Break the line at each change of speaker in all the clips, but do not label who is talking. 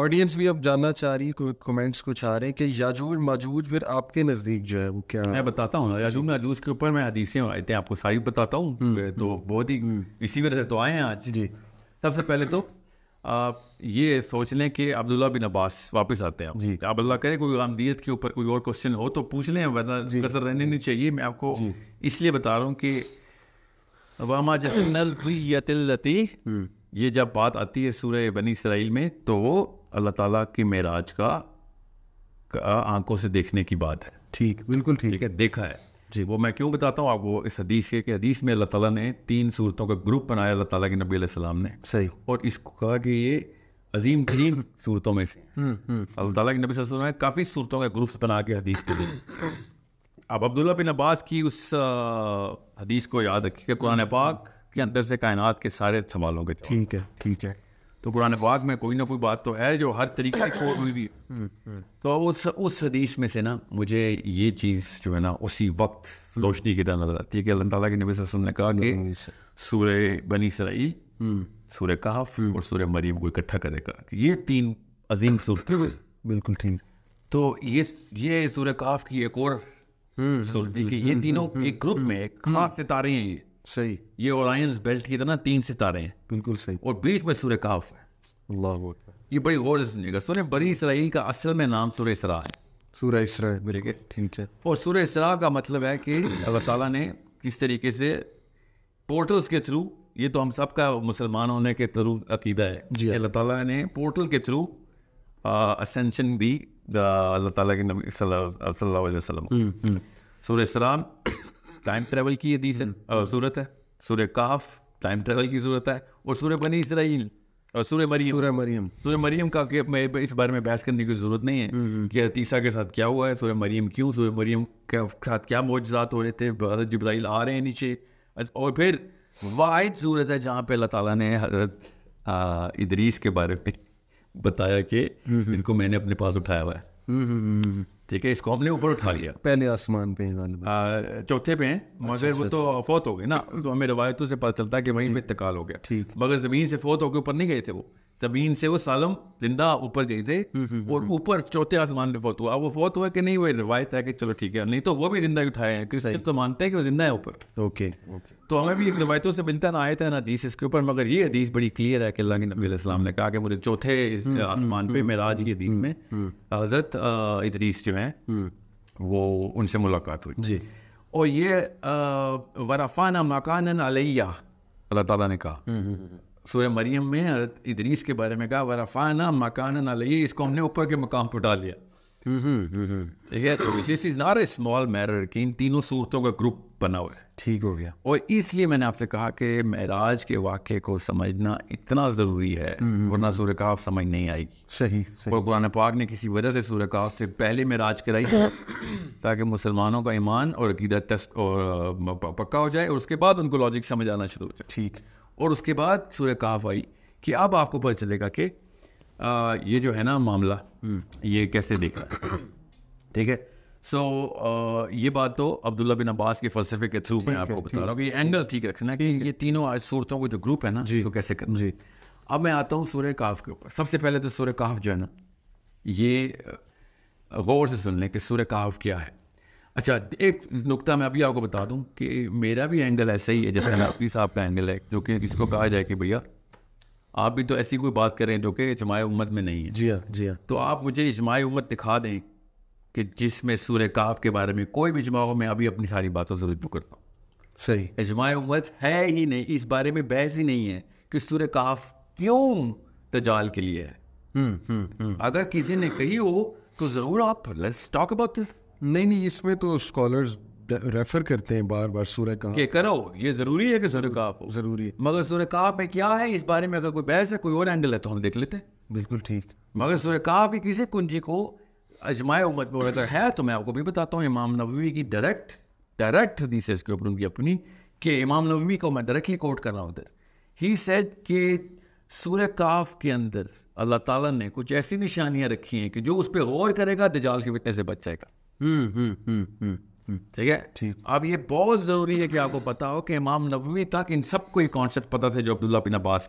Audience भी अब जानना चाह रही है कमेंट्स कुछ आ रहे हैं कि याजूज माजूज फिर आपके नज़दीक जो है वो क्या
मैं बताता हूँ याजूब नाजूज के ऊपर मैं हदीसें आए थे आपको सारी बताता हूँ तो बहुत ही इसी वजह से तो आए हैं आज
हम्म, जी
सबसे पहले तो आप ये सोच लें कि अब्दुल्ला बिन अब्बास वापस आते हैं आप
जी।
आप अल्लाह करे कोई गामदीयत के ऊपर कोई और क्वेश्चन हो तो पूछ लें वरना कसर रहने नहीं चाहिए मैं आपको इसलिए बता रहा हूँ कि वामा जसनलती
हम्म।
ये जब बात आती है सूर्य बनी इसराइल में तो वो अल्लाह ताला की मेराज का, का आंखों से देखने की बात है
ठीक बिल्कुल ठीक
ठीक है देखा है जी वो मैं क्यों बताता हूँ आपको इस हदीस के कि हदीस में अल्लाह ताला ने तीन सूरतों का ग्रुप बनाया अल्लाह ताला के नबी अलैहि सलाम ने
सही
और इसको कहा कि ये अजीम तरीन सूरतों में से है। अल्लाह ताला के नबी सल्लल्लाहु अलैहि वसल्लम ने काफ़ी सूरतों के ग्रुप्स बना के हदीस के लिए अब अब्दुल्ला बिन अब्बास की उस आ, हदीस को याद रखिए कि कुरान पाक के अंदर से कायनात के सारे सवालों के जवाब।
ठीक है ठीक है
तो कुरान पाक में कोई ना कोई बात तो है जो हर तरीके की खोज हुई भी है। तो उस उस हदीस में से ना मुझे ये चीज़ जो है ना उसी वक्त रोशनी की तरह नजर आती है कि अल्लाह ताला के नबी हम्म। सल्लल्लाहु अलैहि वसल्लम हम्म। ने कहा कि सूर्य बनी इसराइल सूर्य कहफ और सूर्य मरीम को इकट्ठा करेगा कि ये तीन अजीम सूरत
बिल्कुल ठीक
तो ये ये सूर्य कहफ की एक और हम्म, सूरत थी कि ये तीनों एक ग्रुप में एक खास सितारे हैं ये
सही
ये ओरायंस बेल्ट की तरह तीन सितारे हैं
बिल्कुल सही
और बीच में सूर्य कहफ है
अल्लाह
ये बड़ी गौर से सुनिएगा सूर्य बनी इसराइल का असल में नाम सूर्य इसरा है
सूर्य इसरा बिल्कुल ठीक है
और सूर्य इसरा का मतलब है कि अल्लाह ताला ने किस तरीके से पोर्टल्स के थ्रू ये तो हम सब का मुसलमान होने के थ्रू अकीदा है
जी हाँ।
कि अल्लाह ताला ने पोर्टल के थ्रू असेंशन दी आ, अल्लाह ताला के नबी सल्लल्लाहु सल्लल्लाहु अलैहि वसल्लम
हम्म,
को। सूर्य इसरा टाइम ट्रेवल की हदीस है
हम्म।
अ, सूरत है सूर्य काफ टाइम ट्रेवल की सूरत है और सूर्य बनी इसराइल और सूर्य मरियम
सूर्य मरियम
सूर्य तो मरियम का कि मैं इस बारे में बहस करने की जरूरत नहीं है कि अतीसा के साथ क्या हुआ है सूर्य मरियम क्यों सूर्य मरियम के साथ क्या मोजात हो रहे थे हजरत जब्राइल आ रहे हैं नीचे और फिर वाहिद सूरत है जहाँ पे अल्लाह ताला ने हजरत आ, इदरीस के बारे में बताया कि इसको मैंने अपने पास उठाया हुआ है ठीक है इसको हमने ऊपर उठा लिया
पहले आसमान पे है गालिबा
आ, चौथे पे हैं मगर वो तो फौत हो गए ना तो हमें रवायतों से पता चलता है कि वहीं पे इंतकाल हो गया
ठीक।
मगर जमीन से फौत होकर ऊपर नहीं गए थे वो जमीन से वो सालम जिंदा ऊपर गए थे और ऊपर चौथे आसमान पे फौत हुआ अब वो फौत हुआ कि नहीं वो रवायत है कि चलो ठीक है नहीं तो वो भी जिंदा ही उठाए हैं क्रिश्चियन तो मानते हैं कि वो जिंदा है ऊपर
ओके हाँ। ओके
तो हमें भी रवायतों से मिलता ना आयत है ना हदीस इसके ऊपर मगर ये हदीस बड़ी क्लियर है कि अल्लाह के नबी अलैहि सलाम ने कहा कि मुझे चौथे इस आसमान पे मेराज की हदीस में हजरत अ, इदरीस जो हैं वो उनसे मुलाकात हुई
जी
और ये uh, वरफाना मकान अलैया अल्लाह ताला ने कहा सूर्य मरियम में हजरत इदरीस के बारे में कहा वरफाना मकान अलैया इसको हमने ऊपर के मकाम पर उठा लिया
हम्म,
ठीक है this is not a small matter कि इन तीनों सूरतों का ग्रुप बना हुआ है
ठीक हो गया
और इसलिए मैंने आपसे कहा कि महराज के वाक्य को समझना इतना ज़रूरी है वरना सूर्य काफ समझ नहीं आएगी
सही सही
और कुरान पाक ने किसी वजह से सूर्य काफ से पहले महराज कराई ताकि मुसलमानों का ईमान और अकीदा टेस्ट और अ, प- पक्का हो जाए और उसके बाद उनको लॉजिक समझ आना शुरू हो जाए
ठीक
और उसके बाद सूर्य काफ आई कि अब आपको पता चलेगा कि आ, ये जो है ना मामला ये कैसे देखा है। ठीक है सो so, आ, ये बात तो अब्दुल्ला बिन अब्बास के फलसफे के थ्रू मैं आपको बता रहा हूँ कि ये एंगल ठीक रखना कि ये तीनों आज सूरतों को जो ग्रुप है ना जी कैसे करना
जी।
अब मैं आता हूँ सूर्य काफ के ऊपर सबसे पहले तो सूर्य काफ जो है ना ये अ, गौर से सुन लें कि सूर्य काफ क्या है अच्छा एक नुक्ता मैं अभी आपको बता दूं कि मेरा भी एंगल ऐसा ही है जैसे नकवी साहब का एंगल है जो कि इसको कहा जाए कि भैया आप भी तो ऐसी कोई बात करें जो कि जमाय उम्मत में नहीं है
जी हाँ जी हाँ
तो आप मुझे इजमाय उम्मत दिखा दें कि जिसमें सूर्य काफ के बारे में कोई भी इजमा हो मैं अभी अपनी सारी बातों से रुजू करता हूँ
सही
इजमाय उम्मत है ही नहीं इस बारे में बहस ही नहीं है कि सूर्य काफ क्यों तजाल के लिए है
हम्म हम्म
अगर किसी ने कही हो तो ज़रूर आप लेट्स टॉक अबाउट दिस
नहीं नहीं इसमें तो स्कॉलर्स रेफर करते हैं बार बार सूर्य का
कि करो ये ज़रूरी है कि सूर्य काफ हो
जरूरी है
मगर सूर्य काफ में क्या है इस बारे में अगर कोई बहस है कोई और एंगल है तो हम देख लेते हैं
बिल्कुल ठीक
मगर सूर्य काफ की किसी कुंजी को अजमाए उम्मत में अगर है तो मैं आपको भी बताता हूँ इमाम नबवी की डायरेक्ट डायरेक्ट हदीस है इसके ऊपर उनकी अपनी कि इमाम नबवी को मैं डायरेक्टली कोट कर रहा हूँ उधर ही सेड कि सूर्य काफ के अंदर अल्लाह ताला ने कुछ ऐसी निशानियां रखी हैं कि जो उस पर गौर करेगा दजाल के फितने से बच जाएगा
हम्म हम्म हम्म हम्म
ठीक है
ठीक।
अब ये बहुत ज़रूरी है कि आपको पता हो कि इमाम नबवी तक इन सबको ये कॉन्सेप्ट पता थे जो अब्दुल्ला बिन अब्बास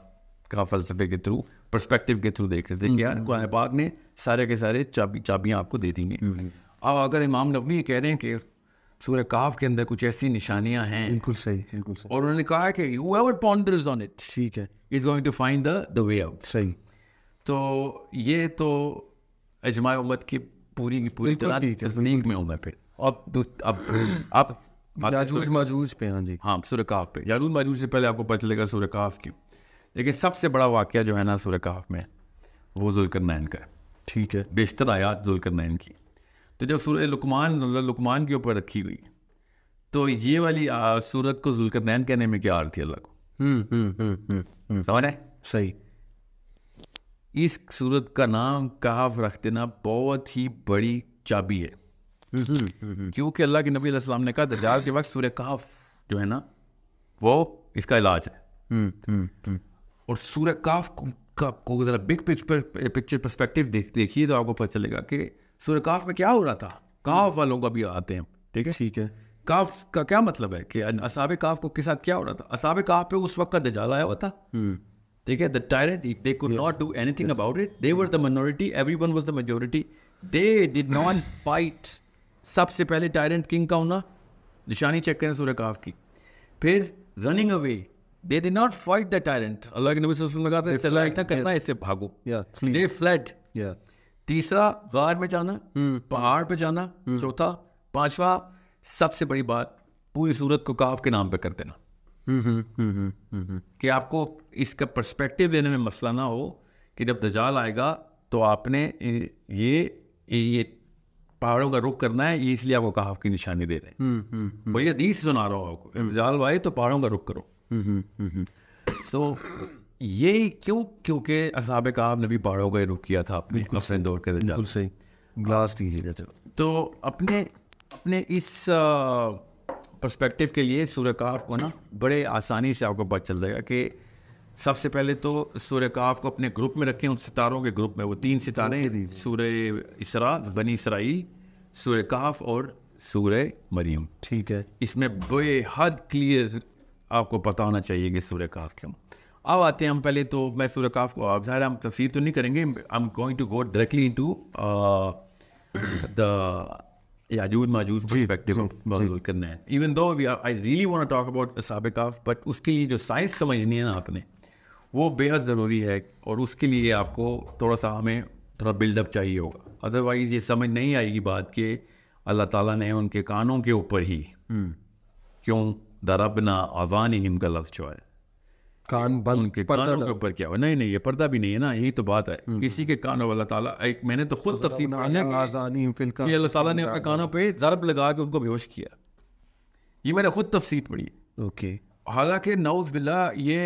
का फलसफे के थ्रू पर्सपेक्टिव के थ्रू देख रहे थे कि यार
हम्म।
कुरान पाक ने सारे के सारे चाबी चाबियाँ आपको दे दी
हम्म।
हैं अब अगर इमाम नबी ये कह रहे हैं कि सूर्य काफ के अंदर कुछ ऐसी निशानियां हैं
बिल्कुल सही बिल्कुल सही
और उन्होंने कहा कि whoever ponders on it
ठीक है
is going to find the the way out
सही
तो ये तो अजमा उम्मत की पूरी की पूरी
बिल्कुल
तरह
ठीक है,
तस्दीक में हूँ मैं फिर अब दू- अब अब बात-
याजूज माजूज पे हाँ जी
हाँ सुरकाफ पे यारून माजूर से पहले आपको पता चलेगा सुरकाफ की लेकिन सबसे बड़ा वाक्य जो है ना सुरकाफ में वो जुल्करनैन का है
ठीक है
बेशतर आयात जुल्करनैन की तो जब सूरह लुकमान मतलब लुकमान के ऊपर रखी हुई तो ये वाली आ, सूरत को जुल्करनैन कहने में क्या अर्थ है अल्लाह को
हम्म हम्म हम्म हम्म
समझ आए
सही
इस सूरत का नाम कहाफ रख देना बहुत ही बड़ी चाबी है क्योंकि अल्लाह के नबी अलैहि सलाम ने कहा दज्जाल के वक्त सूर्य काफ जो है ना वो इसका इलाज है और सूर्य काफ को- का को जरा बिग पिक्चर पिक्चर पर्सपेक्टिव देख देखिए तो आपको पता चलेगा कि सूर्य काफ में क्या हो रहा था काफ वालों का भी आते हैं ठीक है
ठीक है
काफ का क्या मतलब है कि असाब काफ को के साथ क्या हो रहा था असाब काफ पे उस वक्त का दजाल आया हुआ था ठीक है the tyrant they could not do anything about it they were the minority everyone was the majority they did not fight सबसे पहले टायरेंट किंग का होना निशानी चेक करें सूर्य काफ की फिर running away they did not fight the tyrant अल्लाह के नबी सल्लल्लाहु अलैहि वसल्लम ने कहा था, इससे लड़ाई ना करना है, इससे भागो
या
दे फ्लड
या
तीसरा गार में जाना
हम्म।
पहाड़ पे जाना चौथा पांचवा सबसे बड़ी बात पूरी सूरत को काफ के नाम पे कर देना
हम्म,
कि आपको इसका पर्सपेक्टिव देने में मसला ना हो कि जब दजाल आएगा तो आपने ये ये ये पहाड़ों का रुख करना है ये इसलिए आपको काफ की निशानी दे रहे
हम्म,
हैं भैया हदीस सुना रहा हूँ आपको दजाल आए तो पहाड़ों का रुख करो
हम्म,
सो ये क्यों क्योंकि असाब काफ ने भी पहाड़ों का ही रुख किया था अपने अपने दौर के दजाल
बिल्कुल सही ग्लास दीजिएगा चलो
तो अपने अपने इस पर्सपेक्टिव के लिए सूर्यकाफ को ना बड़े आसानी से आपको पता चल जाएगा कि सबसे पहले तो सूर्यकाफ को अपने ग्रुप में रखें उन सितारों के ग्रुप में वो तीन सितारे हैं सूर्य इसरा बनी इसराइल सूर्यकाफ और सूर्य मरियम
ठीक है
इसमें बेहद क्लियर आपको पता होना चाहिए कि सूर्य काफ क्यों अब आते हैं हम पहले तो मैं सूर्य काफ को अब ज़ाहिर है हम तफसीर तो नहीं करेंगे I am going to go directly into uh, the याजूज माजूज पर्सपेक्टिव मौजूद करना है even though I really want talk about साब काफ बट उसके लिए जो साइंस समझनी है ना आपने वो बेहद ज़रूरी है और उसके लिए आपको थोड़ा सा हमें थोड़ा बिल्डअप चाहिए होगा अदरवाइज़ ये समझ नहीं आएगी बात कि अल्लाह ताला ने उनके कानों के ऊपर ही क्यों दरबना आवान हिम का लफ्ज जो है
कान बंद
उनके
पर्दा
कानों के ऊपर क्या हुआ नहीं नहीं ये पर्दा भी नहीं है ना यही तो बात है किसी के कानों वाला ताला एक मैंने तो खुद तफसीर
डालना,
पढ़ी है कि
आजानी फिलका
अल्लाह ताला ने अपने कानों पे जरब लगा के उनको बेहोश किया ये मैंने खुद तफसीर पढ़ी है।
ओके
हालांकि नौज बिल्ला ये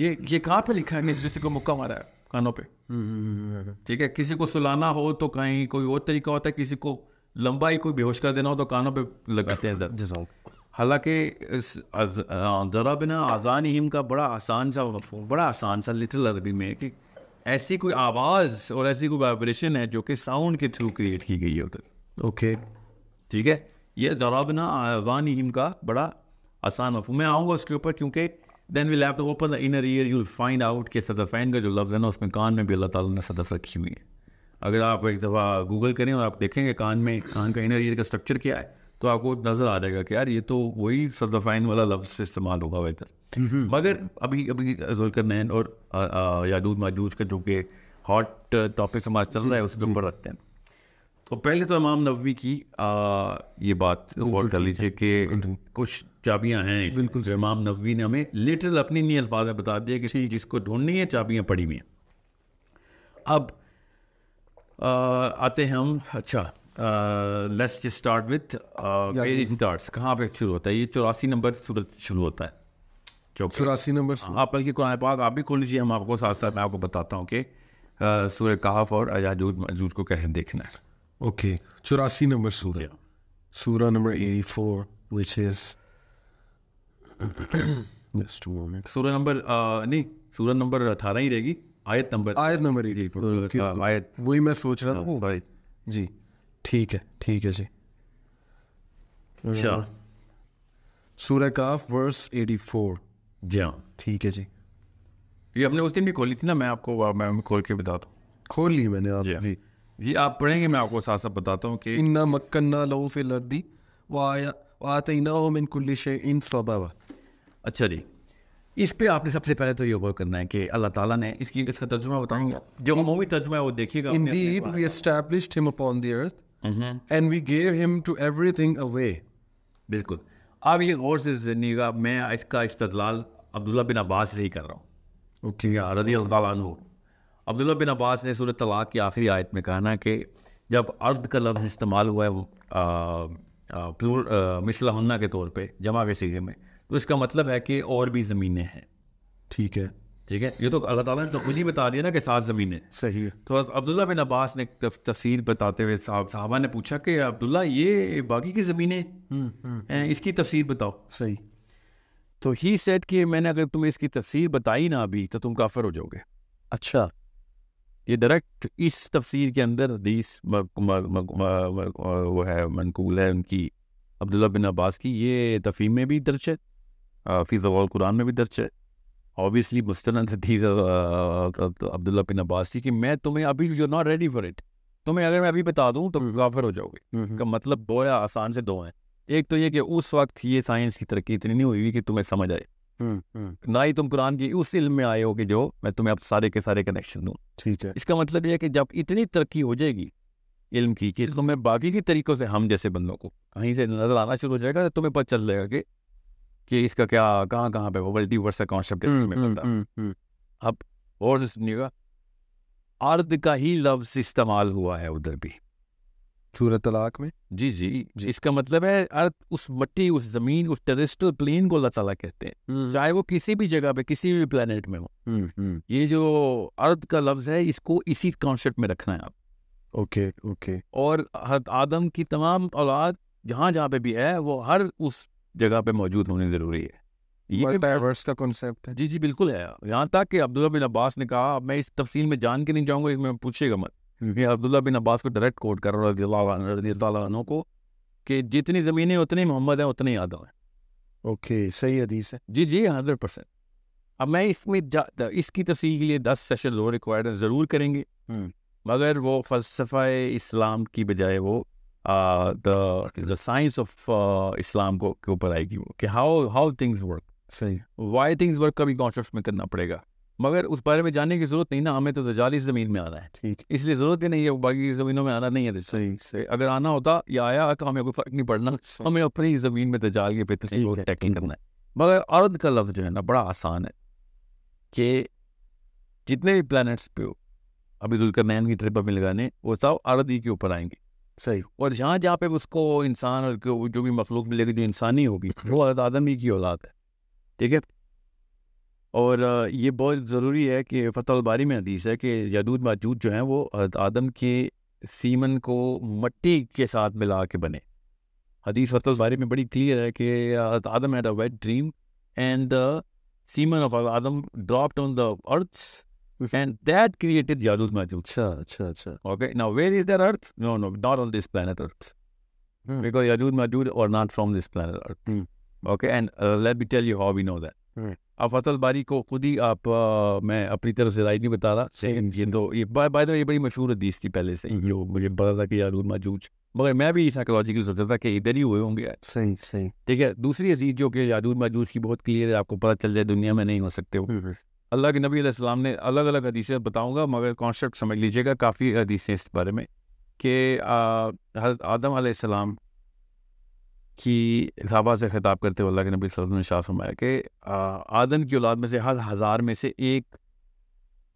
ये ये कहाँ पे लिखा है कि किसी को मुक्का मारा है कानों पे
हम्म,
ठीक है किसी को सुलाना हो तो कहीं कोई और तरीका होता है किसी को लंबा ही कोई बेहोश कर देना हो तो कानों पे लगाते हैं दर्द
जजाक
हालांकि इस अज- आ, जरा बिना आज़ान हिम का बड़ा आसान सा मफहूम बड़ा आसान सा लिटिल अरबी में है कि ऐसी कोई आवाज़ और ऐसी कोई वाइब्रेशन है जो कि साउंड के थ्रू क्रिएट की गई है उधर
ओके
ठीक है ये जरा बिना आज़ान हिम का बड़ा आसान मफहूम मैं आऊँगा उसके ऊपर क्योंकि then will have to open the inner ear you find out कि सदफ़ैन का जो लफ्ज़ है ना उसमें कान में भी अल्लाह ताला ने सदफ़ रखी हुई है अगर आप एक दफ़ा गूगल करें और आप देखेंगे कान में कान का इनर ईयर का स्ट्रक्चर क्या है तो आपको नज़र आ जाएगा कि यार ये तो वही सदफ़ैन वाला लफ्ज़ से इस्तेमाल होगा बेहतर मगर अभी अभी जुल्करनैन और आ, आ, यादूद माजूद का जो कि हॉट टॉपिक हमारा चल रहा है उसके ऊपर रखते हैं तो पहले तो इमाम नबी की आ, ये बात गौर कर लीजिए कि कुछ चाबियां हैं बिल्कुल जो इमाम नबी ने हमें लिटरल अपनी नहीं अल्फाज में बता दिया कि जिसको ढूंढनी है चाबियां पड़ी हुई हैं अब आ, आते हैं हम अच्छा let's just start with very starts कहाँ पे शुरू होता है ये चौरासी नंबर सूरत शुरू होता है चौक हाँ,
चौरासी नंबर से-
आप बल्कि कुरान पाक आप भी खोल लीजिए हम आपको साथ साथ मैं आपको बताता हूँ कि सूर्य कहाफ और अजाजूद मजूद को कैसे देखना है
ओके चौरासी नंबर सूरह
Yeah.
सूरह number 84 which is just a moment
सूरह नंबर आ, नहीं सूरह नंबर अठारह ही रहेगी आयत नंबर
आयत नंबर 84 okay.
आ, आयत
वही मैं सोच रहा था
सॉरी
जी ठीक है ठीक है जी
अच्छा
सूरह काफ वर्स 84
जी हाँ
ठीक है जी
ये हमने उस दिन भी खोली थी ना मैं आपको वहाँ- मैं खोल के बताता हूँ
खोल ली मैंने आप जी
जी आप पढ़ेंगे मैं आपको साथ साथ बताता हूँ कि
इन्ना मक्कन्ना लहू फिल अर्दी वाया वातईना हो मिन कुल्ली शे इन सबबा
अच्छा जी इस पे आपने सबसे पहले तो ये वर्क करना है कि अल्लाह ताला ने इसकी इसका तर्जुमा बताएंगे जो मूवी तर्जुमा है वो देखिएगा अपने-
Indeed, we established him upon the earth
मम्म,
and we gave him to everything away.
बिल्कुल आप ये गौर से जनिएगा मैं इसका इस्तदलाल अब्दुल्ला बिन अब्बास से ही कर रहा हूँ
Okay.
या रदी अल्लाह हाँ, अब्दुल्ला बिन अब्बास ने सूरत तलाक की आखिरी आयत में कहा ना कि जब अर्द का लफ्ज़ इस्तेमाल हुआ है वो आ, आ, प्लूर आ, मिसला हन्ना के तौर पे जमा के सीगे में तो इसका मतलब है कि और भी ज़मीनें हैं
ठीक है
ठीक है ये तो अल्लाह ताला ने तो खुद ही बता दिया ना कि सात ज़मीनें हैं।
सही है
तो अब्दुल्ला बिन अब्बास ने तफ, तफसीर बताते हुए साहब साहबा ने पूछा कि अब्दुल्ला ये बाकी की ज़मीनें हैं, इसकी तफसीर बताओ
सही
तो ही सेट कि मैंने अगर तुम्हें इसकी तफसीर बताई ना अभी तो तुम काफिर हो जाओगे
अच्छा
ये डायरेक्ट इस तफसीर के अंदर हदीस मर, मर, मर, मर, मर, वो है मनकूल है उनकी अब्दुल्ला बिन अब्बास की ये तफीम में भी दर्ज है अ, फी जवाल कुरान में भी दर्ज है ऑब्वियसली मुस्तनद हदीस अ, अ, अब्दुल्ला बिन अब्बास की कि मैं तुम्हें अभी you not ready for it तुम्हें अगर मैं अभी बता दूं तो काफिर हो जाओगे इसका मतलब दो या आसान से दो हैं एक तो ये कि उस वक्त ये साइंस की तरक्की इतनी नहीं हुई हुई कि तुम्हें समझ आए ना ही तुम कुरान की उस इल्म में आए हो कि जो मैं तुम्हें अब सारे के सारे कनेक्शन दूं
ठीक है
इसका मतलब यह है कि जब इतनी तरक्की हो जाएगी इल्म की कि तुम्हें बाकी के तरीक़ों से हम जैसे बंदों को कहीं से नज़र आना शुरू हो जाएगा तो तुम्हें पता चल जाएगा कि कि इसका क्या कहाँ कहाँ पे वो मल्टीवर्स का कॉन्सेप्ट है तुम्हें
Mm-hmm, हम्म,
पता और से सुनिएगा अर्ध का ही लफ्ज़ इस्तेमाल हुआ है उधर भी
सूरत तलाक में
जी जी इसका मतलब है अर्थ उस मट्टी उस ज़मीन उस टेरेस्ट्रल प्लेन को अल्लाह ताला कहते हैं चाहे वो किसी भी जगह पे किसी भी प्लानट में हो
Mm-hmm.
ये जो अर्थ का लफ्ज़ है इसको इसी कॉन्सेप्ट में रखना है आप
ओके ओके
और हर आदम की तमाम औलाद जहाँ जहाँ पे भी है वो हर उस जगह पे मौजूद होनी ज़रूरी है ये
मल्टीवर्स का कॉन्सेप्ट है
जी जी बिल्कुल है यहाँ तक कि अब्दुल्ला बिन अब्बास ने कहा अब मैं इस तफसील में जान के नहीं जाऊँगा इसमें पूछेगा मत क्योंकि अब्दुल्ला बिन अब्बास को डायरेक्ट कोट कर रहा हूँ रज़ी अल्लाह अन्हु- रज़ी अल्लाह अन्हु को कि जितनी ज़मीनें उतने मोहम्मद हैं उतने ही आदम हैं
ओके सही हदीस है
जी जी हंड्रेड परसेंट अब मैं इसमें जा इसकी तफसील के लिए दस सेशन और रिक्वायर्ड हैं ज़रूर करेंगे मगर वो फलसफा इस्लाम की बजाय वो द साइंस ऑफ इस्लाम को के ऊपर आएगी वो कि हाउ हाउ थिंग्स वर्क
सही
वाई थिंग्स वर्क का भी कॉन्सेप्ट में करना पड़ेगा मगर उस बारे में जानने की जरूरत नहीं ना हमें तो दजाली ज़मीन में आना है
ठीक
इसलिए ज़रूरत ही नहीं है बाकी की ज़मीनों में आना नहीं है दज्जाल।
सही सही
अगर आना होता या आया तो हमें कोई फ़र्क नहीं पड़ना हमें अपनी ही ज़मीन में दजाल के
ठीक
फितने को
है,
टैकल
ठीक है।
करना है मगर अर्द का लफ्ज़ जो है ना बड़ा आसान है कि जितने भी प्लैनेट्स पे हो अभी दुलकर की ट्रिप अभी लगाने वो सब अर्द ही के ऊपर आएंगे
सही
और जहाँ जहाँ पे उसको इंसान और को- जो भी मखलूक मिलेगी जो इंसानी होगी वो हजरत आदम ही की औलाद है ठीक है और अ, ये बहुत ज़रूरी है कि फतह बारी में हदीस है कि यदूद माजूद जो हैं वो हजरत आदम के सीमन को मट्टी के साथ मिला के बने हदीस फतह बारी में बड़ी क्लियर है कि हजरत आदम had a wet dream and the semen of Adam dropped on the earth and that created यादूद माजूद
अच्छा अच्छा अच्छा
Okay, now where is that Earth? No, no, not on this planet Earth.
Hmm.
Because Yajud Majud are not from this planet Earth.
Hmm.
Okay, and uh, let me tell you how we know that.
Hmm.
अब फसल बारी को खुद ही आप अ, मैं अपनी तरफ से राय नहीं बता रहा लेकिन ये तो ये बाय बाय ये बड़ी मशहूर हदीस थी पहले से ही,
हम्म।
जो मुझे पता था कि यारूद माजूज मगर मैं भी साइकोलॉजिकली सोचता था कि इधर ही हुए होंगे
सही सही
ठीक है दूसरी हदीस जो कि यारूद माजूज की बहुत क्लियर है आपको पता चल जाए दुनिया में नहीं हो सकते हो
हम्म,
अल्लाह के नबी अलैहिस्सलाम ने अलग अलग हदीसें बताऊंगा मगर कॉन्सेप्ट समझ लीजिएगा काफ़ी हदीसें इस बारे में कि आ, हज़रत आदम अलैहिस्सलाम की साहबा से खिताब करते हुए अल्लाह के नबी सल्लल्लाहु अलैहि वसल्लम ने शाह फरमाया कि आ, आदम की औलाद में से हर हज़ार में से एक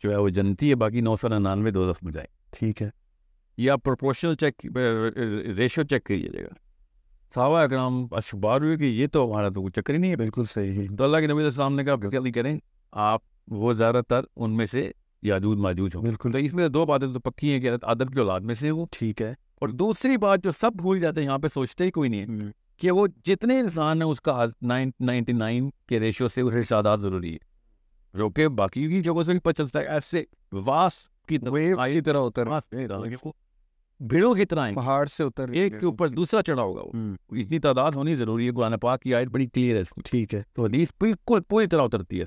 जो है वो जन्नती है बाकी नौ सौ निन्यानवे दो में जाए
ठीक है
ये आप प्रोपोर्शनल चेक रेशो चेक करिएगा साहबा अकराम अशबार हुए कि ये तो हमारा तो कोई चक्कर ही नहीं है
बिल्कुल सही है
तो अल्लाह के नबी अलैहिस्सलाम ने कहा बिल्कुल करें आप वो ज़्यादातर उनमें से याजूद माजूद होंगे
बिल्कुल
तो इसमें दो बातें तो पक्की हैं कि हज़रत आदम की औलाद में से हैं वो
ठीक है
और दूसरी बात जो सब भूल जाते हैं यहाँ पे सोचते ही कोई नहीं है
हम्म,
कि वो जितने इंसान हैं उसका नाइन्टी नाइन के रेशियो से उसे सादात ज़रूरी है जो कि बाकी की जगहों से भी पता चलता है ऐसे वास की तरह
वेव की तरह उतर
वास की तरह
वेव-
कि वो भीड़ों की तरह आएंगे।
पहाड़ से उतर रही
एक
है।
के ऊपर दूसरा चढ़ा होगा वो
हम्म,
इतनी तादाद होनी ज़रूरी है कुरान पाक की आयत बड़ी क्लियर है इसमें
ठीक है हम्म।
तो हदीस बिल्कुल पूरी तरह उतरती है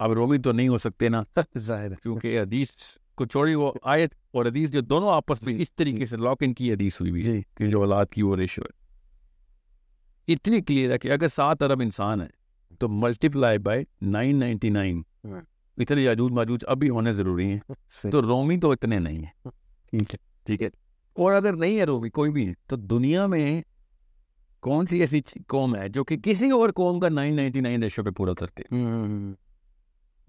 अब रोमी तो नहीं हो सकते ना
जाहिर है
क्योंकि हदीस को छोड़ी वो आयत और हदीस जो दोनों आपस में इस तरीके से लॉक इन की हदीस हुई हुई है
जी
कि जो औलाद की वो रेशो है इतनी क्लियर है कि अगर सात अरब इंसान है तो multiply by nine ninety nine
हम्म।
इतने याजूज माजूज अभी होने जरूरी हैं
सही
तो रोमी तो इतने नहीं है
ठीक है
ठीक है और अगर नहीं है रोमी कोई भी है तो दुनिया में कौन सी ऐसी ची- कौम है जो कि किसी और कौम का नाइन नाइन्टी नाइन रेशो पे पूरा करते
हम्म,
हैं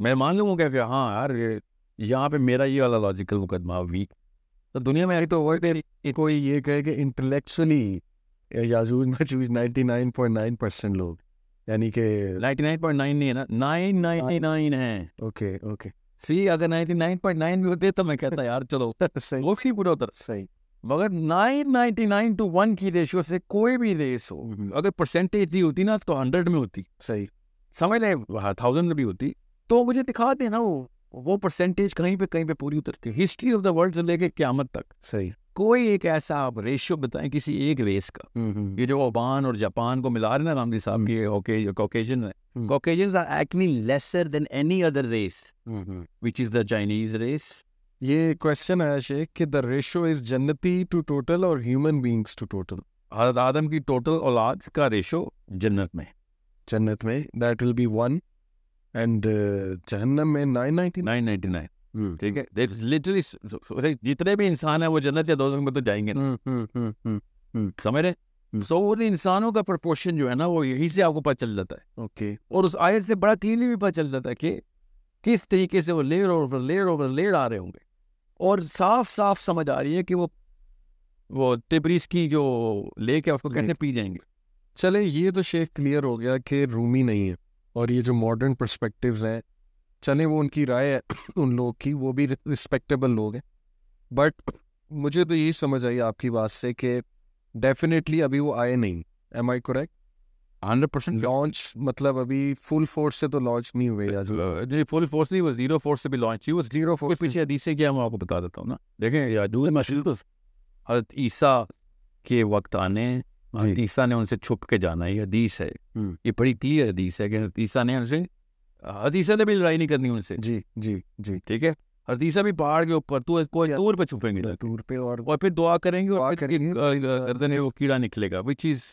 मैं मान लूंगा क्या हाँ यार ये यहाँ पे मेरा ये वाला लॉजिकल मुकदमा वीक तो दुनिया में आई तो वर्ड
कोई ये कहे कि इंटेलेक्चुअली याजूज मजूज 99.9 परसेंट लोग यानी कि
नाइन्टी नाइन पॉइंट नाइन नहीं है ना नाइन नाइन्टी नाइन है
ओके ओके
सी अगर नाइन्टी नाइन पॉइंट नाइन भी होते तो मैं कहता यार चलो
सही
वो भी पूरा उतर
सही
मगर nine ninety nine to one की रेशियो से कोई भी रेस हो
हम्म,
अगर परसेंटेज दी होती ना तो हंड्रेड में होती
सही
समझ लें थाउजेंड में भी होती तो मुझे दिखा देना वो वो परसेंटेज कहीं पे कहीं पे पूरी उतरती है हिस्ट्री ऑफ द वर्ल्ड से लेके क्यामत तक
सही
कोई एक ऐसा आप रेशियो बताएं किसी एक रेस का
हम्म, हम्म,
ये जो ओमान और जापान को मिला रहे हैं ना रामजी साहब की ओके कॉकेजन है
हम्म।
Caucasian are actually lesser than any other race
हम्म, हम्म।
Which is the Chinese race
ये क्वेश्चन आया शेख कि द रेशियो इज जन्नती टू टोटल और ह्यूमन बीइंग्स टू टोटल
हजरत आदम की टोटल औलाद का रेशो जन्नत में
जन्नत में that will be one and
uh,
जहन्नम में 999
नाइन नाइनटी नाइन
हम्म,
ठीक है There's literally- जितने भी इंसान है वो जन्नत या दोजख में तो जाएंगे ना
हम्म, हम्म, हम्म,
hmm,
हम्म,
समझ रहे
हम्म।
सो वो इंसानों का प्रपोर्शन जो है ना वो यहीं से आपको पता चल जाता है
ओके
और उस आयत से बड़ा क्लियरली भी पता चल जाता है कि किस तरीके से वो layer over layer over layer आ रहे होंगे और साफ साफ समझ आ रही है कि वो वो टिबरीज की जो लेक है उसको
जी।
कहते पी जाएंगे
चले ये तो शेख क्लियर हो गया कि रूमी नहीं है और ये जो मॉडर्न पर्सपेक्टिव्स हैं चले वो उनकी राय है उन लोग की वो भी रिस्पेक्टेबल लोग हैं बट मुझे तो यही समझ आई आपकी बात से कि डेफिनेटली अभी वो आए नहीं am I correct
hundred percent
launch मतलब अभी फुल फोर्स से तो लॉन्च नहीं हुए आज
फुल फोर्स नहीं वो जीरो फोर्स से भी लॉन्च हुई जीरो फोर्स पीछे हदीस से क्या मैं आपको बता देता हूँ ना देखें या दूर मशीद हजरत तो ईसा के वक्त आने हजरत ईसा ने उनसे छुप के जाना ये हदीस है
हम्म।
ये बड़ी क्लियर हदीस है कि हजरत ईसा ने उनसे हजरत ईसा ने भी लड़ाई नहीं करनी उनसे
जी जी जी
ठीक है हजरत ईसा भी पहाड़ के ऊपर तू कोई दूर पे छुपेंगे
टूर पे और
और फिर दुआ करेंगे
दुआ
और फिर
करेंगे।
एक, अ, अ, गर्दन में वो कीड़ा निकलेगा विच इज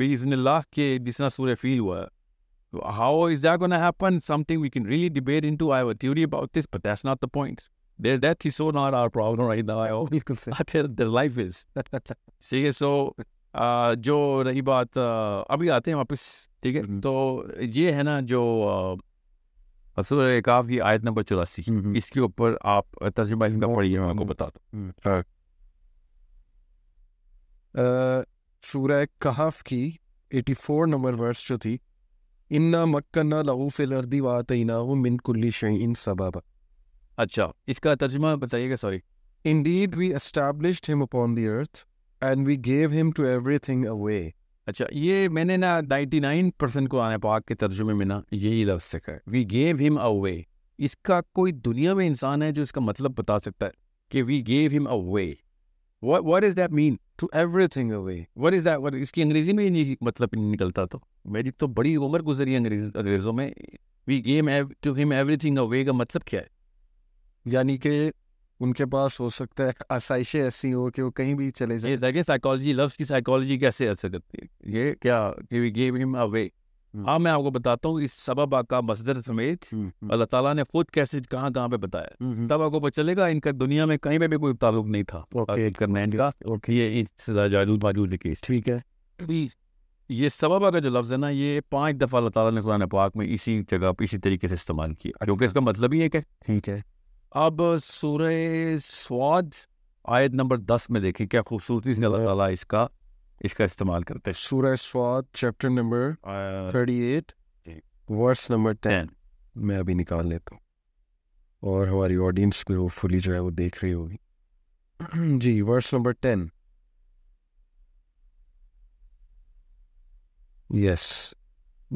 बीजनल्लाह के जिस तरह सूर्य फील हुआ how is that gonna happen something we can really debate into I have a theory about this but that's not the point their death is so not our problem right now I hope
बिल्कुल सही
their life is ठीक है सो जो रही बात अ, अभी आते हैं वापस ठीक है
हम्म।
तो ये है ना जो सूर्य काफ की आयत नंबर चौरासी
हम्म,
इसके ऊपर आप तर्जुमा इसका
मौत
पढ़िए मैं
हम्म।
आपको बताता हूँ
हम्म, हाँ। अ, सूरह कहफ की 84 नंबर वर्स जो थी इन्ना मक्कन्ना लहू फिल अर्दी वातैनाहु मिन कुल्ली शैइन सबबा
अच्छा इसका तर्जुमा बताइएगा sorry
Indeed, we established him upon the earth, and we gave him to everything away.
अच्छा ये मैंने ना 99 परसेंट कुरान पाक के तर्जुमे में ना यही लफ्ज सीखा है वी गेव हिम अवे इसका कोई दुनिया में इंसान है जो इसका मतलब बता सकता है कि we gave him away what is that mean
To everything away.
What is that what इसकी अंग्रेजी में ही नहीं मतलब नहीं निकलता तो मेरी तो बड़ी उम्र गुजरी अंग्रेज अंग्रेजों में we gave to him everything away का मतलब क्या है
यानी कि उनके पास हो सकता है आसाइशें ऐसी हो कि वो कहीं भी चले
ये
जाए
देखिए साइकोलॉजी लफ्ज की साइकोलॉजी कैसे असर करती है ये क्या कि वी गेव हिम अवे
हम्म।
हाँ मैं आपको बताता हूँ इस सबबा का मसदर समेत अल्लाह ताला ने खुद कैसे कहाँ कहाँ पे बताया
हम्म,
तब आपको पता चलेगा इनका दुनिया में कहीं पे भी कोई ताल्लुक नहीं था
ओके
करना इनका
ओके
ये इस जादू बाजू के case
ठीक है
थी। ये सबबा का जो लफ्ज़ है ना ये पांच दफ़ा अल्लाह ताला ने कुरान पाक में इसी जगह पे इसी तरीके से इस्तेमाल किया क्योंकि इसका मतलब ही एक है
ठीक है
अब सूरह स्वाद आयत नंबर दस में देखें क्या खूबसूरती से
हाँ।
अल्लाह ताला इसका इसका इस्तेमाल करते हैं
सूरह स्वाद चैप्टर नंबर
आयत
38
हाँ। जी।
वर्स नंबर 10
10
मैं अभी निकाल लेता हूँ और हमारी ऑडियंस भी होपफुली जो है वो देख रही होगी जी वर्स नंबर टेन यस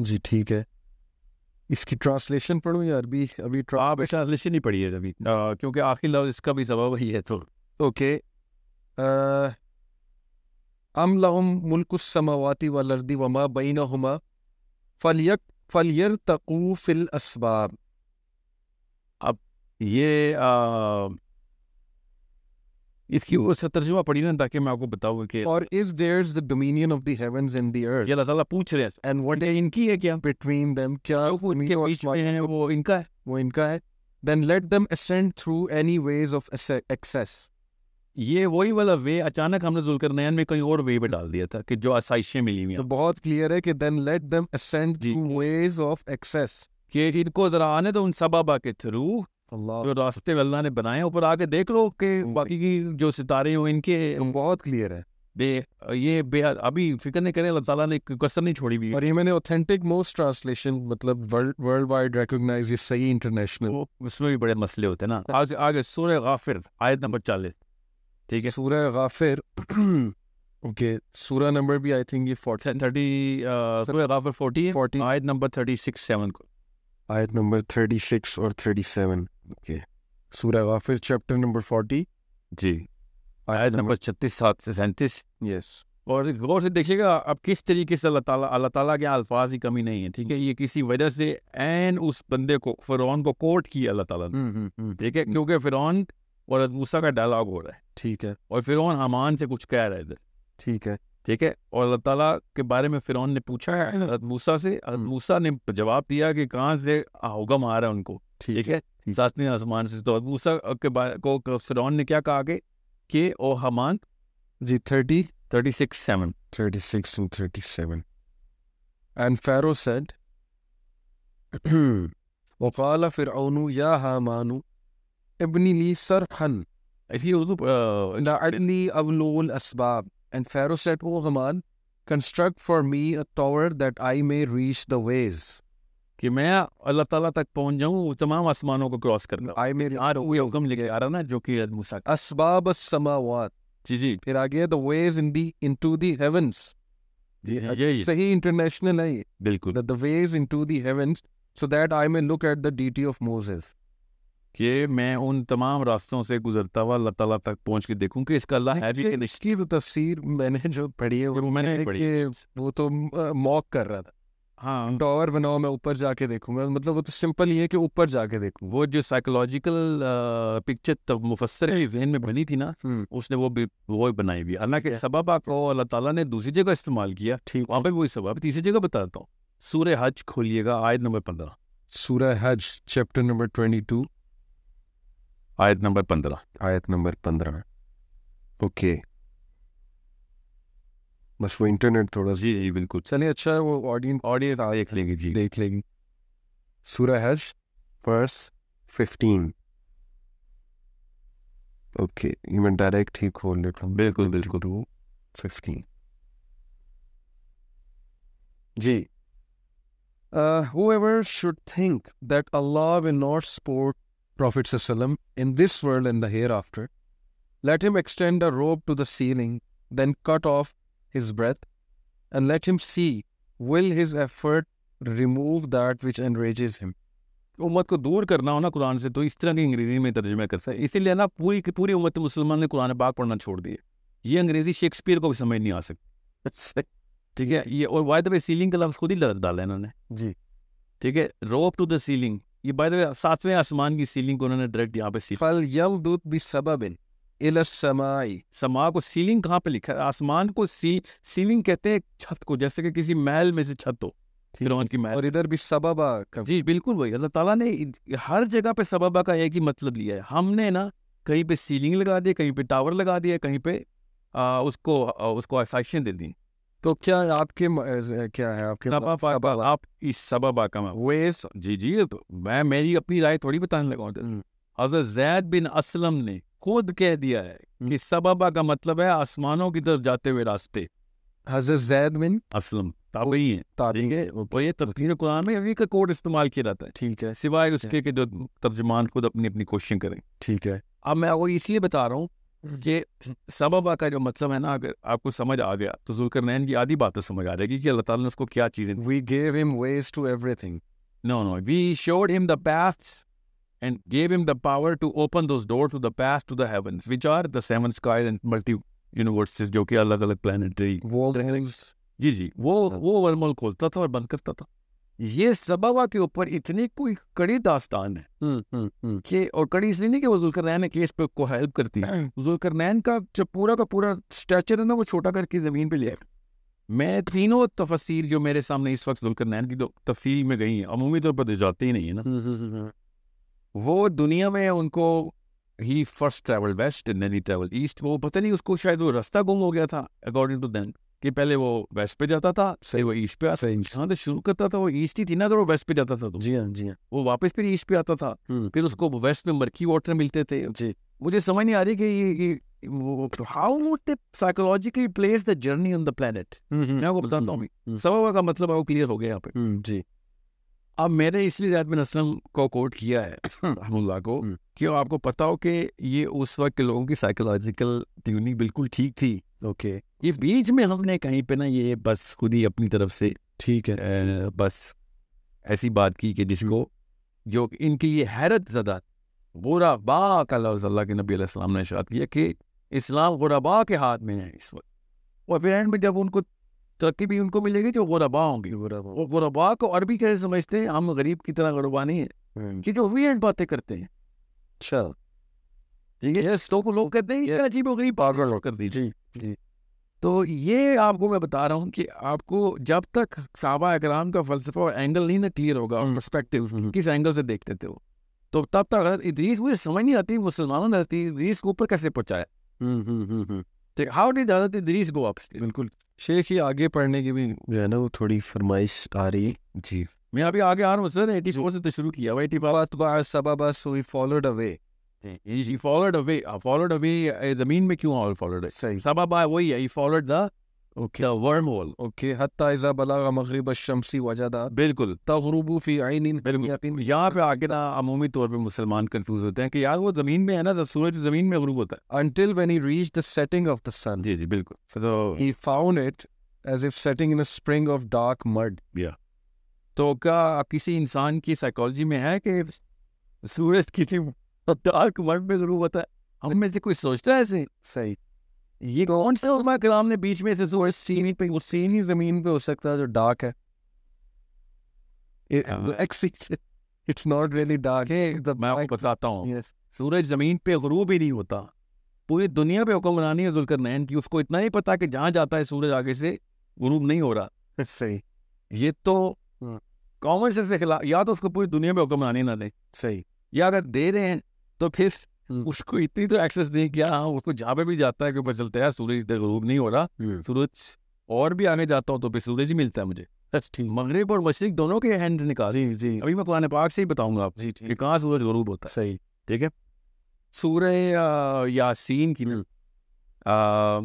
जी ठीक है इसकी ट्रांसलेशन पढ़ूं या अरबी अभी
आप ट्रांसलेशन ही पढ़िए अभी अ, क्योंकि आखिरी लफ्ज़ इसका भी सबब ही है तो
ओके अम लहुम मुल्क समावाती वल अर्दी वमा बैनहुमा फलयक फलियर तकू फिल असबाब
ये आ, इसकी उसका तर्जुमा पढ़ी ना ताकि मैं आपको बताऊँ कि
और is theirs the dominion of the heavens and the earth
ये अल्लाह ताला पूछ रहे हैं
एंड व्हाट
ये इनकी है क्या
बिटवीन देम क्या
जो वो इनके
उनके और
बीच में
तुम्हारे-
है वो इनका है
वो इनका है then let them ascend through any ways of access
ये वही वाला वे अचानक हमने जुल्करनैन में कहीं और वे पे डाल दिया था कि जो आसाइशें मिली हुई
तो
हैं
बहुत क्लियर है कि देन लेट देम असेंड
जी।
थ्रू वेज ऑफ एक्सेस
कि इनको जरा आने तो उन सबाबा के थ्रू
अल्लाह
जो रास्ते अल्लाह ने बनाए हैं, ऊपर आके देख लो कि बाकी की जो सितारे हो इनके
तो बहुत क्लियर है
बे ये बेहद अभी फिक्र नहीं करें अल्लाह ताला ने कोई कसर नहीं छोड़ी हुई है।
और ये मैंने ऑथेंटिक मोस्ट ट्रांसलेशन मतलब वर्ल्ड वाइड रिकॉग्नाइज ये सही इंटरनेशनल
तो वो उसमें भी बड़े मसले होते हैं ना
हाँ।
आज आगे सूर्य गाफिर आयत नंबर चालीस ठीक है
सूरह गाफिर ओके सूरह नंबर भी आई थिंक ये 40
थर्टी uh, सूर्य गाफिर फोर्टी है
40
आयत नंबर थर्टी सिक्स सेवन को
आयत नंबर 36 और 37 ओके सूरह गाफिर चैप्टर नंबर 40
जी आयत नंबर छत्तीस सात से सैंतीस
यस
और गौर से देखिएगा अब किस तरीके से अल्लाह ताला अल्लाह ताला के अल्फाज की कमी नहीं है ठीक है ये किसी वजह से एन उस बंदे को फिरौन को कोर्ट किया अल्लाह ताला ने ठीक है क्योंकि फिरौन और मूसा का डायलॉग हो रहा है
ठीक है
और फिरौन हमान से कुछ कह रहा है इधर
ठीक है
ठीक है और अल्लाह ताला के बारे में फिरौन ने पूछा है
हाँ।
हज़रत मूसा से हज़रत
हम्म।
मूसा ने जवाब दिया कि कहाँ से हुक्म आ रहा है उनको ठीक है सातवें आसमान से तो हज़रत मूसा के बारे को को फिरौन ने क्या कहा कि के ओ हमान
जी 30
thirty six seven
36 and 37. And Pharaoh said, وقال فرعون يا هامان ابن لي صرحا
इसकी उर्दू अ,
لعلي أبلغ الأسباب. And Pharaoh said, O Haman, construct for me a tower that I may reach the ways.
कि मैं अल्लाह ताला तक पहुंच जाऊं वो तमाम आसमानों को क्रॉस करता
I may
हूं। आ रहा हूं, ये हुक्म लेके आ रहा ना जो कि हज़रत मूसा का
أسباب السماوات.
जी जी
फिर आगे the ways in the into the heavens.
जी मतलब हाँ, यही
सही international है ये.
बिल्कुल
That the ways into the heavens so that I may look at the deity of Moses.
कि मैं उन तमाम रास्तों से गुजरता हुआ अल्लाह ताला तक पहुंच के देखूं कि इसका अल्लाह है भी कि
ये
नहीं
इसकी तो तफसीर मैंने जो पढ़ी है
कि
वो
वो मैंने
है
पढ़ी
कि वो तो मॉक कर रहा था
हाँ
टॉवर बनाओ मैं ऊपर जाके देखूंगा मतलब वो तो सिंपल ये है कि ऊपर जाके
वो जो साइकोलॉजिकल पिक्चर तब मुफसर के जहन में बनी थी ना
देखूं
उसने वो भी वो बनाई भी हालांकि सबबा को अल्लाह ताला ने दूसरी जगह इस्तेमाल किया
ठीक।
वहाँ पे वही सबब तीसरी जगह बताता हूँ सूर्य हज खोलिएगा आयत नंबर पंद्रह
सूरह हज चैप्टर नंबर 22
आयत नंबर पंद्रह
आयत नंबर 15 ओके बस वो इंटरनेट थोड़ा
जी जी बिल्कुल
चलिए अच्छा है वो ऑडियंस
ऑडियंस देख लेंगे जी
देख लेगी सूरह हज वर्स 15 ओके ये मैं डायरेक्ट ही खोल लेता हूँ
बिल्कुल बिल्कुल
16 जी uh, whoever should think that Allah will not support Prophet ﷺ in this world and the hereafter, let him extend a rope to the ceiling, then cut off his breath, and let him see will his effort remove that which enrages him.
उम्मत को दूर करना हो ना कुरान से तो इस तरह की अंग्रेजी में तर्जमा करता है इसीलिए ना पूरी की पूरी उम्मत मुसलमान ने कुरान पाक पढ़ना छोड़ दिया ये अंग्रेजी शेक्सपियर को भी समझ नहीं आ सकती
अच्छा।
ठीक है ये और वायदे पे सीलिंग का लफ्ज खुद ही डाल- डाला है इन्होंने
जी
ठीक है रोप टू द सीलिंग ये बाय द वे सातवें आसमान की सीलिंग को उन्होंने डायरेक्ट यहाँ पे सील
फल यमदूत बिसबबिन इला समाई
समा को सीलिंग कहाँ पे लिखा है आसमान को सी सीलिंग कहते हैं छत को जैसे कि किसी महल में से छत हो फिरौन की महल
और इधर भी सबबा का
जी बिल्कुल वही अल्लाह ताला ने इन- हर जगह पे सबबा का एक ही मतलब लिया है हमने ना कहीं पे सीलिंग लगा दी कहीं पे टावर लगा दिया कहीं पे आ, उसको आ, उसको आसाइशें दे दी
तो क्या आपके म- अ, क्या है आपके
सबबा का- आप इस सबबा का मतलब। मैं
वेस
जी जी ये तो मैं मेरी अपनी राय थोड़ी बताने लगा हूं
हम्म।
हजरत जैद बिन असलम ने खुद कह दिया है कि सबबा का मतलब है आसमानों की तरफ जाते हुए रास्ते
हजरत जैद बिन
असलम ताबई है ठीक
ताबी
है और ये तफकीर कुरान में अभी का कोड इस्तेमाल किया जाता है
ठीक है
सिवाय उसके कि जो तर्जमान खुद अपनी अपनी कोशिश करें
ठीक है
अब मैं आपको इसलिए बता रहा हूँ कि सबबा का जो मतलब है ना अगर आपको समझ आ गया तो जुल्करनैन की आधी बातें समझ आ जाएगी कि अल्लाह ताला ने उसको क्या चीज़ें
we gave him ways to everything
No, no. We showed him the paths and gave him the power to open those doors to the paths to the heavens, which are the seven skies and multi universes जो कि अलग अलग planetary
वो
जी जी वो वो वर्मल खोलता था और बंद करता था ये सबबा के ऊपर इतनी कोई कड़ी दास्तान है कि और कड़ी इसलिए नहीं कि वो जुल्करनैन के इस पे को हेल्प करती है जुल्करनैन का जब पूरा का पूरा स्ट्रेचर है ना वो छोटा करके ज़मीन पे लिया है। मैं तीनों तफसीर जो मेरे सामने इस वक्त जुल्करनैन की तो तफसीर में गई हैं अमूमी तौर पर तो जाते ही नहीं है ना वो दुनिया में उनको ही first travel west and then he travel east वो पता नहीं उसको शायद वो रास्ता गुम हो गया था अकॉर्डिंग टू देन कि पहले वो वेस्ट पे जाता था सही वो ईस्ट पे आता हाँ तो शुरू करता था वो ईस्ट ही थी ना अगर वो वेस्ट पे जाता था तो
जी हाँ जी हाँ हम्म।
वो वापस फिर ईस्ट पे आता था फिर उसको वेस्ट में मर्की वाटर मिलते थे
जी
मुझे समझ नहीं आ रही कि ये तो ये how they psychologically place the journey on the planet मैं आपको बताता हूँ
हम्म।
सबवा का मतलब आपको क्लियर हो गया यहाँ पे
जी
अब मैंने इसलिए जायद बिन असलम को कोट किया है रहमुल्ला को
हम्म।
कि आपको पता हो कि ये उस वक्त के लोगों की साइकोलॉजिकल ट्यूनिंग बिल्कुल ठीक थी
ओके
ये बीच में हमने कहीं पे ना ये बस खुद ही अपनी तरफ से
ठीक है
अ, बस ऐसी बात की कि जिसको जो इनकी ये हैरत ज़दा बुरा बा का लफ्ज़ अल्लाह के नबी अलैहिस्सलाम ने इशाद किया कि इस्लाम गुरबा के हाथ में है इस वक्त और फिर एंड में जब उनको तरक्की भी उनको मिलेगी तो जो गुरबा होंगे वो गुरबा को अरबी कैसे समझते हैं हम गरीब की तरह गुरबा नहीं है कि जो वियर्ड बातें करते हैं
अच्छा
ठीक है तो को लोग कहते हैं ये अजीब हो गरीब पागल कर दीजिए
जी।
तो ये आपको मैं बता रहा हूँ कि आपको जब तक साहबा इकराम का फलसफा और एंगल नहीं ना क्लियर होगा
हम्म।
और पर्सपेक्टिव किस एंगल से देखते थे वो तो तब तक अगर इदरीस मुझे समझ नहीं आती मुसलमानों ने हजरत इदरीस को ऊपर कैसे तो पहुंचाया
हम्म,
ठीक how did Hazrat Idris go up
बिल्कुल शेख ये आगे पढ़ने की भी जो है ना वो थोड़ी फरमाइश आ रही है जी
मैं अभी आगे आ रहा हूँ सर 84 से तो शुरू किया हुआ 85
सबबा so he followed away
he followed away uh, followed away uh, जमीन में क्यों और followed away
सही
सबबा वही है he followed the
okay
the wormhole
okay हत्ता इजा बलाग मगरिब शमसी वजदा
बिल्कुल
तगरुबु फी आइनिन
बिल्कुल यहाँ पे आके ना अमूमी तौर पे मुसलमान कंफ्यूज होते हैं कि यार वो जमीन में है ना तो सूरज जमीन में गुरूब होता
until when he reached the setting of the
है
sun.
जी जी बिल्कुल तो
He found it as if setting in a spring of dark mud.
तो क्या किसी इंसान की साइकोलॉजी में है कि सूरज किसी डार्क वर्ल्ड में गुरूब होता है हम में से कोई सोचता है ऐसे
सही
ये कौन सा उलमा कलाम ने बीच में से सूरज सीन पे
वो सीन ही जमीन पे हो सकता है जो डार्क है
हाँ।
इट्स नॉट रियली डार्क
मैं आपको बताता हूँ
यस
सूरज जमीन पे गरूब ही नहीं होता पूरी दुनिया पे हुक्मरानी है जुल्करनैन की उसको इतना नहीं पता कि जहाँ जाता है सूरज आगे से गरूब नहीं हो रहा
सही
ये तो
हाँ।
कॉमन सेंस के खिलाफ या तो उसको पूरी दुनिया में हुक्मरानी ना दें
सही
या अगर दे रहे हैं तो फिर
हम्म।
उसको इतनी तो एक्सेस दें कि हाँ उसको जहाँ पे भी जाता है कि पता चलता है यार, सूरज इधर गरूब नहीं हो रहा
हम्म।
सूरज और भी आगे जाता हूँ तो फिर सूरज ही मिलता है मुझे
ठीक
मगरब और मशरक दोनों के हैंड निकाल
जी जी
अभी मैं कुरान पाक से ही बताऊंगा आप
जी
कि
ठीक
कहाँ सूरज गरूब होता है
सही
ठीक है सूर्य यासीन की
हम्म।
आ,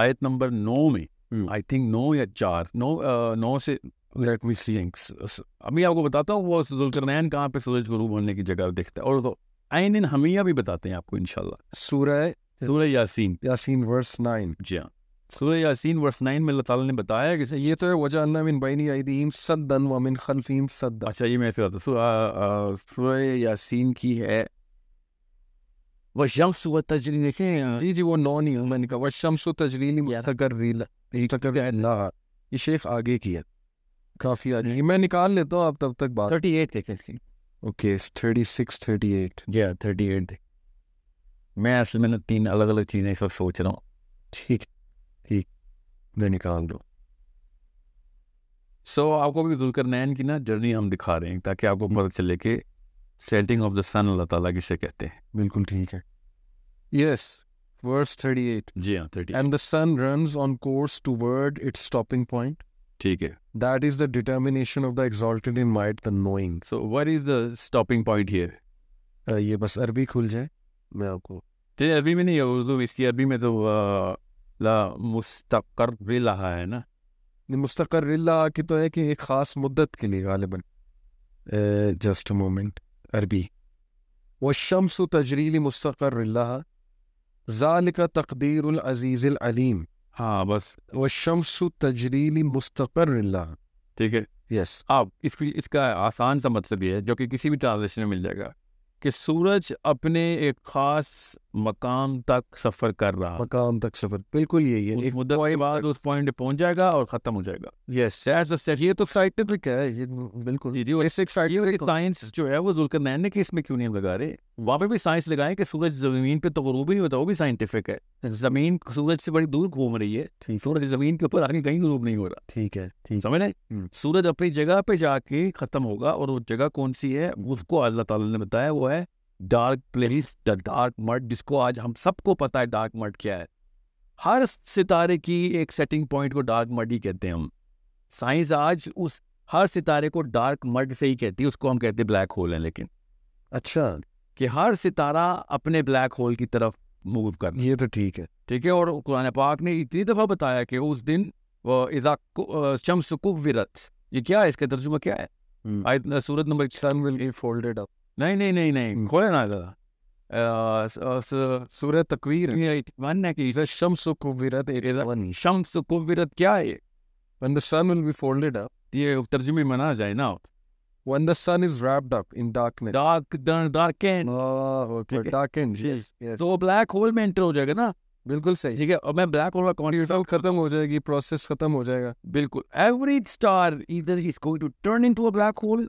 आयत नंबर नौ में
हम्म।
आई थिंक नौ या चार नौ आ, नौ से लेट मी सी अभी आपको बताता हूँ वो जुल्करनैन कहाँ पे सूरज गरूब होने की जगह दिखता है और तो आइन इन हमिया भी बताते हैं आपको इंशाल्लाह
सूरह
सूर्य यासीन
यासीन वर्स 9
जी हाँ सूर्य यासीन वर्स नाइन में अल्लाह ताला ने बताया कि
ये तो है वजअलना मिन बैनी अयदीहिम सद्दन व मिन खल्फिहिम सद्दन
अच्छा ये मैं ऐसे बताता सूर्य यासीन की है वह शम्स व तजरी देखें
जी जी वो नॉन ह्यूमन का वह शमसु तजरीली
Yeah.
मुस्तकर रीला मुस्तकर ला ये शेख आगे की है काफी आगे की। मैं निकाल लेता हूँ आप तब तक बात
थर्टी एट देखें
okay thirty six thirty eight
या थर्टी एट मैं असल में ना तीन अलग अलग चीज़ें इस वक्त सोच रहा हूँ
ठीक ठीक मैं निकाल दो
सो आपको भी जुल्करनैन की ना जर्नी हम दिखा रहे हैं ताकि आपको पता चले कि setting of the sun Allah ताला किसे कहते हैं
बिल्कुल ठीक है यस वर्स थर्टी एट
जी हाँ thirty
and the sun runs on course toward its stopping point
ठीक है
that is the determination of the exalted in might the knowing
so what is the stopping point here
ये बस अरबी खुल जाए मैं आपको
तेरे तो अरबी में नहीं है उर्दू में, इसकी अरबी में तो आ, ला मुस्तकर भी लहा है ना
मुस्तकरिल्ला की तो है कि एक खास मुद्दत के लिए गालिबन जस्ट मोमेंट अरबी व शम्स तजरीली मुस्तकरिल्ला ज़ालिका तकदीरुल अजीज़िल अलीम
हाँ बस
व शम्स तजरीली मुस्तकरिल्ला
ठीक है
यस
अब इसकी इसका आसान सा मतलब ये है जो कि किसी भी ट्रांसलेशन में मिल जाएगा कि सूरज अपने एक खास मकाम तक सफर कर रहा है।
मकाम तक सफर बिल्कुल यही है
उस मुद्दत के
point
बाद उस पॉइंट पे पहुंच जाएगा और खत्म हो जाएगा
यस
That's the set-
ये तो साइंटिफिक है ये तो बिल्कुल
जी जी और
बेसिक साइंटिफिक
साइंस जो है वो जुल्करनैन ने केस में क्यों नहीं लगा रहे वहाँ पे भी साइंस लगाएं कि सूरज जमीन पे तो गुरूब ही नहीं होता वो भी साइंटिफिक है जमीन सूरज से बड़ी दूर घूम रही है सूरज जमीन के ऊपर आगे कहीं गुरूब नहीं हो रहा
ठीक है ठीक
समझ रहे
हम्म।
सूरज अपनी जगह पे जाके खत्म होगा और वो जगह कौन सी है उसको अल्लाह ताला ने बताया वो है डार्क प्लेस द डार्क मर्ड जिसको आज हम सबको पता है डार्क मर्ड क्या है हर सितारे की एक सेटिंग पॉइंट को डार्क मर्ड ही कहते हैं हम साइंस आज उस हर सितारे को डार्क मर्ड से ही कहती है उसको हम कहते हैं ब्लैक होल है लेकिन
अच्छा
कि हर सितारा अपने ब्लैक होल की तरफ मूव कर
ये तो ठीक है
ठीक है और कुरान पाक ने इतनी दफा बताया कि उस दिन वह इज़ा कु- अ, शम्स कुव्विरत ये क्या है इसका तर्जुमा क्या है
हम्म।
आयत न- सूरत number
sun will be folded up
नहीं नहीं नहीं नहीं
हम्म।
खोले ना जरा अ, स- स-
सूर्य तकवीर
right, वन है कि
is a shams of kuvirat area
Shams कुव्विरत क्या है
when the sun will be folded up
ये तर्जुमे में ना जाए ना
when the sun is wrapped up in darkness
dark dark and
oh
ठीक है।
darkened
Yes.
yes yes
तो वो ब्लैक होल में एंटर हो जाएगा ना
बिल्कुल सही
ठीक है और मैं ब्लैक होल का कॉन्सेप्ट
सब खत्म हो जाएगी प्रोसेस खत्म हो जाएगा
बिल्कुल एवरी स्टार इधर is going to turn into a black hole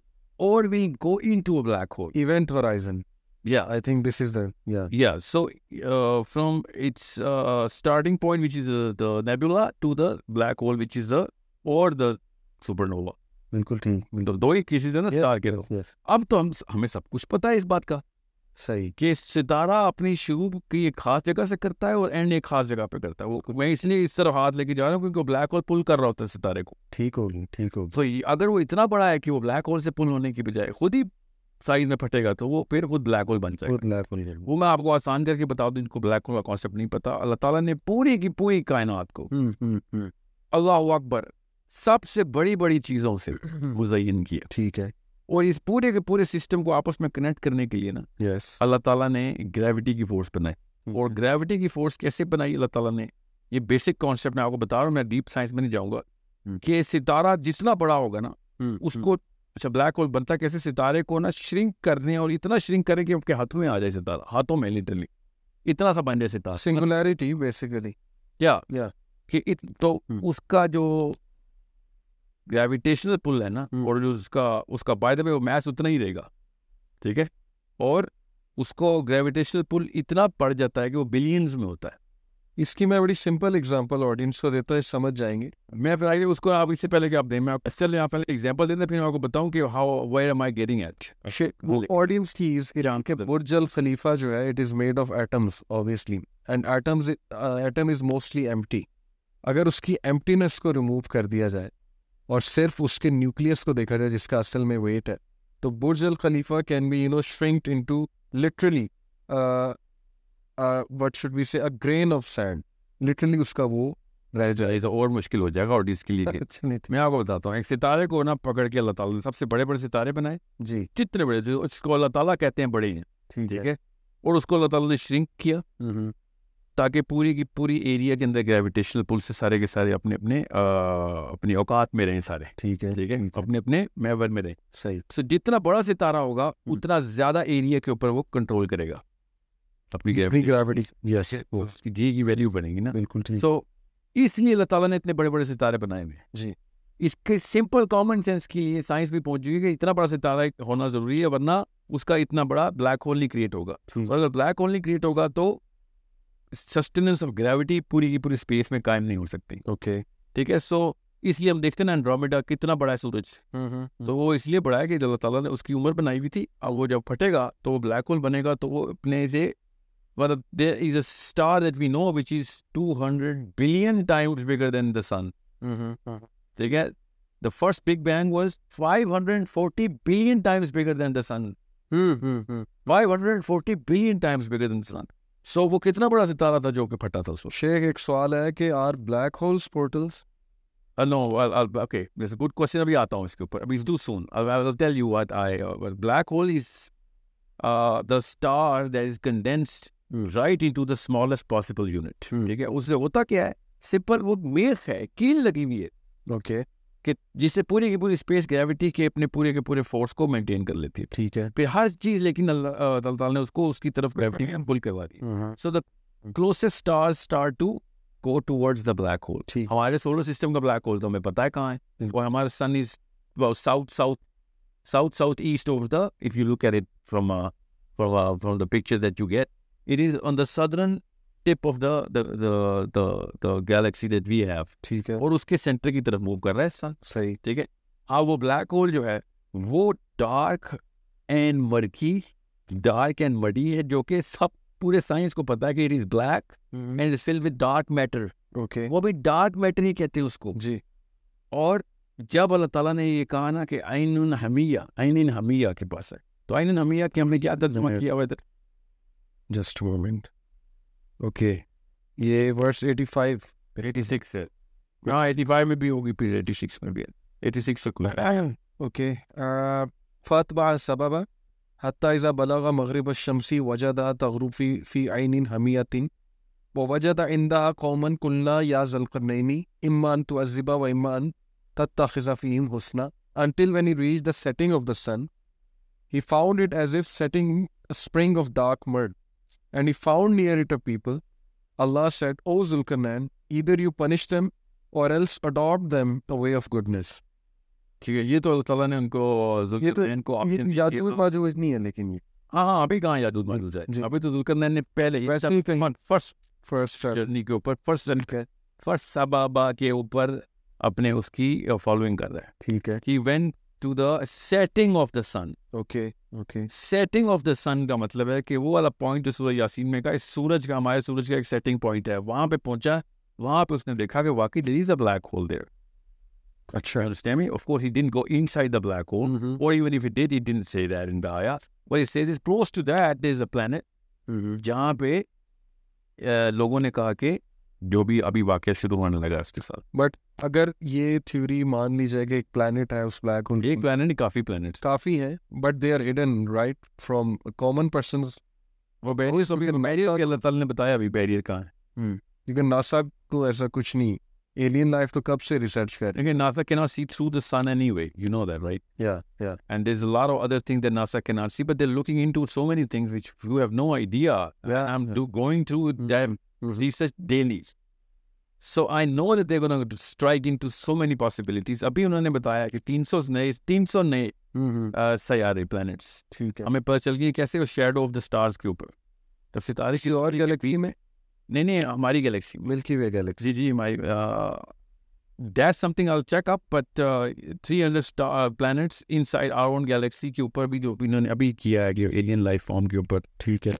और we go into a black hole
event horizon
या
i think this is the yeah
Yeah, so uh, from its uh, starting point, which is uh, the nebula, to the black hole, which is the or the supernova.
बिल्कुल ठीक
मतलब दो ही cases
Hmm.
है ना star के तो
yes
अब तो हम हमें सब कुछ पता है इस बात का
सही
कि सितारा अपनी शुरू की एक खास जगह से करता है और एंड एक खास जगह पे करता है वो मैं इसलिए इस तरफ हाथ लेके जा रहा हूँ क्योंकि ब्लैक होल पुल कर रहा होता है सितारे को
ठीक होगी ठीक होगी
तो ये- अगर वो इतना बड़ा है कि वो ब्लैक होल से पुल होने की बजाय खुद ही साइज में फटेगा तो वो फिर खुद ब्लैक होल बन जाएगा
खुद लाख मिल
वो मैं आपको आसान करके बता दूं इनको ब्लैक होल का कॉन्सेप्ट नहीं पता अल्लाह ताला ने पूरी की पूरी कायनात को
Hmm, हम्म
अल्लाह अकबर सबसे बड़ी बड़ी चीज़ों से
hmm.
मुजयन किया
ठीक है
और इस पूरे के पूरे सिस्टम को आपस में कनेक्ट करने के लिए ना
यस
अल्लाह ताला ने ग्रेविटी की फोर्स बनाई और ग्रेविटी की फोर्स कैसे बनाई अल्लाह ताला ने ये बेसिक कॉन्सेप्ट मैं आपको बता रहा हूँ मैं डीप साइंस में नहीं जाऊंगा
हम्म।
कि सितारा जितना बड़ा होगा ना उसको अच्छा ब्लैक होल बनता कैसे सितारे को ना श्रिंक करने और इतना श्रिंक करें कि आपके हाथों में आ जाए सितारा हाथों में लिटरली इतना सा बन जाए सितारा
मतलब सिंगुलैरिटी बेसिकली
या
Yeah.
कि इत, तो
Hmm.
उसका जो ग्रेविटेशनल पुल है ना
Hmm.
और जो उसका उसका बाय द वे वो मैस उतना ही रहेगा ठीक है और उसको ग्रेविटेशनल पुल इतना पड़ जाता है कि वो बिलियंस में होता है
इसकी मैं बड़ी सिंपल एग्जांपल ऑडियंस को देता है समझ जाएंगे
मैं फिर आगे उसको आप इससे पहले कि आप दें मैं आप चलिए आप पहले एग्जांपल देते हैं फिर मैं आपको बताऊं कि how where am I getting at बोलिए।
ऑडियंस चीज ईरान के बुर्ज अल खलीफा जो है it is made of atoms obviously and atoms atom is mostly empty अगर उसकी एम्प्टीनेस को रिमूव कर दिया जाए और सिर्फ उसके न्यूक्लियस को देखा जाए जिसका असल में वेट है तो Burj al Khalifa can be you know shrinked into literally uh, what should be say a grain of sand literally उसका वो रह जाए
तो और मुश्किल हो जाएगा ऑडियंस के लिए
अच्छा नहीं
मैं आपको बताता हूँ एक सितारे को ना पकड़ के अल्लाह ताला ने सबसे बड़े बड़े सितारे बनाए
था जी
जितने बड़े जो उसको अल्लाह ताला कहते हैं बड़े हैं
ठीक
ठीक है और उसको अल्लाह ताला ने श्रिंक किया
हम्म,
ताकि पूरी की पूरी एरिया के अंदर ग्रेविटेशनल पुल से सारे के सारे अपने अपने अ, अपनी औकात में रहें सारे
ठीक है
ठीक है
ठीक है,
अपने अपने मेवर में रहें
सही
सो जितना बड़ा सितारा होगा उतना ज्यादा एरिया के ऊपर वो कंट्रोल करेगा अपनी
अपनी
ग्रेविटी
ग्रेविटी यस
उसकी जी की वैल्यू बनेगी ना
बिल्कुल ठीक
सो इसलिए अल्लाह ताला ने इतने बड़े बड़े सितारे बनाए हुए हैं।
जी।
इसके सिंपल कॉमन सेंस के लिए साइंस भी पहुंच चुकी है कि इतना बड़ा सितारा होना जरूरी है वरना उसका इतना बड़ा ब्लैक होल नहीं क्रिएट होगा
ठीक।
और अगर ब्लैक होल नहीं क्रिएट होगा तो सस्टेनेंस ऑफ ग्रेविटी पूरी की पूरी स्पेस में कायम नहीं हो सकती
ओके
ठीक है सो इसलिए हम देखते हैं ना एंड्रोमेडा कितना बड़ा है सूरज
हम्म,
तो वो इसलिए बड़ा है कि अल्लाह ताला ने उसकी उम्र बनाई हुई थी अब वो जब फटेगा तो वो ब्लैक होल बनेगा तो वो अपने से मतलब there is a star that we know which is 200 billion times bigger than the sun ठीक है the first big bang was 540 billion times bigger than the sun 540 billion times bigger than the sun so वो कितना बड़ा सितारा था जो कि फटा था उसमें
शेख एक सवाल है कि are black holes portals
no okay this good question अभी आता हूँ इसके ऊपर अभी too soon I will tell you what I black hole is the star that is condensed right into the smallest possible unit
Hmm.
ठीक है उससे होता क्या है सिंपल वो मेख है कील लगी हुई है
ओके
कि जिससे पूरी की पूरी स्पेस ग्रेविटी के अपने पूरे के पूरे फोर्स को मेंटेन कर लेती है
ठीक है
फिर हर चीज़ लेकिन अल्लाह अ, अल्लाह ताला ने उसको उसकी तरफ ग्रेविटी में पुल करवा दी
hmm,
so the closest star star to go towards the black hole
ठीक।
हमारे सोलर सिस्टम का ब्लैक होल तो हमें पता है कहाँ है और हमारा sun is south south south south east of the if you look at it from from from the picture that you get it is on the southern tip of the the the the galaxy that we have
ठीक है
और उसके centre की तरफ move कर रहा है सन
सही
ठीक है अब वो ब्लैक होल जो है वो dark and murky dark and muddy है जो कि सब पूरे साइंस को पता है कि it is black and filled with dark matter
okay
वो भी डार्क मैटर ही कहते हैं उसको
जी
और जब अल्लाह ताला ने ये कहा ना कि आइन हमिया आइन हमिया के पास है तो आइन हमिया के हमने क्या तर्जमा
हम्म।
किया हुआ है इधर?
जस्ट मोमेंट ओके ये वर्स 85
86 है हाँ 85 में भी होगी फिर 86 में भी है 86 से खुला है।
ओके फतबा सबबा हत्ता इज़ा बलगा मगरिब शमसी वजदा तगरूफी फी आइन हमियतिन व वजदा इंदा कौमन कुल्ला या जलकरनैनी इम्मा अन तुअज्जिबा व इम्मा अन तत्तखिजा फीहिम हुस्ना until when he reached the setting of the sun he found it as if setting a spring of dark mud and he found near it a people allah said o zulkarnain either you punish them or else adopt them the way of goodness
ठीक है ये तो अल्लाह ताला ने उनको
ये तो-
जुल्कर्नैन को
ये
ऑप्शन
याजूज माजूज नहीं है लेकिन ये
हाँ हाँ अभी कहाँ यादूद मौजूद
जी।
है अभी तो जुल्कर्नैन ने पहले ही
वैसे ही कहीं
फर्स्ट
फर्स्ट
जर्नी के ऊपर फर्स्ट जर्नी
Okay.
फर्स्ट सबाबा के ऊपर अपने उसकी फॉलोइंग कर रहा है
ठीक है
he went to the setting of the sun
okay okay
setting of the sun का मतलब है कि वो वाला पॉइंट जो सूरज यासीन में का इस सूरज का हमारे सूरज का एक सेटिंग पॉइंट है वहां पे पहुंचा वहां पे उसने देखा कि वाकई there is a black hole there
अच्छा
understand me of course he didn't go inside the black hole
hmm,
or even if he did he didn't say that in the ayah what he says is close to that there's a planet जहाँ पे अ, लोगों ने कहा कि जो भी अभी वाक्य शुरू होने लगा उसके साथ
अगर ये थ्योरी मान ली जाए कि एक प्लेनेट है उस ब्लैक होल
एक प्लानट नहीं काफी प्लैनेट
काफी है but they are hidden right from common person
वो बैरियर सभी बैरियर के अल्लाह ताला ने बताया अभी बैरियर कहाँ है
क्योंकि नासा को ऐसा कुछ नहीं एलियन लाइफ तो कब से रिसर्च कर
लेकिन NASA can not see through the sun anyway you know that right
yeah yeah
and there's a lot of other things that NASA cannot see, but they're looking into so many things which you have no idea.
Yeah.
I'm do, going through
Mhm.
them research daily. So I know that they're going to strike into so many possibilities. अभी उन्होंने बताया कि 300 नए 300 नए uh, सयारे planets
हम्म, ठीक है
हमें पता चल गया कैसे वो shadow of the stars के ऊपर तब सितारे
किसी और गैलेक्सी में
नहीं नहीं हमारी गैलेक्सी में
मिल्की वे गैलेक्सी
जी जी हमारी that something I check up but three hundred planets inside our own galaxy के ऊपर भी जो इन्होंने अभी किया है एलियन लाइफ फॉर्म के ऊपर
ठीक है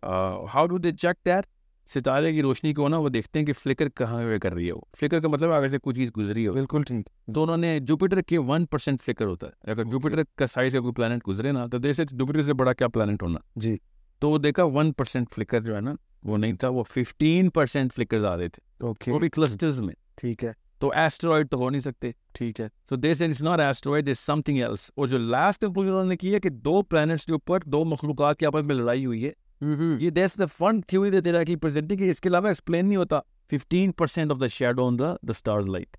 how do they check that सितारे की रोशनी को ना वो देखते हैं कि फ्लिकर कहाँ पे कर रही है वो फ्लिकर का मतलब अगर से कुछ चीज़ गुजरी हो
बिल्कुल ठीक
तो उन्होंने जुपिटर के वन परसेंट फ्लिकर होता है अगर जुपिटर का साइज का कोई प्लानट गुजरे ना तो जैसे जुपिटर से बड़ा क्या प्लानट होना
जी।
तो वो देखा वन परसेंट फ्लिकर जो है ना वो नहीं था वो फिफ्टीन परसेंट फ्लिकर आ रहे थे वो
ओके
भी क्लस्टर्स में
ठीक है
तो एस्टेरॉयड तो हो नहीं सकते
ठीक है
so they said it's not asteroid is something else और जो लास्ट में उन्होंने की है कि दो प्लैनेट्स के ऊपर दो मखलूकात के आपस में लड़ाई हुई है
हम्म,
ये that's the fun theory that they are actually presenting कि इसके अलावा एक्सप्लेन नहीं होता 15% of the shadow on the the stars light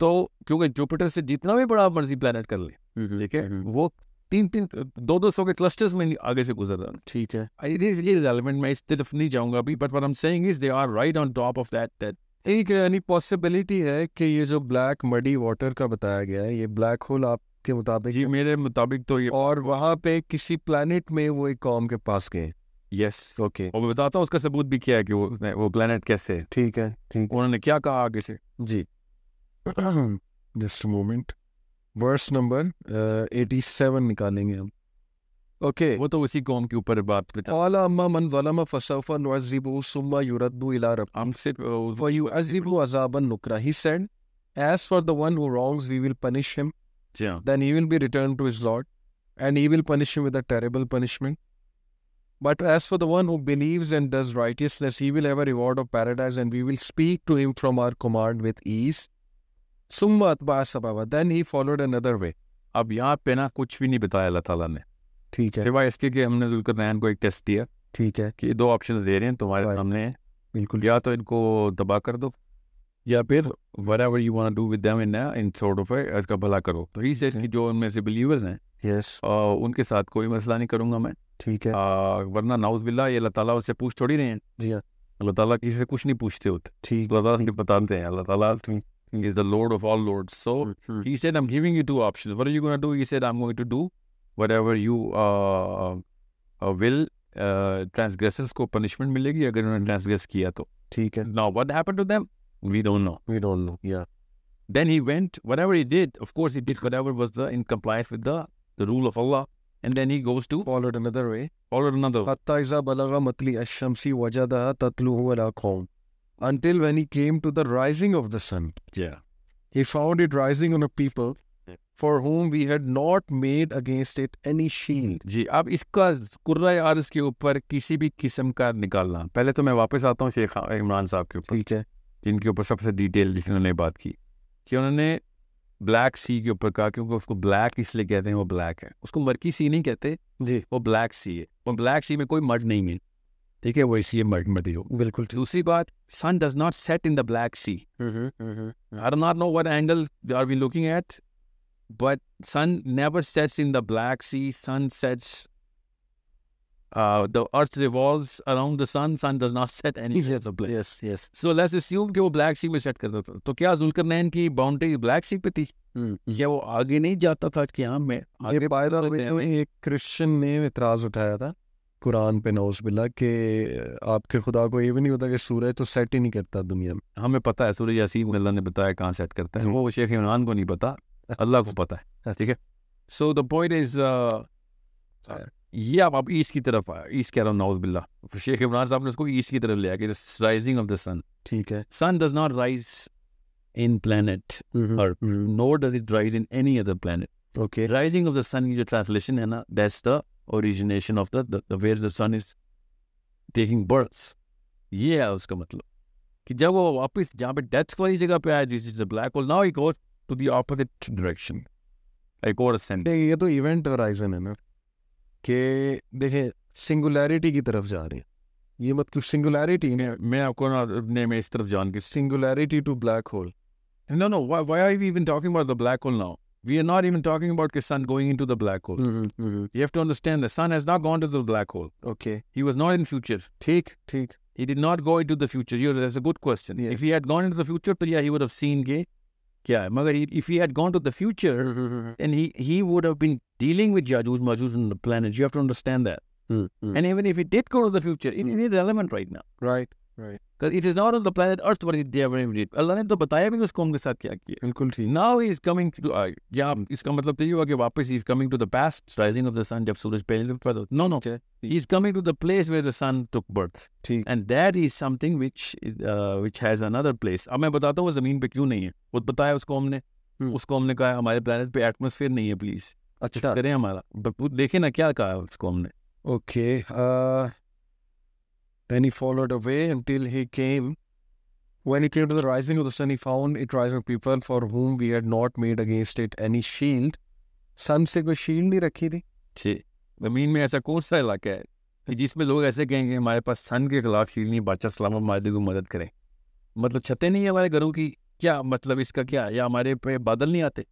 तो क्योंकि जुपिटर से जितना भी बड़ा मर्जी प्लैनेट कर ले ठीक है वो तीन तीन दो दो सौ के क्लस्टर्स में आगे से गुजर रहा है
ठीक है
रेलिवेंट मैं इस तरफ नहीं जाऊंगा अभी but what I am saying is they are right on top of that that
एक यानी पॉसिबिलिटी है कि ये जो ब्लैक मडी वाटर का बताया गया है ये ब्लैक होल आपके मुताबिक
जी मेरे मुताबिक तो ये
और वहां पे किसी planet में वो एक कॉम के पास गए
यस
ओके
तो और मैं बताता हूँ उसका सबूत भी क्या है कि वो वो प्लेनेट कैसे है
ठीक है ठीक
उन्होंने क्या कहा आगे से
जी just moment verse number eighty seven निकालेंगे हम ओके
वो तो उसी कौम के ऊपर बात बता
قال أما من ظلم فسوف نعذبه ثم يرد إلى ربه
हम सिर्फ अ, वो-
فيعذبه عذابا نكرا He said, As for the one who wrongs, we will punish him.
जी हाँ
then he will be returned to his Lord, and he will punish him with a terrible punishment. But as for the one who believes and does righteousness, he will have a reward of paradise, and we will speak to him from our command with ease. Summa atba'a sababa. Then he followed another way.
अब यहाँ पे ना कुछ भी नहीं बताया अल्लाह ताला ने
ठीक है
सिवाय इसके कि हमने जुल्करनैन को एक टेस्ट दिया
ठीक है
कि ये दो ऑप्शन दे रहे हैं तुम्हारे
Right.
सामने हैं।
बिल्कुल
या तो इनको तबाह कर दो या फिर whatever you want do with them in in sort of इसका भला करो तो ही सेड कि जो उनमें से बिलीवर्स हैं
यस
अ, उनके साथ कोई मसला नहीं करूंगा मैं
ठीक है
अ, वरना नाउज बिल्ला ये अल्लाह ताला उससे पूछ थोड़ी रहे हैं
जी हाँ।
अल्लाह ताला किसी से कुछ नहीं पूछते होते
ठीक
अल्लाह ताला के बताते हैं अल्लाह ताला is the lord of all lords so
hmm,
he said i'm giving you two options what are you going to do he said i'm going to do whatever you uh, uh, will uh, transgressors को punishment मिलेगी अगर उन्होंने transgress किया तो
ठीक है
now what happened to them we don't know
we don't know yeah
then he went whatever he did of course he did whatever was the in compliance with the the rule of Allah and then he goes to
followed another way
follow another
hatta iza balagha matli ash-shamsi wajadaha tatluhu ala qawm until when he came to the rising of the sun
yeah
he found it rising on a people for whom we had not made against it any shield
जी अब इसका कुर्रा अर्ज के ऊपर किसी भी किस्म का निकालना पहले तो मैं वापस आता हूँ शेख इमरान साहब के ऊपर
ठीक है
जिनके ऊपर सबसे डिटेल जिन्होंने बात की कि उन्होंने ब्लैक सी के ऊपर कहा क्योंकि उसको ब्लैक इसलिए कहते हैं वो ब्लैक है उसको मर्की सी नहीं कहते
जी
वो ब्लैक सी है और ब्लैक सी में कोई मड नहीं है ठीक है वो इसलिए मड मडी हो
बिल्कुल
दूसरी बात sun does not set in the black sea
hmm,
I do not know what angle are we looking at but sun never sets in the black sea sun sets the earth revolves around the sun sun does not set any
yes yes
so let's assume कि वो black sea में set करता था तो क्या Zulqarnain की boundary black sea पे थी क्या वो आगे नहीं जाता था कि हाँ मैं
हम्म, ये तो बाय द वे
आगे
एक क्रिश्चियन ने इतराज उठाया था कुरान पे नौज बिल्ला के आपके खुदा को ये भी नहीं होता कि सूरज तो सेट ही नहीं करता दुनिया में
हमें पता है सूर्य यासीम अल्लाह ने बताया कहाँ सेट करता है वो शेख इमरान को नहीं पता अल्लाह को पता है ठीक है so the point is uh, ये आप अब ईस्ट की तरफ आया ईस्ट कह रहा हूँ नाउज बिल्ला शेख इमरान साहब ने उसको ईस्ट की तरफ ले आया राइजिंग ऑफ द सन
ठीक है
sun does not rise in planet
hmm.
Nor does it rise in any other planet
okay
rising of the sun की जो ट्रांसलेशन है ना that's the origination of the where the sun is taking births ये है उसका मतलब कि जब वो वापस जहाँ पे डेथ वाली जगह पे आया this is the black hole now he goes to the opposite direction एक और सेंट
नहीं, ये तो इवेंट होराइजन है ना कि देखें सिंगुलैरिटी की तरफ जा रहे हैं ये मत कुछ सिंगुलैरिटी
मैं मैं आपको ना अपने में इस तरफ जान के
singularity to black hole
no no why are we even talking about the black hole now we are not even talking about के sun going into the black hole you have to understand the sun has not gone to the black hole
okay
he was not in future
ठीक ठीक
He did not go into the future. You that's a good question.
Yeah.
If he had gone into the future, then yeah, he would have seen gay. Yeah, मगर he, if he had gone to the future, then he, he would have been dealing with Yajuj, Majuj on the planet. You have to understand that. And even if he did go to the future, it, it is relevant right now.
Right
Because it is not on the planet Earth what it ever did. Allah ने तो बताया भी नहीं उसको उनके साथ क्या किया.
बिल्कुल ठीक
Now he is coming to, uh, yeah, इसका मतलब तो ये हुआ कि वापस he is coming to the past, rising of the sun जब सूरज पहले पैदा No, no.
Okay.
He is coming to the place where the sun took birth.
अच्छा। ठीक
and that is something which uh, which has another place अब मैं बताता हूँ वो जमीन पे क्यों नहीं है वो बताया उसको हमने
हम्म।
उसको हमने कहा हमारे planet पे एटमोसफेयर नहीं है प्लीज
अच्छा
करें हमारा बट वो देखे ना क्या कहा उसको हमने
okay then he followed away until he came when he came to the rising of the sun he found it rising of people for whom we had not made against it any shield sun से कोई shield नहीं रखी थी
छे जमीन में ऐसा कौन सा इलाका है कि जिसमें लोग ऐसे कहेंगे हमारे पास सन के खिलाफ शील्ड नहीं बादशाह सलाम हमारे को मदद करें मतलब छतें नहीं है हमारे घरों की क्या मतलब इसका क्या है? या हमारे पे बादल नहीं आते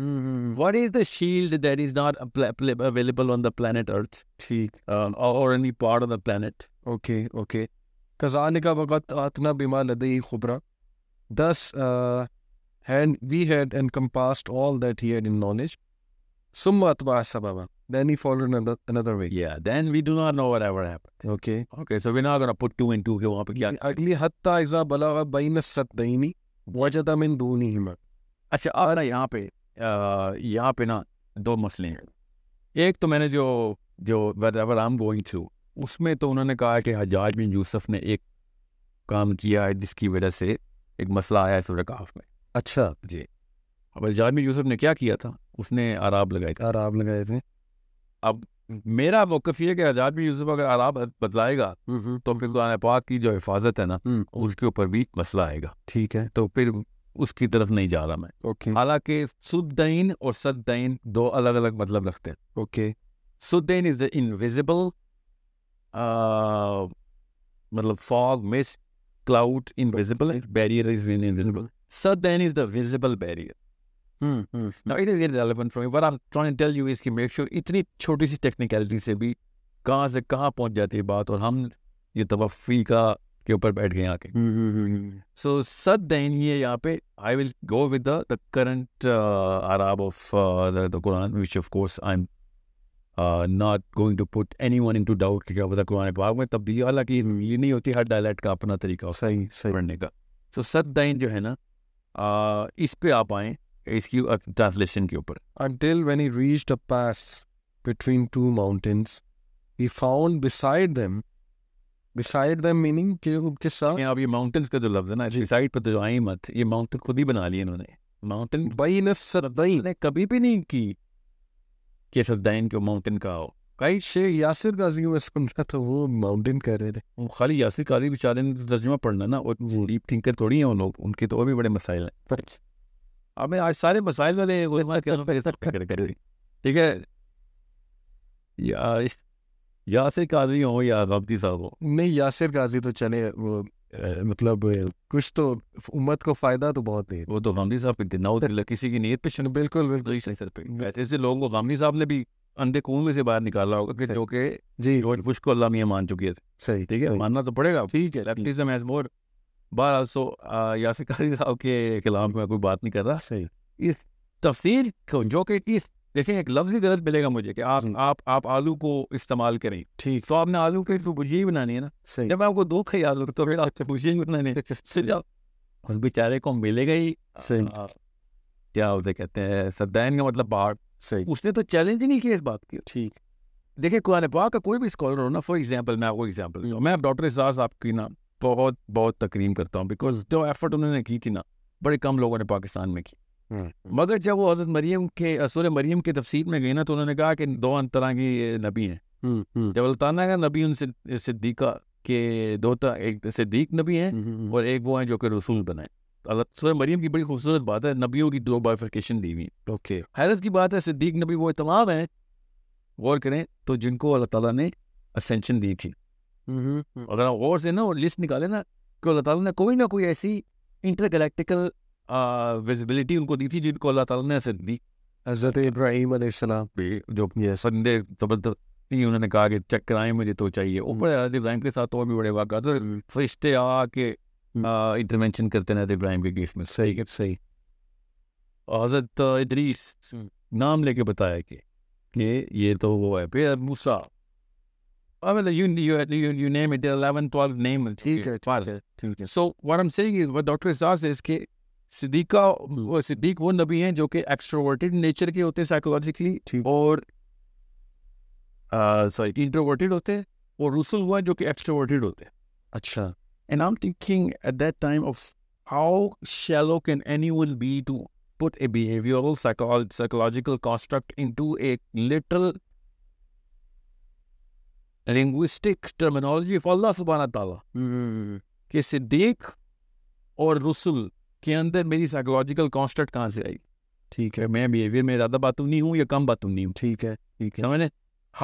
Mm-hmm. what is the shield that is not apl- apl- available on the planet earth
ठीक
uh, or or any part of the planet
okay okay कजान का वक़्त आतना बिमा लदई खुबरा दस
uh,
and we had and कंपास्ट all that he had in knowledge सुम्मा अतबा सबबा then he followed another way
Yeah, then we do not know what ever happened.
Okay
Okay, so we're not going to put two and two. Okay, वहाँ पे क्या
अगली हत्ता इजा बला बैन सतदईनी वजदा मिन दूनिहिमा
अच्छा अब ना यहाँ पे अ, यहाँ पे ना दो मसले हैं एक तो मैंने जो जो whatever I am going through उसमें तो उन्होंने कहा कि हजाज बिन यूसुफ ने एक काम किया है जिसकी वजह से एक मसला आया है सूरह काफ में
अच्छा
जी अब हजाज बिन यूसुफ ने क्या किया था उसने आराब लगाई थी
यार आप लगाए थे
मेरा मौकफ ये है कि हजाज बिन यूसुफ अगर आराब बदलाएगा तो फिर कुरान पाक की जो हिफाजत है ना
हम्म,
उसके ऊपर भी मसला आएगा
ठीक है
तो फिर उसकी तरफ नहीं जा रहा मैं
ओके
हालांकि सुद्दैन और सद्दैन दो अलग अलग मतलब रखते हैं
ओके
सुद्दैन इज द इनविजिबल मतलब fog mist cloud invisible and barrier is invisible. Satan is the visible barrier. Now it is irrelevant for me. What I'm trying to tell you is कि make sure इतनी छोटी सी technicality से भी कहाँ से कहाँ पहुँच जाती है बात और हम ये तवफ़ी का के ऊपर बैठ गए आके So Saddain here, यहाँ पे, I will go with the the current uh, Arab of uh, the, the Quran, which of course I'm uh, not going to put anyone into doubt कि क्या पता कुरान पाक में तब्दीली हालांकि ये नहीं होती हर dialect का अपना तरीका होता
सही
है
सही
पढ़ने का So Saddain जो है ना uh, इस पे आप आए इसकी ट्रांसलेशन के ऊपर
until when he reached a pass between two mountains, he found beside them, beside them meaning कि उनके साथ
यहाँ आप ये माउंटेन्स का जो लफ्ज है ना साइड पे तो जो आए ही मत ये माउंटेन खुद ही बना लिए इन्होंने माउंटेन
बैन सदई
ने कभी भी नहीं की कि Saddain को माउंटेन कहा हो राइट
शेख यासिर गाजी को मैं सुन रहा था वो माउंटेन कह रहे थे
वो खाली यासिर कादरी बेचारे ने तो तर्जुमा पढ़ना ना और वो डीप थिंकर थोड़ी हैं वो लोग उनके तो और भी बड़े मसाइल हैं अब मैं आज सारे मसाइल वाले उलमा के हमारे साथ खड़े खड़े हुए। ठीक है या यासिर कादरी हो या गब्दी साहब हो
नहीं यासिर गाजी तो चले वो अ, मतलब अ, कुछ तो उम्मत को फायदा तो बहुत दे रहे।
वो तो गामदी साहब की नाउ किसी की नीयत पे शक
बिल्कुल बिल्कुल
तो इस सर पे वैसे ऐसे लोगों को गामदी साहब ने भी अंधे कुएं में से बाहर निकाला होगा कि जो कि
जी
जॉर्ज बुश को अल्लाह मियां मान चुके थे
सही
ठीक है
सही।
मानना तो पड़ेगा
ठीक है ठीक
लेफ्टिज्म हैज मोर बहरहाल सो यासिर कादरी साहब के खिलाफ मैं कोई बात नहीं कर रहा
सही
तफसीर को जो कि इस देखें एक लफ्ज ही गलत मिलेगा मुझे कि आप
जी।
आप आप आलू को इस्तेमाल करें ठीक तो आपने आलू की तो भुजिया ही बनानी है ना
सही
जब आपको दो खाई आलू तो फिर आपको भुजिया ही बनानी है तो जब उस बेचारे को मिलेगा ही
सही।
आ, क्या उसे कहते हैं सदैन का मतलब बाढ़
सही
उसने तो चैलेंज ही नहीं किया इस बात की
ठीक
देखिए कुरान पाक का कोई भी स्कॉलर हो ना फॉर एग्जाम्पल मैं आपको एग्जाम्पल देता हूँ मैं डॉक्टर एजाज साहब की ना बहुत बहुत तकरीम करता हूँ बिकॉज जो एफर्ट उन्होंने की थी ना बड़े कम लोगों ने पाकिस्तान में की मगर जब वो हजरत मरीम के असूल मरीम की तफसीर में गई ना तो उन्होंने कहा कि दो तरह की नबी हैं
हम्म, हम्म,
जब अल्ताना का नबी उनसे सिद्दीका के दो तरह एक सिद्दीक नबी हैं
हम्म,
और एक वो हैं जो कि रसूल बनाए सूर्य मरीम की बड़ी खूबसूरत बात है नबियों की दो बाइफिकेशन दी हुई है।
ओके
हैरत की बात है सिद्दीक नबी वो तमाम हैं गौर करें तो जिनको अल्लाह ताला ने असेंशन दी थी
हम्म, हम्म,
अगर आप गौर से ना वो लिस्ट निकाले ना कि अल्लाह ताला ने कोई ना कोई ऐसी इंटरगैलेक्टिकल विजिबिलिटी उनको दी थी जिनको अल्लाह ताला ने असर दी
हजरत इब्राहिम अलैहिस्सलाम
पे जो संदे जबरदस्त नहीं उन्होंने कहा कि चेक कराएं मुझे तो चाहिए ऊपर हजरत इब्राहिम के साथ तो और भी बड़े वाक़ात और
हम्म,
फरिश्ते आके इंटरवेंशन करते हैं हजरत इब्राहिम के केस में
सही सही
और हजरत इदरीस
हम्म।
नाम लेके बताया कि कि ये तो वो है फिर मूसा I mean, you, you, you, you name it, there are 11, 12 names.
ठीक है
Fine.
ठीक है ठीक है
So what I'm saying is what Dr. Azhar says कि सिद्दीका वो सिद्दीक वो नबी हैं जो कि एक्सट्रोवर्टेड नेचर के होते हैं साइकोलॉजिकली
ठीक।
और सॉरी इंट्रोवर्टेड होते हैं और रसूल हुआ जो कि एक्सट्रोवर्टेड होते हैं
अच्छा
and I am thinking at that time of how shallow can anyone be to put a behavioral psychol- psychological construct into a literal linguistic terminology for Allah subhanahu wa ta'ala
हम्म,
कि सिद्दीक और रसुल के अंदर मेरी साइकोलॉजिकल कॉन्स्टेंट कहाँ से आई
ठीक है
कि मैं बिहेवियर में ज़्यादा बातूनी हूँ या कम बातूनी हूँ
ठीक है ठीक है
समझने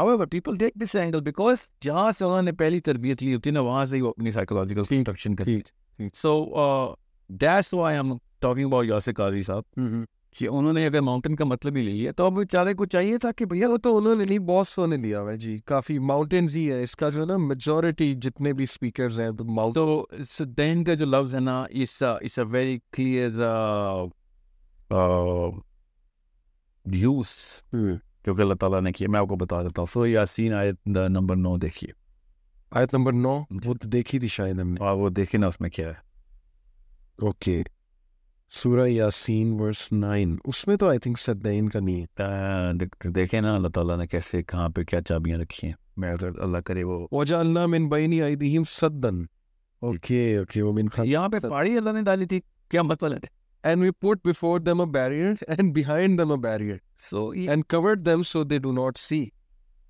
however people take this angle because जहाँ से उन्होंने पहली तरबियत ली होती है ना वहाँ से ही वो अपनी साइकोलॉजिकल
ठीक,
कंस्ट्रक्शन करती
ठीक
so uh, that's why I am talking about Yasir Qazi sahab
hmm,
कि उन्होंने अगर माउंटेन का मतलब ही ले लिया तो अब बेचारे को चाहिए था कि भैया
वो तो उन्होंने नहीं बॉसों ने लिया हुआ है जी काफी माउंटेन्स ही है इसका जो है ना मेजोरिटी जितने भी स्पीकर्स हैं तो माउंट
तो सदैन का जो लफ्ज है ना is is a very clear use uh,
Hmm.
जो कि अल्लाह ताला ने किया मैं आपको बता देता हूँ सो यासीन आयत न- नंबर नौ देखिए
आयत नंबर नौ
जी।
वो तो देखी थी शायद हमने
और वो देखिए ना उसमें क्या है
ओके सूरह यासीन वर्स नाइन उसमें तो आई थिंक सदैन का नहीं है
ता- देख- देखें ना अल्लाह ताला ने कैसे कहाँ पे क्या चाबियां रखी हैं मैं अगर अल्लाह करे वो
वजा अल्लाह मिन बैनी आईदीहिम सद्दन ओके ओके वो मिन खान
यहाँ पे पहाड़ी अल्लाह ने डाली थी क्या मतलब है
and we put before them a barrier and behind them a barrier
so
and covered them so they do not see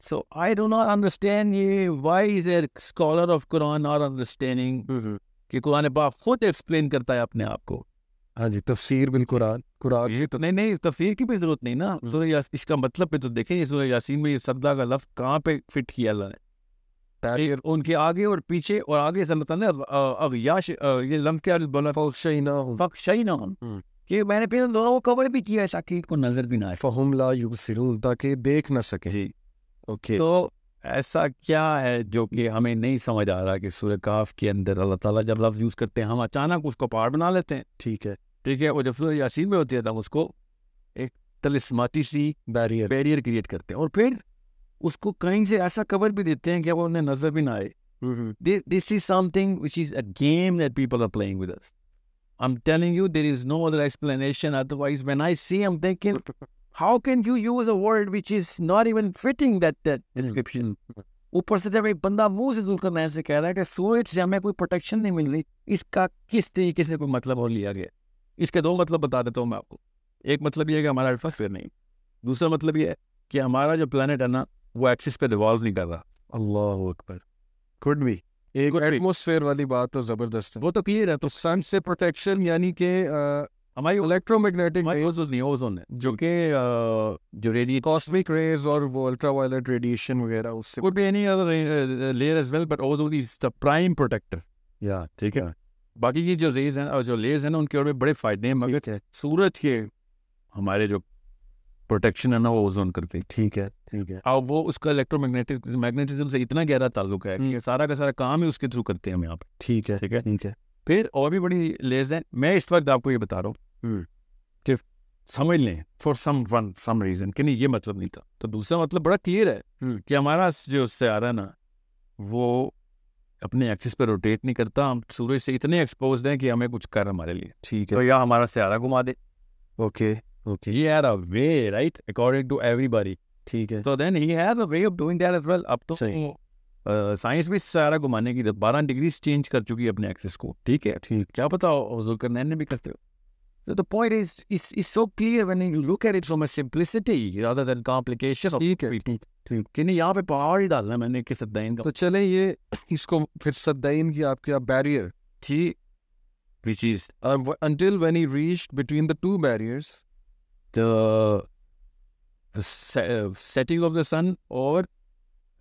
so I do not understand ये why is a scholar of Quran not understanding
हाँ
कि कुरान पाक खुद explain करता है अपने आप को
हाँ जी तफसीर बिल हम्म। कुरान कुरान
ये तो नहीं नहीं तफसीर की भी जरूरत नहीं ना सूरह यास इसका मतलब पे तो देखें ये सूरह यासीन में ये सद्दा का लफ्ज कहाँ पे फिट किया अल्लाह ने
सकता है
एक उनके आगे और पीछे और आगे सल्तन अगयाश ये लम क्या बोला
फौशैनाहुम
फक्षई ना
हम्म।
कि मैंने फिर दोनों को कवर भी किया है ताकि इनको नजर भी ना आए
फहुम ला युबसिरून ताकि देख ना सके
जी
ओके
तो
ऐसा क्या है जो कि हमें नहीं समझ आ रहा कि सूर्य काफ के अंदर अल्लाह ताला जब लफ्ज यूज करते हैं हम अचानक उसको पहाड़ बना लेते हैं
ठीक है
ठीक है और जब सूर्य यासीन में होती है तो हम उसको एक तलिस्माती सी
बैरियर
बैरियर क्रिएट करते हैं और फिर उसको कहीं से ऐसा कवर भी देते हैं कि वो उन्हें नजर भी ना आए this is something which is a game that people are playing with us. I'm telling you, there is no other explanation. Otherwise, when I see, I'm thinking, how can you use a word which is not even fitting that that description?
ऊपर से जब एक बंदा मुंह से जुल्कर से कह रहा है कि सूरज से हमें कोई प्रोटेक्शन नहीं मिल रही इसका किस तरीके से कोई मतलब और लिया गया
इसके दो मतलब बता देता हूँ मैं आपको एक मतलब ये है कि हमारा एटमोसफेयर नहीं दूसरा मतलब ये है कि हमारा जो planet है ना वो एक्सिस पे रिवॉल्व नहीं कर रहा
अल्लाह अकबर कुड बी एक
Could be.
एटमॉस्फेयर वाली बात तो जबरदस्त है
वो तो क्लियर है तो
तो सन से प्रोटेक्शन यानी कि
हमारी
इलेक्ट्रोमैग्नेटिक
हमारी ओजोन नहीं ओजोन है
जो
जो कि अ, जो रेडिएट
कॉस्मिक रेज और वो अल्ट्रावायलेट रेडिएशन वगैरह उससे
could be any other uh, layer as well but ozone is the prime protector
या
ठीक है बाकी ये जो रेज हैं और जो लेयर्स हैं ना उनके और भी बड़े फायदे हैं मगर
ठीक है
सूरज के हमारे जो प्रोटेक्शन है ना वो ओजोन करती है
ठीक है ठीक है
और वो उसका इलेक्ट्रोमैग्नेटिक मैग्नेटिज्म से इतना गहरा ताल्लुक है कि
हम्म।
सारा का सारा काम ही उसके थ्रू करते हैं हम यहाँ पे
ठीक है
ठीक है
ठीक है
फिर और भी बड़ी लेयर्स हैं मैं इस वक्त आपको ये बता रहा
हम्म।
हूँ कि समझ लें for some one some reason कि नहीं ये मतलब नहीं था तो दूसरा मतलब बड़ा क्लियर है
हम्म।
कि हमारा जो सहारा ना वो अपने एक्सिस पर रोटेट नहीं करता हम सूरज से इतने एक्सपोज हैं कि हमें कुछ कर हमारे लिए
ठीक
तो
है
या हमारा सहारा घुमा दे
okay okay
he had a way right according to everybody
ठीक है
so then he had a way of doing that as well अब तो
सही।
साइंस भी सारा घुमाने की बारह डिग्री चेंज कर चुकी है अपने एक्सिस को ठीक है
ठीक
क्या पता जुलकरनैन ने भी करते हो
So the point is, is is so clear when you look at it from a simplicity rather than complication.
ठीक है ठीक
कि नहीं यहाँ पे पहाड़ ही डालना है मैंने किस अध्ययन का
तो चले ये इसको फिर सद्दाइन की आपके आप बैरियर
ठीक which is
until when he reached between the two barriers
the the se- uh, setting of the sun और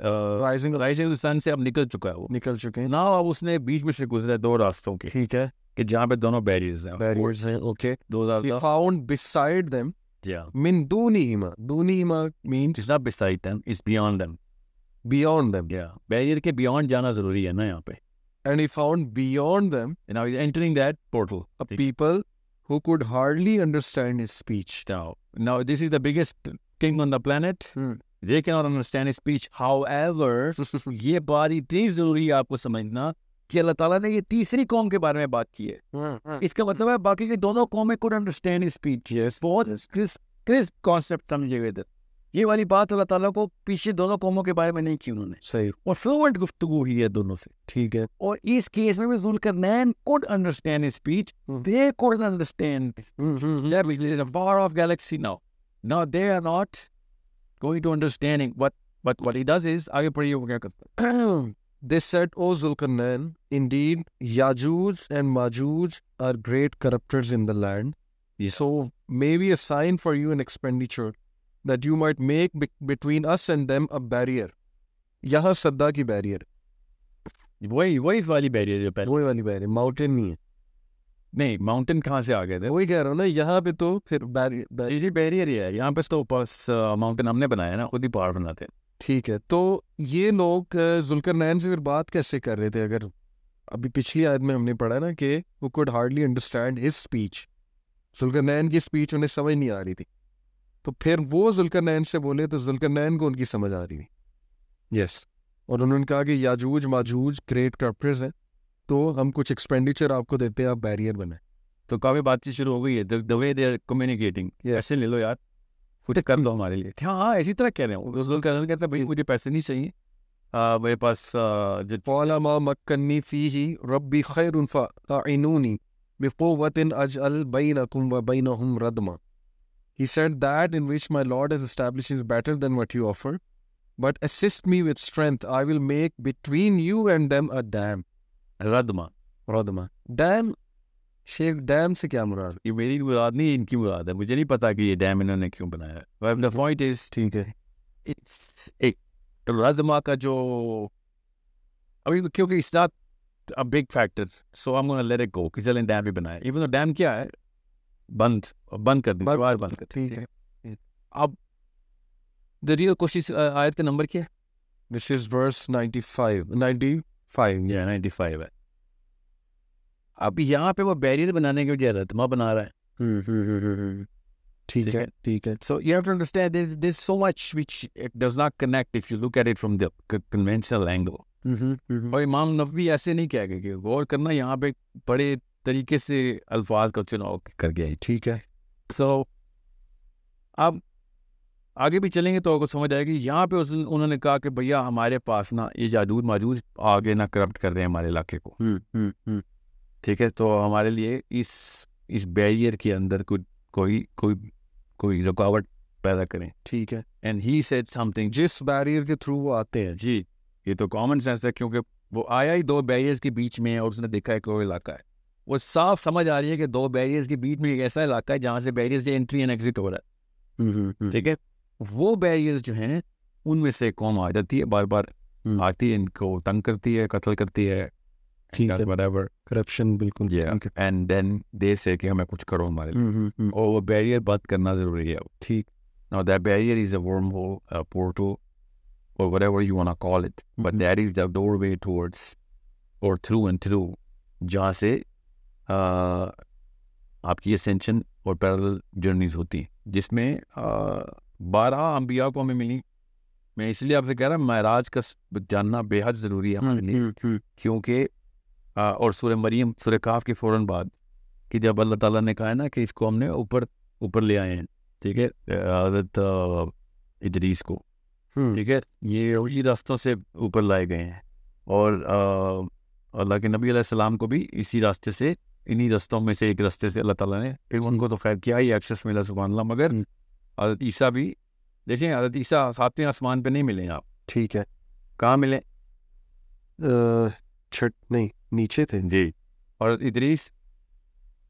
uh,
rising
rising of the sun से अब निकल चुका है वो
निकल चुके हैं
ना अब उसने बीच में से गुजरा है दो रास्तों के
ठीक है
कि जहाँ पे दोनों बैरियर्स हैं
barriers हैं okay
those are
he
the
found beside them
yeah
min dunihima dunihima means
it's not beside them it's beyond them
beyond them
yeah barrier के beyond जाना जरूरी है ना यहाँ पे
and he found beyond them
and now he's entering that portal
a people who could hardly understand his speech
now now this is the biggest king on the planet
Hmm.
they cannot understand his speech however ये बात इतनी जरूरी है आपको समझना कि अल्लाह ताला ने ये तीसरी कौम के बारे में बात की
Hmm.
है इसका मतलब है बाकी के दोनों कौमें कुड अंडरस्टैंड स्पीच
Yes,
बहुत
yes.
क्रिस्प क्रिस्प कॉन्सेप्ट समझे हुए थे ये वाली बात अल्लाह ताला को पीछे दोनों कौमों के बारे में नहीं की उन्होंने
सही
और फ्लुएंट गुफ्तगू हुई है दोनों से
ठीक है
Or is case maybe Zulkarnain could understand his speech,
Hmm.
they couldn't understand.
Yeah, we live in a far off galaxy now. Now they are not going to understanding what but what he does is आगे पढ़िए वो क्या करता है
They said, O Zulkarnain, indeed, Yajuj and Majuj are great corruptors in the land.
Yes.
So maybe a sign for you an expenditure that you might make be- between us and them a barrier. यहाँ सद्दा की barrier
वही वही वाली barrier जो पहले
वही वाली बैरियर माउंटेन नहीं है
नहीं माउंटेन कहाँ से आ गए थे
वही कह रहा हूँ ना यहाँ पे तो फिर बैरियर
ये जी बैरियर ही है यहाँ पे तो बस माउंटेन हमने बनाया ना खुद ही पहाड़ बनाते हैं
ठीक है तो ये लोग जुलकर नैन से फिर बात कैसे कर रहे थे अगर अभी पिछली आयत में हमने पढ़ा ना कि वो could hardly understand his speech Zulqarnain की स्पीच उन्हें समझ नहीं आ रही थी तो फिर वो जुलकर नैन से बोले तो जुलकर नैन को उनकी समझ आ रही थी यस और उन्होंने कहा कि याजूज माजूज ग्रेट करप्टर्स हैं तो हम कुछ एक्सपेंडिचर आपको देते हैं आप बैरियर बनाए
तो काफी बातचीत शुरू हो गई है the way they are communicating
Yes.
ऐसे ले लो यार कुछ कर लो हमारे लिए हाँ हाँ इसी तरह कह रहे हैं उस लोग कहते हैं भाई मुझे पैसे नहीं चाहिए
हाँ,
आ, मेरे पास आ, जो
कौला मा मक्कन्नी फीही रब्बी खैरुन फअइनूनी बिकुव्वतिन अजअल बैनकुम व बैनहुम रदमा He said that in which my Lord has established is better than what you offer, but assist me with strength. I will make between you and them a dam.
रदमा
Radma. Dam? Sheikh, dam से क्या मुराद?
ये मेरी मुराद नहीं इनकी मुराद है मुझे नहीं पता कि ये डैम इन्होंने क्यों बनाया है But the point is
ठीक है
it's एक रदमा का जो अभी क्योंकि it's not a big factor so I am gonna let it go कि चलें डैम भी बनाए इवन तो डैम क्या है बंद बंद कर दी
बंद
दीवार बंद कर दी,
ठीक है
द रियल कोशिश आयत का नंबर क्या
दिस इज वर्स 95 95
है नाइन्टी फाइव है अब यहाँ पे वो बैरियर बनाने की वजह रतमा बना रहा है
हम्म, ठीक है ठीक है
So you have to understand there's, there's so much which it does not connect if you look at it from the c- conventional angle. और इमाम नबी ऐसे नहीं कह गए कि गौर करना यहाँ पे बड़े तरीके से अल्फाज का चुनाव कर गया है
ठीक है
सो अब आगे भी चलेंगे तो आपको समझ आएगी यहाँ पे उस उन्होंने कहा कि भैया हमारे पास ना ये जादूद माजूद आगे ना करप्ट कर रहे हैं हमारे इलाके को
हम्म,
ठीक है तो हमारे लिए इस इस बैरियर के अंदर कोई कोई कोई कोई रुकावट पैदा करें
ठीक है
एंड ही सेड समथिंग
जिस बैरियर के थ्रू वो आते हैं
जी ये तो कॉमन सेंस है क्योंकि वो आया ही दो बैरियर्स के बीच में और उसने देखा है कि वो इलाका है वो साफ समझ आ रही है कि दो बैरियर्स के बीच में एक ऐसा इलाका है जहाँ से बैरियर्स से एंट्री एंड एग्जिट हो रहा है
हम्म,
ठीक है वो बैरियर्स जो हैं उनमें से कौम आ जाती है बार बार
हम्म।
आती है इनको तंग करती है कत्ल करती है
ठीक है।
whatever.
करप्शन बिल्कुल
Yeah.
ठीक है।
And then they say कि हमें कुछ करो हमारे लिए
हम्म,
Mm, और वो बैरियर बंद करना जरूरी है
ठीक
Now that barrier is a wormhole, a portal, or whatever you want to call it. But
Mhm.
that is the doorway towards or through and through जहाँ से uh, आपकी ascension और parallel journeys होती हैं जिसमें uh, बारह अम्बिया को हमें मिली मैं इसलिए आपसे कह रहा हूँ महराज का स- जानना बेहद ज़रूरी
हम्म,
है हमारे लिए क्योंकि आ, और सूर्य मरियम सूर्य काफ के फ़ौरन बाद कि जब अल्लाह ताला ने कहा है ना कि इसको हमने ऊपर ऊपर ले आए हैं ठीक है आ, हजरत आ, इदरीस को ठीक है ये वही रास्तों से ऊपर लाए गए हैं और आ, अल्लाह के नबी अलैहि सलाम को भी इसी रास्ते से इन्हीं रास्तों में से एक रास्ते से अल्लाह ताला ने फिर उनको तो खैर क्या ही एक्सेस मिला सुबह अल्लाह मगर
हम्म।
हजरत ईसा भी देखें हजरत ईसा सातवें आसमान पे नहीं मिले आप
ठीक है
कहाँ मिले
अ, छठ नहीं नीचे थे
जी और इदरीस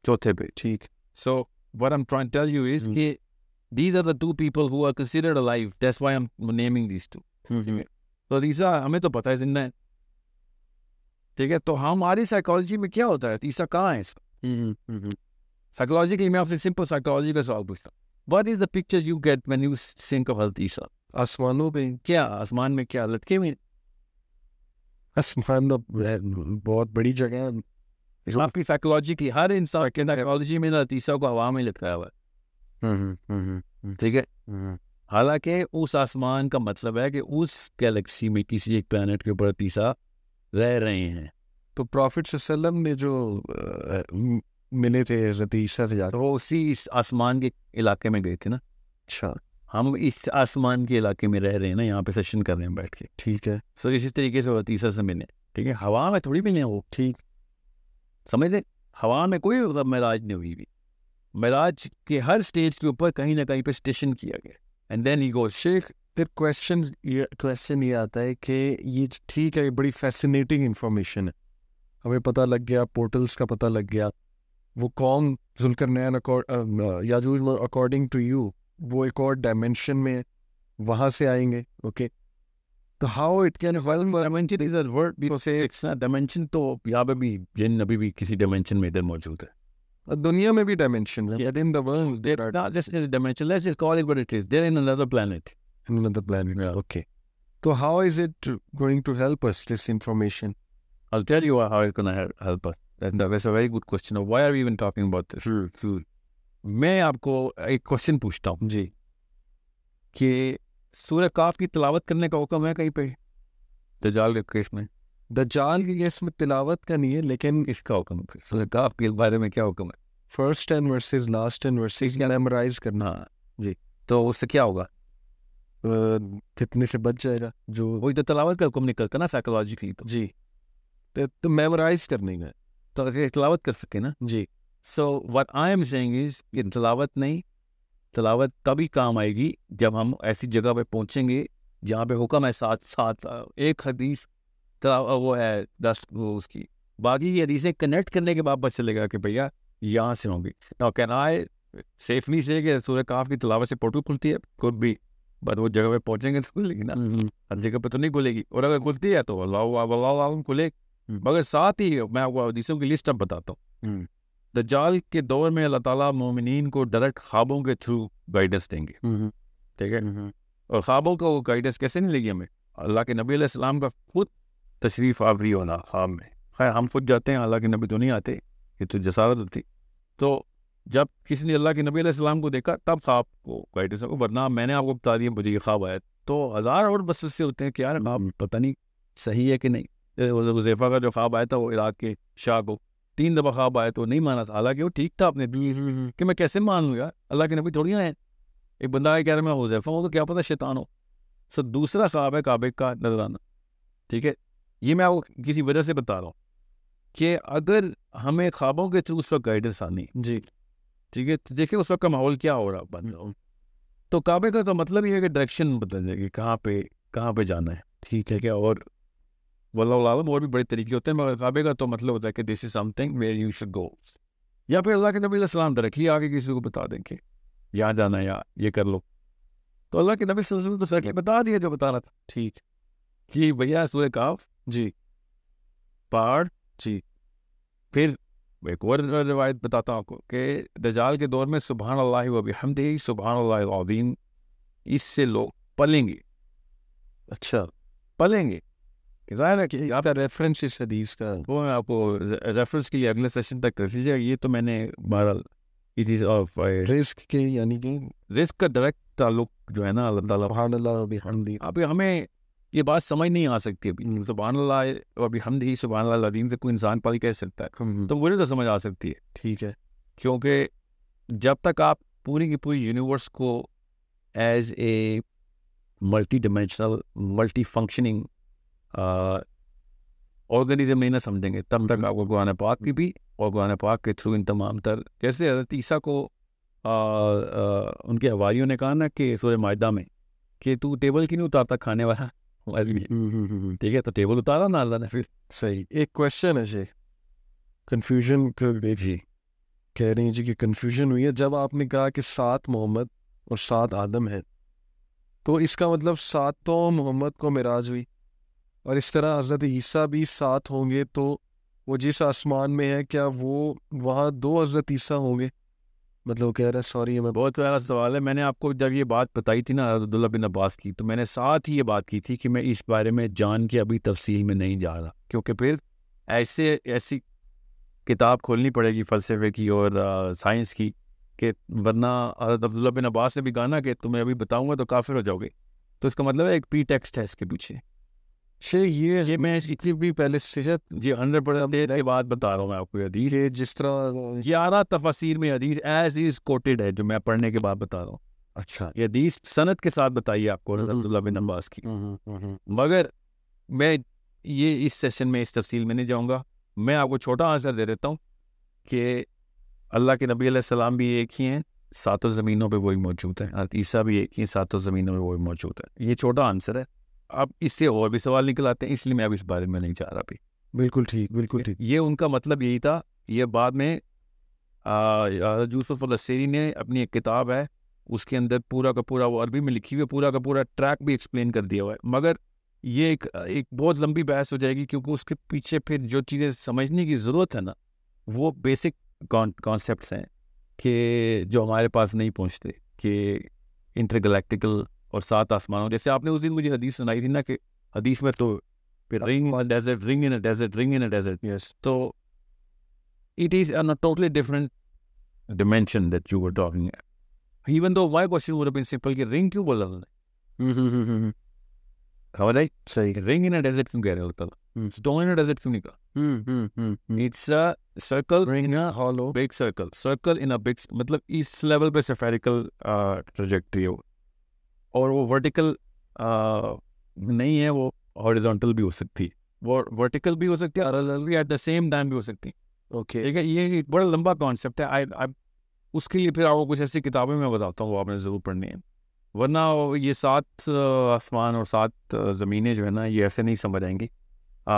चौथे पे
ठीक
So what I'm trying to tell you is
Mm.
कि these are the two people who are considered alive. That's why I'm naming these two.
हम्म,
तो ईसा हमें तो पता है जिंदा है ठीक है तो हमारी साइकोलॉजी में क्या होता है ईसा कहाँ है
हम्म,
साइकोलॉजिकली मैं आपसे सिंपल साइकोलॉजी का सवाल पूछता हूँ what is the picture you get when you think of Hazrat Isa
आसमानों पे
क्या आसमान में क्या लटके हुए हैं?
आसमान अब है, बहुत बड़ी जगह है
तो आपकी साइकोलॉजिकली हर इंसान के साइकोलॉजी में हजरत ईसा को हवा में लटका हुआ है
हम्म,
ठीक है हालांकि उस आसमान का मतलब है कि उस गैलेक्सी में किसी एक प्लानट के ऊपर तीसा रह रहे हैं
तो प्रॉफिट सल्लम ने जो अ, म- मिले थे हजरत ईसा से
तो
जाकर
वो उसी इस आसमान के इलाके में गए थे ना
अच्छा
हम इस आसमान के इलाके में रह रहे हैं ना यहाँ पे सेशन कर रहे हैं बैठ के
ठीक है
सो इसी तरीके से वो तीसरा से मिले ठीक है हवा में थोड़ी मिले वो
ठीक
समझ लें हवा में कोई मतलब महराज नहीं हुई भी महराज के हर स्टेज के ऊपर कहीं ना कहीं पे स्टेशन किया गया एंड देन ही गोज
शेख फिर क्वेश्चन ये क्वेश्चन ये आता है कि ये ज- ठीक है ये बड़ी फैसिनेटिंग इंफॉर्मेशन है हमें पता लग गया पोर्टल्स का पता लग गया वो कौम Zulqarnain accord- um, uh, Yajuj according to you वो एक और डायमेंशन में है वहाँ से आएंगे ओके तो how it can
dimension is a word भी से इट्स डायमेंशन तो यहाँ पे भी जिन अभी भी किसी डायमेंशन में इधर मौजूद है
दुनिया में भी डायमेंशन है within the world
They're not just in a dimension. Let's just call it what it is. They're in another planet.
another planet.
Yeah.
Okay. So how is it going to help us this information?
I'll tell you how it's going to help us. That's, that's a very good question. Why are we even talking about this?
Hmm,
मैं आपको एक question पूछता हूँ
जी
कि सूर्य काफ की तिलावत करने का हुक्म है कहीं पे दजाल के केस में
दजाल की केस में तिलावत का नहीं है लेकिन
इसका हुक्म है सूर्य काफ के बारे में क्या हुक्म है
first ten verses last ten verses memorise करना
हाँ जी तो उससे क्या होगा
अ, कितने से बच जाएगा जो
वही तो तिलावत का हुक्म निकलता है ना साइकोलॉजिकली तो
जी तो, तो मेमोराइज करने का है।
तो अगर तिलावत कर सके ना
जी
so what I am saying is कि तलावत नहीं तलावत तभी काम आएगी जब हम ऐसी जगह पे पहुंचेंगे जहाँ पे हुक्म है साथ साथ अ, एक हदीस तला- अ, वो है दस वो उसकी बाकी ये हदीसें कनेक्ट करने के बाद पता चलेगा कि भैया यहाँ से होंगी now can I safely say कि सूर्य काफ की तलावत से पोर्टल खुलती है कुड बी बट वो जगह पे पहुंचेंगे तो खुलेगी ना हर जगह पे तो नहीं खुलेगी और अगर खुलती है तो अल्लाह अल्लाह अल्लाह खुले मगर साथ ही मैं आपको हदीसों की लिस्ट अब बताता हूँ
हम्म।
दज्जाल के दौर में अल्लाह ताला मोमिनीन को डायरेक्ट ख्वाबों के थ्रू गाइडेंस देंगे ठीक है और ख्वाबों का वो गाइडेंस कैसे मिलेगी हमें अल्लाह के नबी अलैहिस्सलाम का खुद तशरीफ आवरी होना ख्वाब में खैर हम खुद जाते हैं अल्लाह के नबी तो नहीं आते ये तो जसारत होती तो जब किसी ने अल्लाह के नबी अलैहिस्सलाम को देखा तब ख्वाब को गाइडेंस को वरना मैंने आपको बता दिया मुझे ये ख्वाब आया तो हज़ार और बस से होते हैं कि यार ख्वाब पता नहीं सही है कि नहीं जैसे वो हुजैफा का जो ख्वाब आया था वो इराक के शाह को तीन दफ़ा ख्वाब आया तो नहीं माना था हालांकि वो ठीक था अपने कि मैं कैसे मान लूँ यार अल्लाह के नबी थोड़ी ना है एक बंदा है कह रहा है, मैं हुजैफा हूँ तो क्या पता शैतान हो सो दूसरा ख्वाब है काबे का नजराना ठीक है ये मैं आपको किसी वजह से बता रहा हूँ कि अगर हमें ख्वाबों के थ्रू उस वक्त गाइडेंस आनी है,
जी
ठीक है तो देखिए उस वक्त का माहौल क्या हो रहा है बन रहा तो काबे का तो मतलब ये है कि डायरेक्शन बदल जाएगी कहाँ पे कहाँ पे जाना है ठीक है क्या और वल्लम और भी बड़े तरीके होते हैं मगर काबे का तो मतलब होता है कि this is something where you should go या फिर अल्लाह के नबी अलैहिस्सलाम डायरेक्टली आके किसी को बता दें कि यहाँ जाना है या ये कर लो तो अल्लाह के नबी सल्लल्लाहु अलैहि वसल्लम तो डायरेक्टली बता दिया जो बता रहा था
ठीक
कि भैया सूर्य काफ
जी
पहाड़ जी फिर एक और रिवायत बताता हूँ आपको कि दजाल के दौर में सुबहान अल्लाह वबी हमदी सुबहान अल्लाह अजीम इससे लोग पलेंगे
अच्छा
पलेंगे कि जाहिर है कि आप
आपका रेफरेंस इस हदीस का
वो मैं आपको रेफरेंस के लिए अगले सेशन तक कर लीजिएगा ये तो मैंने बहरहाल इट इज़ ऑफ
रिस्क के यानी कि
रिस्क का डायरेक्ट ताल्लुक जो है ना अल्लाह ताला
सुभान अल्लाह व बिहमदी
अब हमें ये बात समझ नहीं आ सकती अभी
हम्म।
सुबहान अल्लाह अभी हम ही सुबहान अल्लाह अजीम से कोई इंसान पाल कह सकता है तो मुझे तो समझ आ सकती है
ठीक है
क्योंकि जब तक आप पूरी की पूरी यूनिवर्स को as a multi dimensional multi functioning organism नहीं ना समझेंगे तब तक आपको कुरान पाक
हम्म।
की भी और कुरान पाक के थ्रू इन तमाम तर जैसे हजरत ईसा को आ, आ, उनके हवारियों ने कहा ना कि सूर्य मायदा में कि तू टेबल क्यों नहीं उतारता खाने वाला हमारे लिए।
हम्म,
ठीक है तो टेबल उतारा ना अल्लाह ने फिर
सही एक क्वेश्चन है शेख कंफ्यूजन जी कह रही हैं जी कि कंफ्यूजन हुई है जब आपने कहा कि सात मोहम्मद और सात आदम हैं तो इसका मतलब सातों मोहम्मद को मिराज हुई और इस तरह हजरत ईसा भी सात होंगे तो वो जिस आसमान में है क्या वो वहाँ दो हजरत ईसा होंगे मतलब वो कह रहा है सॉरी मैं
बहुत प्यारा सवाल है मैंने आपको जब ये बात बताई थी ना अब्दुल्ला बिन अब्बास की तो मैंने साथ ही ये बात की थी कि मैं इस बारे में जान के अभी तफसील में नहीं जा रहा क्योंकि फिर ऐसे ऐसी किताब खोलनी पड़ेगी फ़लसफे की और आ, साइंस की कि वरना हज़रत अब्दुल्ला बिन अब्बास ने भी कहा ना कि तुम्हें अभी बताऊंगा तो काफिर हो जाओगे तो इसका मतलब है एक प्री टेक्स्ट है इसके पीछे
शेख ये
ये मैं
इसकी भी पहले सेहत
जी हंड्रेड परसेंट ये बात बता रहा हूँ मैं आपको ये हदीस
के जिस तरह
ग्यारह तफसीर में हदीस एज इज कोटेड है जो मैं पढ़ने के बाद बता रहा हूँ
अच्छा
ये हदीस सनत के साथ बताइए आपको हज़रत
हम्म।
अब्दुल्ला बिन अब्बास की
हम्म,
मगर मैं ये इस सेशन में इस तफसील में नहीं जाऊँगा मैं आपको छोटा आंसर दे देता हूँ कि अल्लाह के नबी सलाम भी एक ही हैं सातों ज़मीनों पे वही मौजूद हैं हज़रत ईसा भी एक ही हैं सातों ज़मीनों पे वही मौजूद है ये छोटा आंसर है अब इससे और भी सवाल निकल आते हैं इसलिए मैं अब इस बारे में नहीं जा रहा अभी
बिल्कुल ठीक बिल्कुल ठीक
ये उनका मतलब यही था ये बाद में आ, यूसुफ अलसेरी ने अपनी एक किताब है उसके अंदर पूरा का पूरा वो अरबी में लिखी हुई है, पूरा का पूरा ट्रैक भी एक्सप्लेन कर दिया हुआ है मगर ये एक एक बहुत लंबी बहस हो जाएगी क्योंकि उसके पीछे फिर जो चीज़ें समझने की ज़रूरत है ना वो बेसिक कॉन्सेप्ट हैं कि जो हमारे पास नहीं पहुंचते कि इंटरगलेक्टिकल और सात आसमानों जैसे आपने उस दिन मुझे हदीस सुनाई थी ना कि हदीस में तो ring desert ring in desert ring in desert
yes
So it is on a totally different dimension that you were talking at. Even though my question would have been simple, कि ring क्यों बोला उन्होंने? समझ आई?
सही
कि ring in a desert क्यों कह रहे हो
हम्म।
तब? Stone in a desert क्यों नहीं कहा? It's a circle in a
hollow
big circle. Circle in a big मतलब इस level पे spherical uh, trajectory है वो. और वो vertical uh, नहीं है वो horizontal भी हो सकती है. वो vertical भी हो सकती है parallel भी at the same time भी हो सकती है.
ओके
ठीक है ये एक बड़ा लंबा कॉन्सेप्ट है आई आई उसके लिए फिर आपको कुछ ऐसी किताबें मैं बताता हूँ वो आपने ज़रूर पढ़नी है वरना वो ये सात अ, आसमान और सात अ, ज़मीनें जो है ना ये ऐसे नहीं समझ आएंगी आ,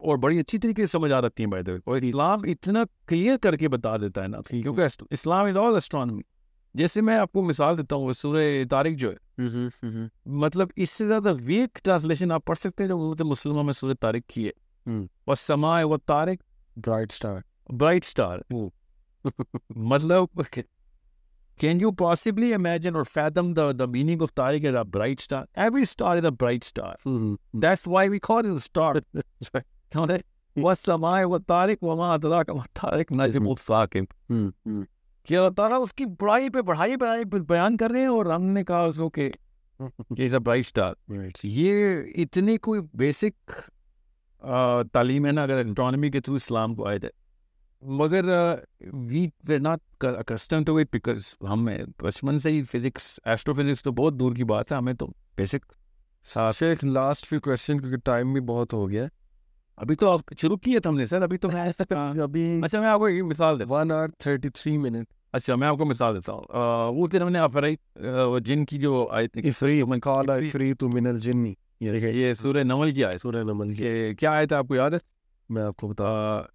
और बड़ी अच्छी तरीके से समझ आ जाती हैं बाय द वे और इस्लाम इतना क्लियर करके बता देता है ना
ठीक है।
क्योंकि इस्लाम इज ऑल एस्ट्रोनॉमी जैसे मैं आपको मिसाल देता हूँ सूर्य तारिक जो है
हम्म
मतलब इससे ज्यादा वीक ट्रांसलेशन आप पढ़ सकते हैं जो उर्दू मुसलमा में सूरत तारिक की है
हम्म।
और समाए व तारिक
ब्राइट स्टार
ब्राइट स्टार मतलब can you possibly imagine or fathom the the meaning of तारिक as a bright star every star is a bright star
hmm.
That's why we call it star समझे व समाए व तारिक व मा अदराक व तारिक नजमुल साकिब
हम्म,
कि अल्लाह ताला उसकी बुराई पे बढ़ाई बढ़ाई पे बयान कर रहे हैं और हमने कहा उसको कि is a bright star
right
ये इतनी कोई बेसिक तालीम है ना अगर इकोनॉमी के थ्रू इस्लाम को आए थे मगर we were not accustomed to it because हम uh, बचपन से ही फिजिक्स एस्ट्रोफिजिक्स तो बहुत दूर की बात है हमें तो बेसिक साथ
शेख लास्ट फ्यू क्वेश्चन क्योंकि टाइम भी बहुत हो गया
अभी तो आप शुरू किए थे हमने सर अभी तो मैं हाँ।
है अभी
अच्छा मैं आपको एक मिसाल देता
हम्म। One hour thirty three minute
अच्छा मैं आपको मिसाल देता हूँ अ, उस दिन हमने अफराई जिनकी जो आई थिंक
इफ्री कॉल
इफ्री-
इफ्री तू मिनल जिन्नी ये देखिए
ये सूर्य नमल की आयत
सूर्य नमल की
ये क्या आयत है आपको याद है
मैं आपको बता
आ,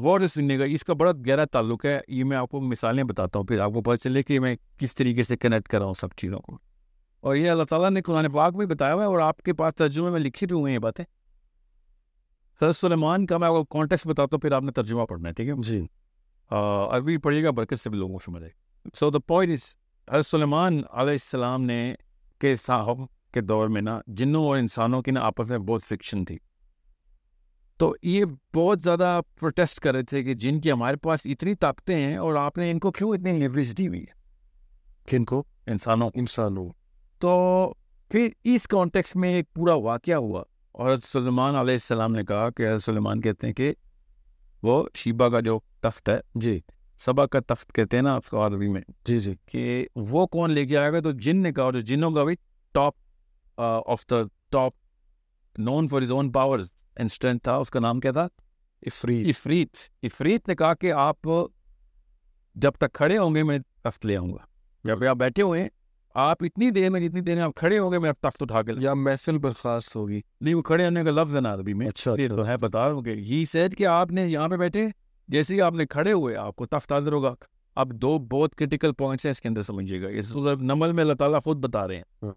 गौर से सुनिएगा इसका बड़ा गहरा ताल्लुक है ये मैं आपको मिसालें बताता हूँ फिर आपको पता चले कि मैं किस तरीके से कनेक्ट कर रहा हूँ सब चीज़ों को और ये अल्लाह ताला ने कुरान पाक में बताया हुआ है और आपके पास तर्जुमे में लिखी भी हुई हैं ये बातें सर सुलेमान का मैं आपको कॉन्टेक्स्ट बताता हूँ फिर आपने तर्जुमा पढ़ना है ठीक है
जी
आ, अरबी पढ़िएगा बरकत से भी लोगों को समझ आएगी so the point is Hazrat Sulaiman अलैहिस्सलाम ने के साहब के दौर में ना जिन्नों और इंसानों की ना आपस में बहुत फ्रिक्शन थी तो ये बहुत ज़्यादा प्रोटेस्ट कर रहे थे कि जिनकी हमारे पास इतनी ताकतें हैं और आपने इनको क्यों इतनी लिवरेज दी हुई
किनको
है इंसानों को
इंसानों
तो फिर इस कॉन्टेक्स्ट में एक पूरा वाक्य हुआ और हज़रत सुलेमान अलैहिस्सलाम ने कहा कि हज़रत सुलेमान कहते हैं कि वो शीबा का जो तख्त है
जी
सबा का तख्त कहते हैं ना उसको अरबी में
जी जी
कि वो कौन लेके आएगा तो जिन ने कहा और जो जिनों का भी uh, top of the top known for his own powers and strength था उसका नाम क्या था
इफ्री
इफरीत इफरीत ने कहा कि आप जब तक खड़े होंगे मैं तख्त ले आऊंगा जब भी आप बैठे हुए हैं आप इतनी देर में जितनी देर में आप खड़े होंगे मैं आप तख्त उठा के ला-
या महफिल बर्खास्त होगी
नहीं वो खड़े होने का लफ्ज है ना अरबी में
अच्छा
ये तो है बता रहा हूँ कि ये सेट कि आपने यहाँ पे बैठे जैसे ही आपने खड़े हुए आपको तफ्त हाजिर होगा अब दो बहुत क्रिटिकल पॉइंट्स हैं इसके अंदर समझिएगा इस सूरह नमल में अल्लाह ताला खुद बता रहे हैं
हाँ।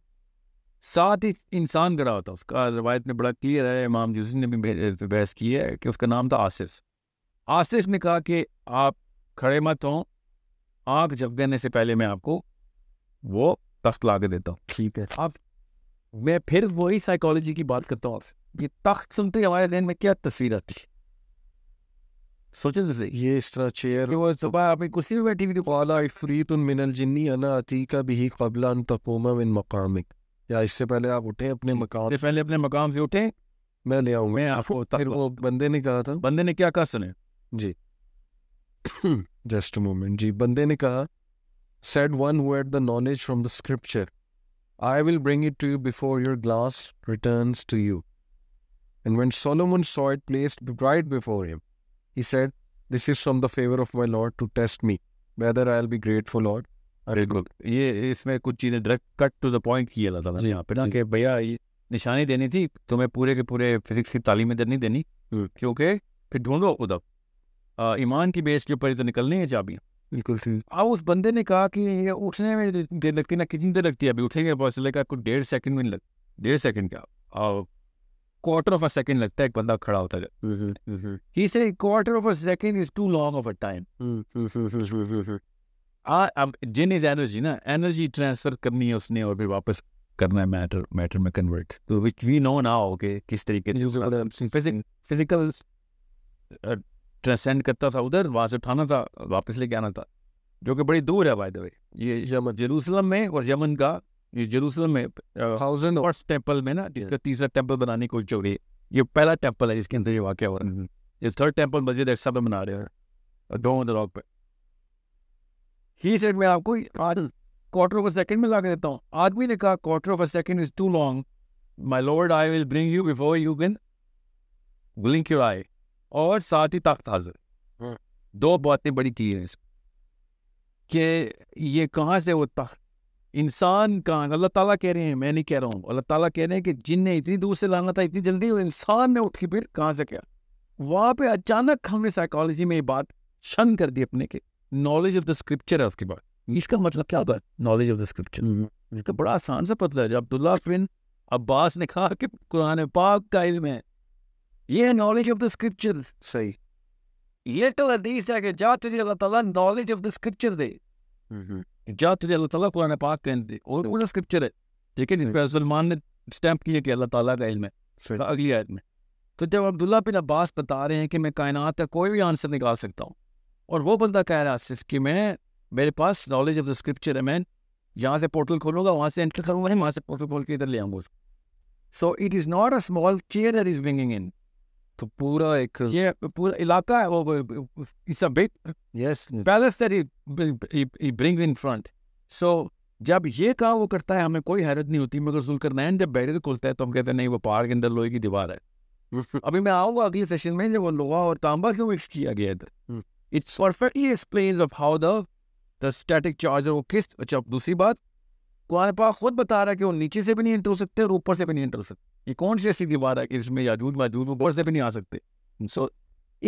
साथ ही इंसान खड़ा होता है उसका रवायत में बड़ा क्लियर है इमाम जूसी ने भी बह- बहस की है कि उसका नाम था आसिस आसिस ने कहा कि आप खड़े मत हों आँख झपकने से पहले मैं आपको वो तख्त ला के देता हूँ
ठीक है
मैं फिर वही साइकोलॉजी की बात करता हूँ आपसे ये तख्त सुनते ही हमारे दिन में क्या तस्वीर आती है सोचे तो सही
ये इस तरह चेयर
कि वो सुबह अपनी कुर्सी पे बैठी हुई थी
वाला इफरीत मिनल जिन्नी अना अतीका बिही कबला अन तकूमा मिन मकामिक या इससे पहले आप उठें अपने मकाम
मेरे पहले अपने मकाम से उठे
मैं ले आऊंगा
मैं आपको
फिर
तख्त
वो बंदे ने कहा था
बंदे ने क्या कहा सुने
जस्ट मोमेंट जी बंदे ने कहा said one who had the knowledge from the scripture I will bring it to you before your glance returns to you and when Solomon saw it placed right before him he said this is from the favour of my Lord to test me whether I will be grateful और
बिल्कुल ये इसमें कुछ चीजें direct cut to the point की है Allah ताला ने
जी,
यहाँ पे ना
जी।
कि भैया ये निशानी देनी थी तुम्हें पूरे के पूरे फिजिक्स की तालीम इधर नहीं देनी
हम्म।
क्योंकि फिर ढूंढो उधर आ, ईमान की बेस के ऊपर ही तो निकलनी है चाबियाँ
बिल्कुल
अब उस बंदे ने कहा कि ये उठने में जितनी देर लगती है ना कितनी देर लगती है अभी उठेंगे बस का कुछ डेढ़ सेकंड भी नहीं लगता डेढ़ सेकंड का क्वार्टर ऑफ अ सेकंड लगता है एक बंदा खड़ा होता है ही से quarter of a second is too long of a time अब जिन इज एनर्जी ना एनर्जी ट्रांसफर करनी है उसने और फिर वापस करना है मैटर मैटर में कन्वर्ट तो विच वी नो ना हो कि किस तरीके मतलब फिजिक फिजिकल ट्रांसेंड करता था उधर वहाँ से उठाना था वापस लेके आना था जो कि बड़ी दूर है बाय द वे ये
यमन
जेरूसलम में और यमन का ये जेरूसलम में
थाउजेंड
फर्स्ट टेम्पल में ना जिसका तीसरा टेम्पल बनाने की कोशिश हो रही है ये पहला टेम्पल है जिसके अंदर ये वाक्य हो रहा है ये थर्ड टेम्पल मस्जिद एक्सा पे बना रहे हैं डोंग द रॉक पे ही सेड मैं आपको आज क्वार्टर ऑफ अ सेकंड में ला के देता हूँ आदमी ने कहा quarter of a second is too long my lord I will bring you before you can blink your eye और साथ ही ताकत हाजिर
हम्म।
दो बातें बड़ी क्लियर हैं इसमें कि ये कहाँ से वो तख्त इंसान कहाँ अल्लाह ताला कह रहे हैं मैं नहीं कह रहा हूँ अल्लाह ताला कह रहे हैं कि जिन ने इतनी दूर से लाना था इतनी जल्दी और इंसान ने उठ के फिर कहाँ से क्या वहाँ पे अचानक हमने साइकोलॉजी में ये बात शन कर दी अपने के नॉलेज ऑफ द स्क्रिप्चर है उसके बाद इसका मतलब क्या होता है नॉलेज ऑफ द स्क्रिप्चर उसका बड़ा आसान सा पतला है जो अब्दुल्ला बिन अब्बास ने कहा कि कुरान पाक का इल्म है ये है नॉलेज ऑफ द स्क्रिप्चर
सही
ये तो हदीस है कि जा तुझे अल्लाह ताला नॉलेज ऑफ द स्क्रिप्चर दे
हम्म।
जा तुझे अल्लाह ताला कुरान पाक का इल्म दे और पूरा स्क्रिप्चर है ठीक है इस पर सलमान ने स्टैंप किया कि अल्लाह ताला का इल्म है
सही
था अगली आयत में तो जब अब्दुल्ला बिन अब्बास बता रहे हैं कि मैं कायनात का कोई भी आंसर निकाल सकता हूँ और वो बंदा कह रहा है सिर्फ कि मैं मेरे पास नॉलेज ऑफ द स्क्रिप्चर है मैं यहाँ से पोर्टल खोलूंगा वहाँ से एंटर करूंगा नहीं वहाँ से पोर्टल खोल के इधर ले आऊंगा उसको so it is not a small chair that is bringing in
तो पूरा एक
ये पूरा इलाका है वो it's a big
yes
balance that he brings in front so जब ये काम वो करता है हमें कोई हैरत नहीं होती मगर जुल्करनैन जब बैरियर खोलता है तो हम कहते हैं नहीं वो पहाड़ के अंदर लोहे की दीवार है अभी मैं आऊंगा अगले सेशन में जब वो लोहा और तांबा क्यों मिक्स किया गया
हम्म।
इधर it's perfectly explains of how the the static charge वो किस अच्छा दूसरी बात कुरान पाक खुद बता रहा है कि वो नीचे से भी नहीं एंटर हो सकते और ऊपर से भी नहीं एंटर हो सकते ये कौन सी ऐसी दीवार है कि इसमें याजूज माजूज ऊपर से भी नहीं आ सकते so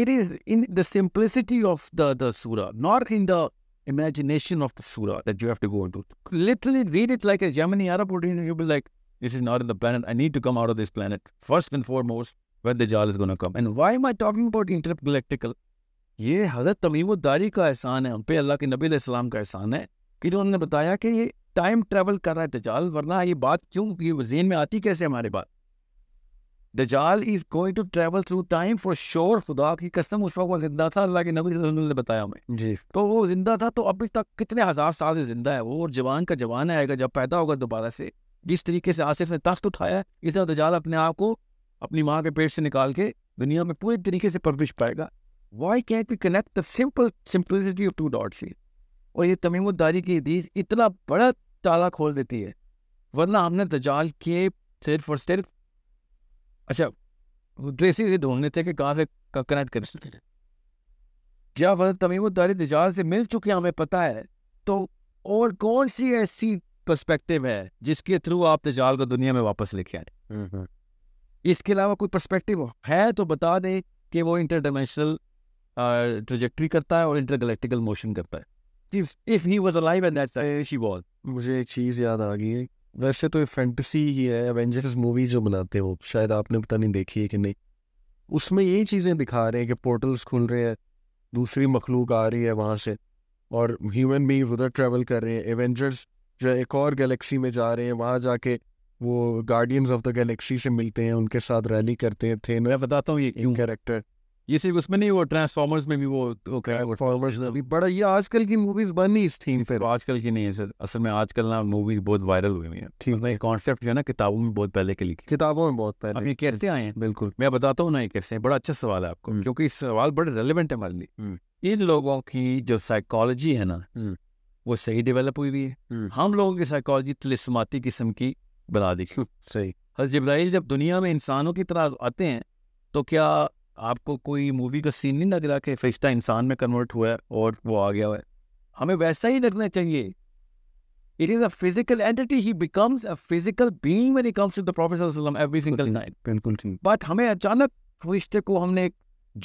it is in the simplicity of the the surah not in the imagination of the surah that you have to go into literally read it like a Gemini Arab would read it you'll be like this is not in the planet I need to come out of this planet first and foremost when Dajjal is going to come. And why am I talking about intergalactical? ये हज़रत तमीमुद्दारी का एहसान है हम पे अल्लाह के नबी सलाम का एहसान है कि उन्होंने बताया कि ये टाइम ट्रैवल कर रहा है दजाल वरना ये बात क्यों ये जेन में आती कैसे हमारे बात दजाल is going to travel through time for sure खुदा की कसम उस वक्त वो जिंदा था अल्लाह के नबी सल्लल्लाहु अलैहि वसल्लम ने बताया हमें
जी
तो वो जिंदा था तो अभी तक कितने हजार साल से जिंदा है वो और जवान का जवान आएगा जब पैदा होगा दोबारा से जिस तरीके से आसिफ ने तख्त उठाया इस तरह दजाल अपने आप को अपनी माँ के पेट से निकाल के दुनिया में पूरी तरीके से परविश पाएगा why can't we connect the simple simplicity of to dot सी और ये तमीमुद्दारी की हदीस इतना बड़ा ताला खोल देती है वरना हमने दजाल के सिर्फ और सिर्फ अच्छा ट्रेसिस ही ढूंढने थे कि कहाँ से कनेक्ट कर सकते हैं। जब हजरत तमीमुद्दारी दजाल से मिल चुके हैं, हमें पता है तो और कौन सी ऐसी पर्सपेक्टिव है जिसके थ्रू आप दजाल को दुनिया में वापस लेके आए
हम्म,
इसके अलावा कोई पर्सपेक्टिव है तो बता दें कि वो इंटरडाइमेंशनल ट्रेजेक्ट्री करता है और इंटरगैलेक्टिकल मोशन करता है if he was alive at that time she was
मुझे एक चीज़ याद आ गई है वैसे तो ये फैंटेसी ही है एवेंजर्स मूवी जो बनाते हो शायद आपने पता नहीं देखी है कि नहीं उसमें यही चीज़ें दिखा रहे हैं कि पोर्टल्स खुल रहे हैं दूसरी मखलूक आ रही है वहाँ से और ह्यूमन बींग उधर ट्रैवल कर रहे हैं एवेंजर्स जो है एक और गैलेक्सी में जा रहे हैं वहाँ जाके वो गार्डियंस ऑफ द गैलेक्सी से मिलते हैं उनके साथ रैली करते हैं थे
मैं बताता हूँ ये क्यों
कैरेक्टर
ये सिर्फ उसमें नहीं वो ट्रांसफॉर्मर्स में भी वो वो
फॉर्मर्स अभी बड़ा ये आजकल की मूवीज बनी इस थीम पे
तो आजकल की नहीं है सर असल में आजकल ना मूवीज बहुत वायरल हुई हुई हैं ठीक है कॉन्सेप्ट जो है ना किताबों में बहुत पहले के लिखे
किताबों में बहुत
अब
पहले
ये कैसे आए हैं
बिल्कुल
मैं बताता हूँ ना ये कैसे हैं। बड़ा अच्छा सवाल है आपको
हम्म।
क्योंकि इस सवाल बड़े रेलिवेंट है हमारे
हम्म।
लिए इन लोगों की जो साइकोलॉजी है ना
हम्म।
वो सही डेवलप हुई हुई है
हम्म।
हम लोगों की साइकोलॉजी तलिस्माती किस्म की बना दी गई।
हम्म, सही
हर जब्राइल जब दुनिया में इंसानों की तरह आते हैं तो क्या आपको कोई मूवी का सीन नहीं लग रहा कि फरिश्ता इंसान में कन्वर्ट हुआ है और वो आ गया हुआ है हमें वैसा ही लगना चाहिए it is a physical entity he becomes a physical being when he comes to the prophet every single time
बिल्कुल ठीक
बट हमें अचानक फरिश्ते को हमने एक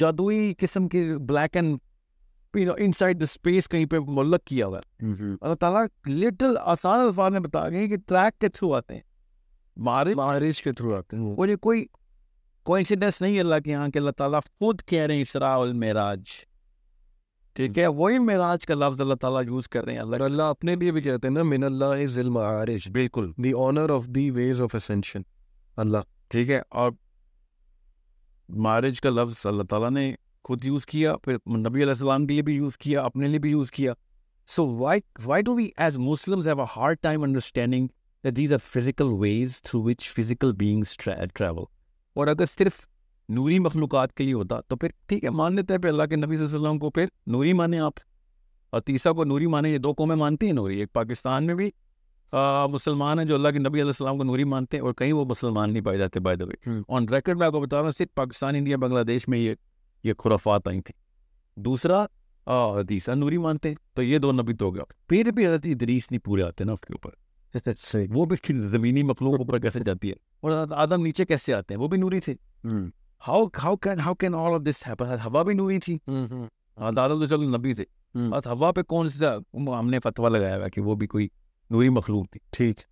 जादुई किस्म की black and you know inside the space कहीं पे मुल्लक किया हुआ है
हम्म,
अल्लाह ताला लिटिल आसान अल्फाज में बता गए कि ट्रैक के थ्रू आते हैं मारे
महाराज तो के थ्रू आते हैं वो।
और ये कोई कोइंसिडेंस नहीं है अल्लाह के यहाँ कि अल्लाह ताला खुद कह रहे हैं इसरा और मेराज ठीक है वही मेराज का लफ्ज अल्लाह ताला यूज कर रहे हैं
और
हम्म। अल्लाह
अल्लाह अपने लिए भी कहते हैं ना मिन अल्लाह इज इल मारिज
बिल्कुल
the honour of the ways of ascension अल्लाह
ठीक है और मैरिज का लफ्ज अल्लाह ताला ने खुद यूज किया फिर नबी अलैहि सलाम के लिए भी यूज किया अपने लिए भी यूज किया so why why do we as Muslims have a hard time understanding that these are physical ways through which physical beings travel और अगर सिर्फ नूरी मखलूक़ात के लिए होता तो फिर ठीक है मान लेते हैं फिर अल्लाह के नबी सल्लल्लाहु अलैहि वसल्लम को फिर नूरी माने आप और तीसरा को नूरी माने ये दो कौमें मानती हैं नूरी एक पाकिस्तान में भी आ, मुसलमान हैं जो अल्लाह के नबी अलैहि सलाम को नूरी मानते हैं और कहीं वो मुसलमान नहीं पाए जाते by the way
hmm.
On record मैं आपको बता रहा हूँ सिर्फ पाकिस्तान इंडिया बांग्लादेश में ये ये खुराफात आई थी दूसरा आ, तीसरा नूरी मानते हैं तो ये दो नबी तो हो गया फिर भी हजरत इदरीस नहीं पूरे आते ना उसके ऊपर
सही
वो भी फिर ज़मीनी मखलूक ऊपर कैसे जाती है और हज़रत आदम नीचे कैसे आते हैं वो भी नूरी थे
हम्म।
How how can how can all of this happen हवा भी नूरी थी हज़रत आदम तो चलो नबी थे
हम्म।
और हवा पे कौन सा हमने फतवा लगाया हुआ है कि वो भी कोई
नूरी मखलूक थी
ठीक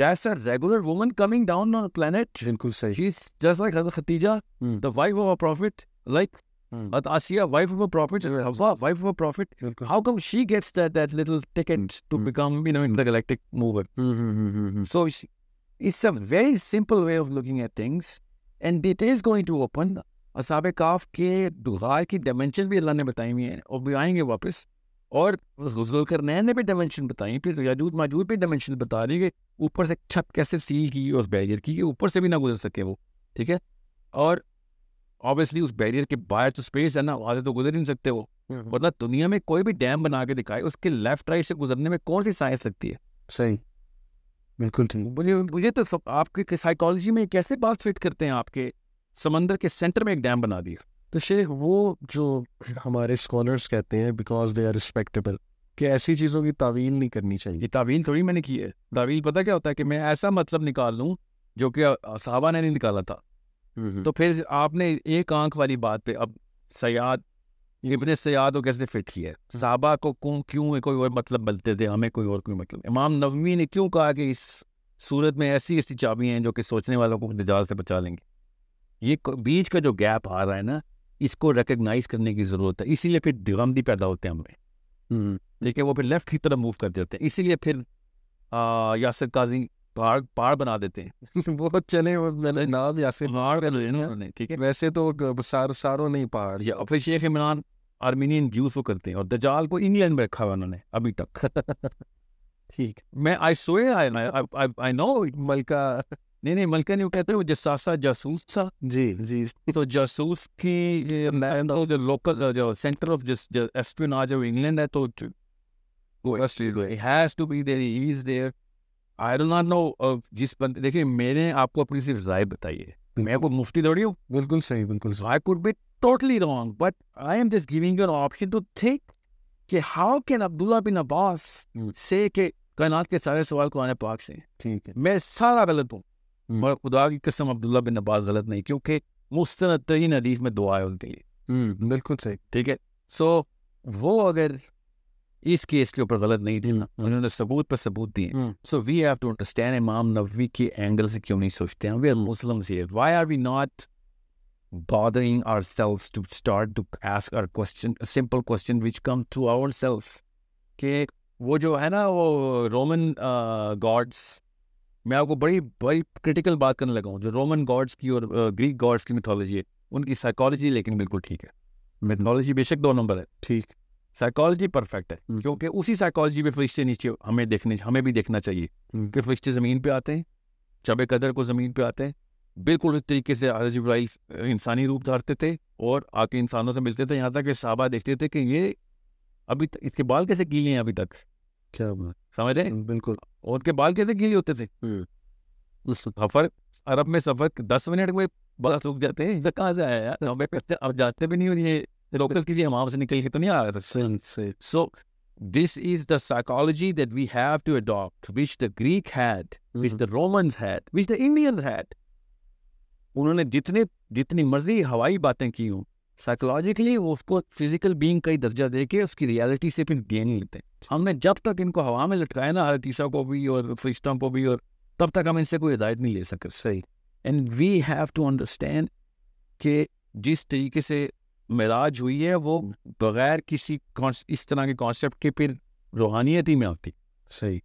that's a regular woman coming down on a planet
बिल्कुल सही
she's just like Hazrat Khatija
Hmm.
the wife of a prophet like
Hmm.
Hazrat Asiya तो wife of a prophet uh, Hafsa wife of a prophet
बिल्कुल
how come she gets that that little ticket to
Hmm.
become you know intergalactic mover so she, it's a very simple way of looking at things and it is going to open असाब काफ के दुगार की dimension भी अल्लाह ने बताई हुई है और भी आएंगे वापस और जुलकरनैन ने भी डायमेंशन बताई फिर याजूद माजूद भी डायमेंशन बता रही है कि ऊपर से छत कैसे सील की उस बैरियर की कि ऊपर से भी ना गुजर सके वो ठीक है और ऑब्वियसली उस बैरियर के बाहर तो स्पेस है ना वहाँ से तो गुजर ही नहीं सकते वो
हम्म।
वरना दुनिया में कोई भी डैम बना के दिखाए उसके लेफ्ट राइट से गुजरने में कौन सी साइंस लगती है
सही बिल्कुल ठीक
मुझे मुझे तो सब आपके साइकोलॉजी में कैसे बात फिट करते हैं आपके समंदर के सेंटर में एक डैम बना दिया
तो शेख वो जो हमारे स्कॉलर्स कहते हैं बिकॉज दे आर रिस्पेक्टेबल कि ऐसी चीज़ों की तावील नहीं करनी चाहिए
ये तावील थोड़ी मैंने की है तावील पता क्या होता है कि मैं ऐसा मतलब निकाल लूँ जो कि साहबा ने नहीं निकाला था
हम्म।
तो फिर आपने एक आंख वाली बात पे अब सयाद इब्ने सयाद को कैसे फिट किया है साहबा को क्यों क्यों कोई और मतलब मिलते थे हमें कोई और कोई मतलब इमाम नवमी ने क्यों कहा कि इस सूरत में ऐसी ऐसी चाबियां हैं जो कि सोचने वालों को दजाल से बचा लेंगे ये को- बीच का जो गैप आ रहा है ना इसको रिकग्नाइज करने की ज़रूरत है इसीलिए फिर दिगम भी पैदा होते हैं हमें ठीक है वो फिर लेफ्ट की तरफ मूव कर देते हैं इसीलिए फिर आ, यासिर काजी पहाड़ पहाड़ बना देते हैं
वो चले वो मैंने नाम या फिर
पहाड़ कर लेना उन्होंने, ठीक है
वैसे तो ग- सार, सारों नहीं पहाड़
या फिर शेख इमरान आर्मीनियन जूस वो करते हैं और दजाल को इंग्लैंड में रखा हुआ है उन्होंने अभी तक
ठीक
मैं आई सोए आई नो
मलका
नहीं नहीं मलका नहीं वो कहते हैं, वो जसासा जासूस था
जी जी
तो जासूस की ये, तो जो लोकल जो सेंटर ऑफ जिस एस्पिनाज ऑफ इंग्लैंड है तो
बस ये दो।
He has to be there. He is there. I do not know uh, जिस बंदे देखिए मैंने आपको अपनी सिर्फ राय बताई है मैं कोई मुफ्ती दौड़ी हूँ
बिल्कुल सही बिल्कुल सही
I could be totally wrong but I am just giving you an option to think कि how can Abdullah bin Abbas
Hmm.
से के कायनात के सारे सवाल कुरान पाक से हैं।
ठीक है
मैं सारा गलत हूँ
Hmm.
मगर खुदा की कसम अब्दुल्ला बिन अब्बास गलत नहीं क्योंकि मुस्तनद तरीन हदीस में दुआ है उनके लिए
हम्म, बिल्कुल सही
ठीक है सो वो अगर इस केस के ऊपर गलत नहीं थी ना
हम्म,
उन्होंने सबूत पर सबूत दिए
हम्म।
So we have to understand इमाम नबवी के एंगल से क्यों नहीं सोचते हैं we are Muslims here why are we not bothering ourselves to start to ask our question a simple question which come to ourselves कि वो जो है ना वो uh, रोमन गॉड्स मैं आपको बड़ी बड़ी क्रिटिकल बात करने लगा हूँ जो रोमन गॉड्स की और ग्रीक गॉड्स की मिथोलॉजी है उनकी साइकोलॉजी लेकिन बिल्कुल ठीक है मिथोलॉजी बेशक दो नंबर है
ठीक
साइकोलॉजी परफेक्ट है
हम्म।
क्योंकि उसी साइकोलॉजी में फरिश्ते नीचे हमें देखने हमें भी देखना चाहिए
हम्म।
कि फरिश्ते ज़मीन पे आते हैं शब कदर को ज़मीन पे आते हैं बिल्कुल उस तरीके से हजरत इब्राहिम अ, इंसानी रूप धारते थे और आके इंसानों से मिलते थे यहाँ तक कि साहबा देखते थे कि ये अभी तक इसके बाल कैसे गीले हैं अभी तक
क्या बात
समझ रहे हैं
बिल्कुल
और उनके बाल कैसे गीले होते थे
हम्म।
सफ़र अरब में सफ़र दस मिनट में बाल सूख जाते हैं ये कहाँ से आया यार तो हमें अब जाते भी नहीं और ये लोकल किसी हमाम से निकल के तो नहीं आ रहा था
सही सही
So, this is the psychology that we have to adopt, which the Greek had, which
Mm-hmm.
the Romans had, which the Indians had. उन्होंने जितने जितनी मर्जी हवाई बातें की हों साइकोलॉजिकली वो उसको फिजिकल बीइंग का ही दर्जा दे के उसकी रियलिटी से फिर गेन लेते हैं हमने जब तक इनको हवा में लटकाया ना हर तीसरा को भी और फरिश्तों को भी और तब तक हम इनसे कोई हिदायत नहीं ले सके
सही
and we have to understand कि जिस तरीके से मराज हुई है वो बगैर किसी कॉन्स- इस तरह के कॉन्सेप्ट के फिर रूहानियत ही में आती
सही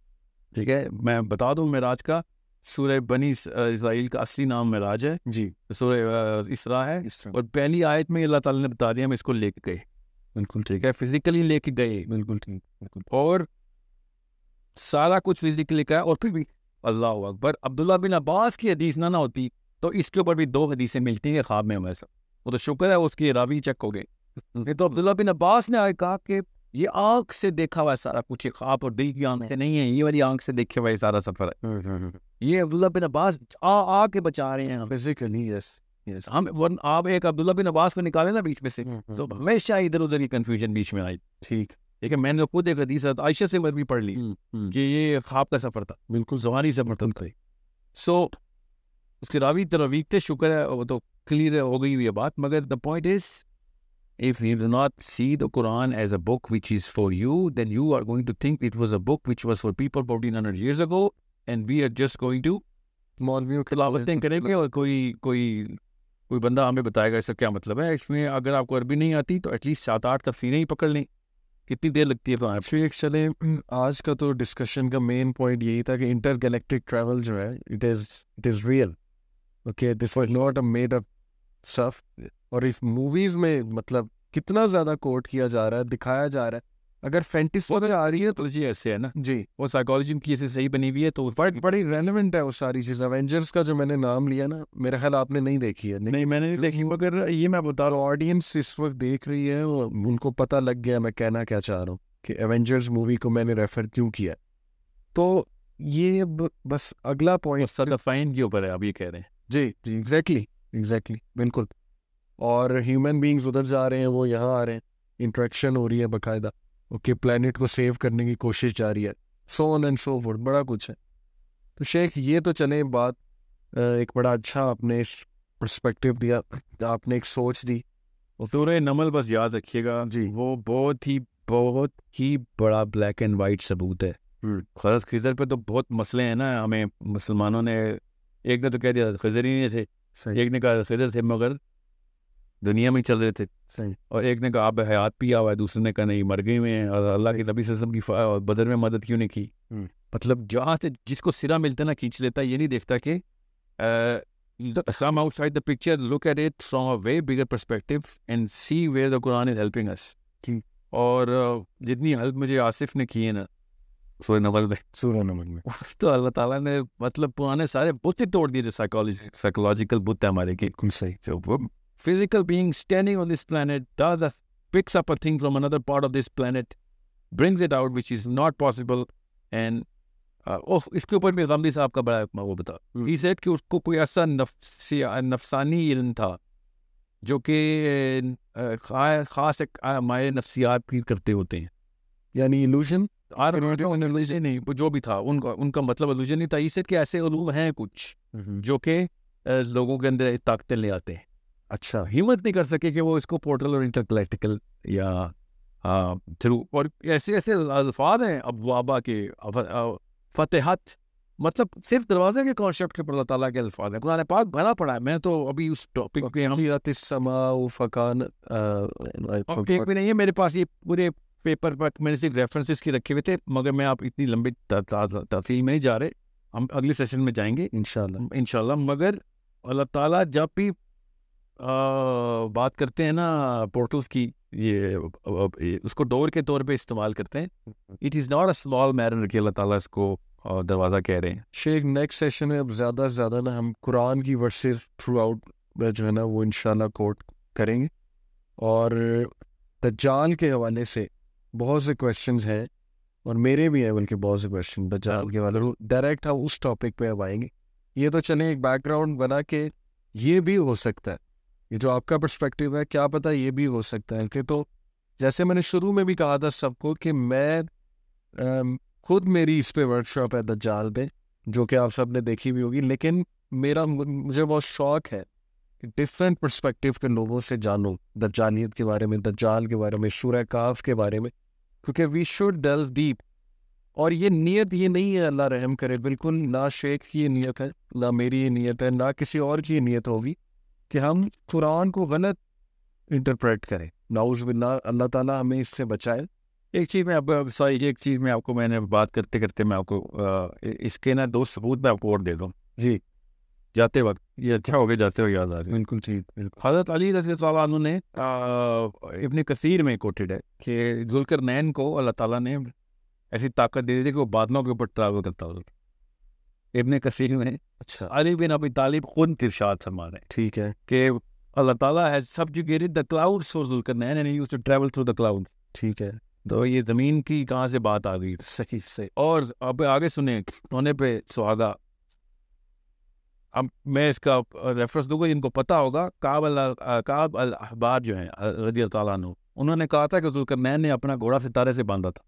ठीक है मैं बता दूं मराज का सूर्य बनी इस- अ, इसराइल का असली नाम मराज है
जी
सूर्य इसरा है
इस तरह
और पहली आयत में अल्लाह ताला ने बता दिया हम इसको लेके गए
बिल्कुल ठीक
ठीक है फिजिकली लेके गए
बिल्कुल ठीक बिल्कुल
और सारा कुछ फिजिकली का है और फिर भी अल्लाह हू अकबर अब्दुल्ला बिन अब्बास की हदीस ना ना होती तो इसके ऊपर भी दो हदीसें मिलती हैं ख्वाब में हमें ऐसा वो तो शुक्र है उसकी रावी चेक हो गए नहीं तो अब्दुल्ला बिन अब्बास ने आगे कहा कि ये आंख से देखा हुआ है सारा कुछ ये ख्वाब और दिल की आंख से नहीं है ये वाली आंख से देखे हुआ ये सारा सफर है
हम्म,
ये अब्दुल्ला बिन अब्बास आ आ के बचा रहे हैं
हाँ,
हमें।
फिजिकली यस यस
हम वरन आप एक अब्दुल्ला बिन अब्बास को निकाले ना बीच में से तो
तो
हमेशा इधर उधर की कंफ्यूजन बीच में आई
ठीक हम्म,
ठीक है मैंने खुद एक हदीस आयशा से भी पढ़ ली कि ये ख्वाब का सफर था
बिल्कुल
जवानी से बर्तन थे सो उसके रावी तरवीक थे शुक्र है वो तो क्लियर हो गई हुई है बात मगर the point is If you do not see the Quran as a book which is for you, then you are going to think it was a book which was for people 1400 years ago, and we are just going to
मौलवियों के मतलब
तलावतें करेंगे और कोई कोई कोई बंदा हमें बताएगा इसका क्या मतलब है इसमें अगर आपको अरबी नहीं आती तो एटलीस्ट सात आठ तफसीरें ही पकड़ लें कितनी देर लगती है तो आप
फिर चले आज का तो डिस्कशन का मेन पॉइंट यही था कि इंटरगैलेक्टिक ट्रैवल जो है it is it is real okay this was not a made up stuff और इस मूवीज में मतलब कितना ज्यादा कोट किया जा रहा है दिखाया जा रहा है अगर फैंटेसी में आ रही है तो
साइकोलॉजी ऐसे है ना
जी
वो साइकोलॉजी की ऐसे सही बनी हुई है तो
बट बड़ी रेलेवेंट है वो सारी चीज एवेंजर्स का जो मैंने नाम लिया ना मेरा ख्याल आपने नहीं देखी है
नहीं मैंने नहीं देखी मगर ये मैं बता रहा
और ऑडियंस इस वक्त देख रही है और उनको पता लग गया मैं कहना क्या चाह रहा हूँ कि एवेंजर्स मूवी को मैंने रेफर क्यों किया तो ये ब, बस अगला
हूँ
पॉइंट
सर फाइन के ऊपर है आप ये कह रहे हैं
जी जी एग्जैक्टली एग्जैक्टली बिल्कुल और ह्यूमन बींग्स उधर जा रहे हैं वो यहाँ आ रहे हैं इंट्रैक्शन हो रही है बाकायदा ओके प्लानट को सेव करने की कोशिश जारी है so on and so forth बड़ा कुछ है तो शेख ये तो चले बात अ, एक बड़ा अच्छा आपने पर्सपेक्टिव दिया आपने एक सोच दी
सूर्य तो नमल बस याद रखिएगा
जी।
वो बहुत ही बहुत ही बड़ा ब्लैक एंड वाइट सबूत है
हम्म।
खरस खिजर पे तो बहुत मसले हैं ना हमें मुसलमानों ने एक ने तो कह दिया था, खिजर ही नहीं थे
सही
एक ने कहा खिजर थे मगर दुनिया में ही चल रहे थे
सही
और एक ने कहा आप हयात पिया हुआ है दूसरे ने कहा नहीं मर गए हुए हैं और अल्लाह के नबी वसल्लम की फा- और बदर में मदद क्यों नहीं की
हम्म।
मतलब जहाँ से जिसको सिरा मिलता है ना खींच लेता है ये नहीं देखता कि some outside the picture look at it from a way bigger perspective and see where the Quran is helping us
ठीक।
और uh, जितनी हेल्प मुझे आसिफ ने की है ना सोए नवल में
सूर्य नमन में
तो अल्लाह ताला ने मतलब पुराने सारे बुत ही तोड़ दिए जो साइकोलॉजी साइकोलॉजिकल बुत है हमारे के
बिल्कुल सही
So, um, physical being standing on this planet does a, picks up a thing from another part of this planet, brings it out, which is not possible. And uh, oh, इसके ऊपर भी गमली साहब का बड़ा मैं वो बता
हम्म।
ही सेड कि उसको कोई ऐसा नफ्सी नफसानी इल्म था जो कि अ, खा- खास एक अ, मायरे नफसियात भी करते होते हैं
यानी इल्यूजन
आर नहीं वो जो भी था उनका उनका मतलब अलूजन नहीं था ही सेड कि ऐसे उलूम हैं कुछ
हम्म।
जो कि अ, लोगों के अंदर ताकतें ले आते हैं
अच्छा
हिम्मत नहीं कर सके कि वो इसको पोर्टल और इंटरगैलेक्टिकल या थ्रू हाँ, और ऐसे ऐसे अल्फाज हैं अब वाबा के अफ- अ, फतेहत मतलब सिर्फ दरवाजे के कॉन्सेप्ट के ऊपर अल्लाह ताला के अल्फाज हैं कुरान पाक भरा पड़ा है मैं तो अभी उस टॉपिक पे हम
फकान
टॉपिक पे नहीं है मेरे पास ये पूरे पेपर पर मैंने सिर्फ रेफरेंसेस के रखे हुए थे मगर मैं आप इतनी लंबी त- त- त- तफसील में नहीं जा रहे हम अगले सेशन में जाएंगे
इंशाल्लाह
इंशाल्लाह मगर अल्लाह ताला जब भी आ, बात करते हैं ना पोर्टल्स की ये अब- अब ये उसको डोर के तौर पे इस्तेमाल करते हैं
हम्म।
It is not a small matter कि अल्लाह ताला इसको आ, दरवाज़ा कह रहे हैं
शेख नेक्स्ट सेशन में अब ज़्यादा से ज़्यादा ना हम कुरान की वर्सेस थ्रू आउट जो है ना वो इंशाल्लाह कोट करेंगे और दज्जाल के हवाले से बहुत से क्वेश्चंस हैं और मेरे भी हैं बल्कि बहुत से क्वेश्चन दज्जाल के हवाले से। डायरेक्ट हम उस टॉपिक पे अब आएंगे ये तो चले एक बैकग्राउंड बना के ये भी हो सकता है ये जो आपका पर्सपेक्टिव है क्या पता ये भी हो सकता है कि तो जैसे मैंने शुरू में भी कहा था सबको कि मैं अम, खुद मेरी इस पे वर्कशॉप है दज्जाल पे जो कि आप सबने देखी भी होगी लेकिन मेरा मुझे बहुत शौक है कि डिफरेंट पर्सपेक्टिव के लोगों से जानूं दज्जालियत के बारे में दज्जाल के बारे में शूर काफ के बारे में क्योंकि वी शुड डेल्व डीप और ये नीयत ये नहीं है अल्लाह रहम करे बिल्कुल ना शेख की ये नीयत है ना मेरी ये नीयत है ना किसी और की ये नीयत होगी कि हम कुरान को गलत इंटरप्रेट करें नाउज बिल्ला अल्लाह ताला हमें इससे बचाए
एक चीज़ मैं अब सॉरी एक चीज़ में आपको मैंने बात करते करते मैं आपको आ, इ- इसके ना दो सबूत मैं आपको और दे दूँ
जी।
जाते वक्त ये अच्छा हो गया जाते वक्त याद आ गया
बिल्कुल ठीक बिल्कुल
हज़रत अली रजी तु ने इबन कसीर में कोटेड है कि जुलकर नैन को अल्लाह ताला ने ऐसी ताकत दे दी थी कि वो बादलों के ऊपर ट्रैवल करता हो इबन कसीर में
अच्छा
अली बिन अबी तालिब खुद इरशाद फरमा रहे हैं
ठीक है
कि अल्लाह ताला has subjugated the clouds for जुलकर नैन and used to travel through the cloud
ठीक है
तो ये ज़मीन की कहाँ से बात आ गई
सही सही
और अब आगे सुने सोने पे सुहागा अब मैं इसका रेफरेंस दूंगा जिनको पता होगा काब अल अ, काब अल अहबार जो हैं अ, रजी ताला नु उन्होंने कहा था कि जुल्करनैन ने अपना घोड़ा सितारे से बांधा था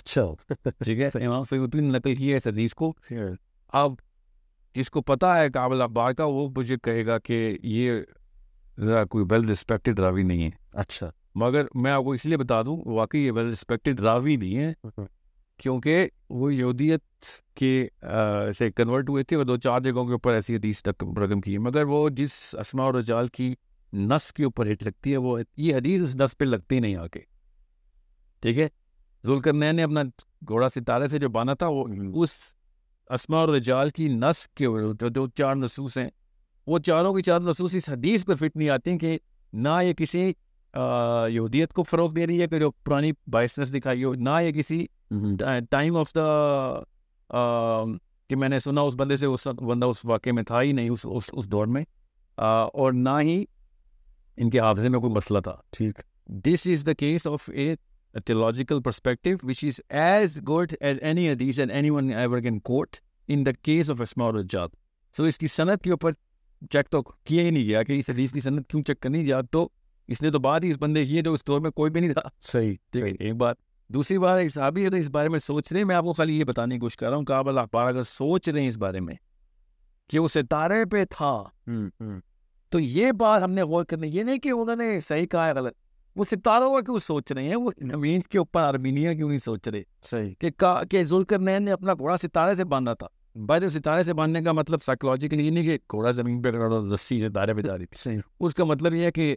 अच्छा
ठीक है इमाम सयूदी ने नकल की है इस हदीस को अब जिसको पता है काब अल अखबार का वो मुझे कहेगा कि ये ज़रा कोई वेल रिस्पेक्टेड रावी नहीं है
अच्छा
मगर मैं आपको इसलिए बता दूं वाकई ये वेल रिस्पेक्टेड रावी नहीं है क्योंकि वो यहूदियत के अ, से कन्वर्ट हुए थे और दो चार जगहों के ऊपर ऐसी हदीस तक रकम की है मगर वो जिस असमा और रजाल की नस के ऊपर हिट लगती है वो ये हदीस उस नस पे लगती नहीं आके ठीक है जुलकर ने अपना घोड़ा सितारे से जो बाना था वो उस असमा और रजाल की नस के ऊपर, जो जो चार नसूस हैं वो चारों की चारों नसूस इस हदीस पर फिट नहीं आती कि ना ये किसी अ, यहूदियत को फ़रोग दे रही है कि जो पुरानी बाइसनेस दिखाई हो ना ये किसी टाइम ऑफ द कि मैंने सुना उस बंदे से उस बंदा उस वाक़े में था ही नहीं उस उस, उस दौर में अ, और ना ही इनके हाफजे में कोई मसला था ठीक this is the case of a theological perspective which is as good as any of these that anyone ever can quote in the case of Asma और Rajab. So इसकी सनत के ऊपर चेक तो किया ही नहीं गया कि इस हदीस की सनत क्यों चेक करनी जा तो इसने तो बात ही इस बंदे की है जो उस दौर में कोई भी नहीं था
सही
ठीक है एक बात दूसरी बात एक साहबी है तो इस बारे में सोच रहे हैं मैं आपको खाली ये बताने की कोशिश कर रहा हूँ काबल अखबार अगर सोच रहे हैं इस बारे में कि वो सितारे पे था
हम्म,
तो ये बात हमने गौर करनी ये नहीं कि उन्होंने सही कहा है गलत वो सितारों का क्यों सोच रहे हैं वो नवीन के ऊपर आर्मीनिया क्यों नहीं सोच रहे
सही
कि का कि जुल्करनैन ने अपना घोड़ा सितारे से बांधा था भाई तो सितारे से बांधने का मतलब साइकोलॉजिकली ये नहीं कि घोड़ा जमीन पे खड़ा और रस्सी सितारे पे जा रही
सही
उसका मतलब ये है कि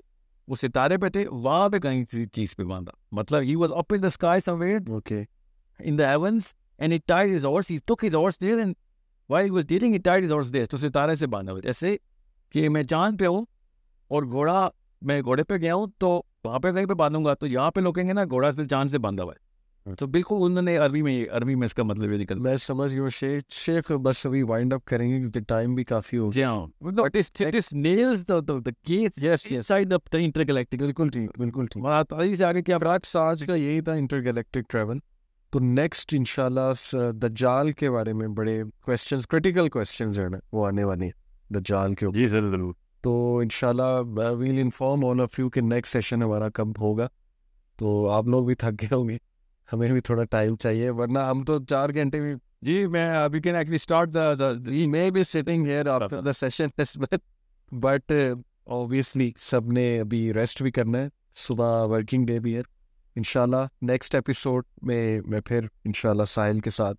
वो सितारे पे थे वहां पे कहीं किसी चीज पे बांधा मतलब he was up in the sky somewhere
okay
in the heavens and he tied his horse. He took his horse there and while he was dealing, he tied his horse there. तो सितारे से बांधा हुआ जैसे कि मैं चांद पे हूँ और घोड़ा मैं घोड़े पे गया हूँ तो वहाँ पे कहीं पे बांधूंगा तो यहाँ पे लोग कहेंगे ना घोड़ा से चांद से बांधा हुआ है तो बिल्कुल उन्होंने अरबी में अरबी में इसका मतलब ये निकल
मैं समझ गया शेख शेख बस अभी वाइंड अप करेंगे क्योंकि टाइम भी काफी हो
जी हाँ But this, this nails तो, the, the, the case
yes yes
inside the, the intergalactic.
बिल्कुल ठीक बिल्कुल ठीक
वहाँ ताली से आगे क्या
फ्रैक्स आज का यही था इंटरगैलेक्टिक ट्रैवल तो नेक्स्ट इंशाल्लाह दज्जाल के बारे में बड़े क्वेश्चंस क्रिटिकल क्वेश्चंस है ना वो आने वाले हैं दज्जाल के ऊपर
जी सर जरूर
तो इंशाल्लाह will inform all of you कि नेक्स्ट सेशन हमारा कब होगा तो आप लोग भी थक गए होंगे हमें भी थोड़ा टाइम चाहिए वरना हम तो चार घंटे भी
जी मैं we can actually start the
we may be sitting here after the session as well. But uh, obviously सबने अभी रेस्ट भी करना है सुबह वर्किंग डे भी है इंशाल्लाह नेक्स्ट एपिसोड में मैं फिर इंशाल्लाह साहिल के साथ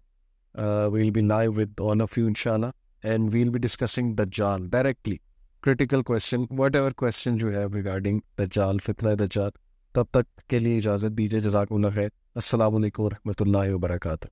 will be live with all of you इंशाल्लाह एंड वील बी डिस्कसिंग दज्जाल directly critical question whatever question जो है रिगार्डिंग दज्जाल फितना दज्जाल तब तक के लिए इजाज़त दीजिए जजाकुल्ला खैर अस्सलाम वालेकुम वरहमतुल्लाहि वबरकातुहू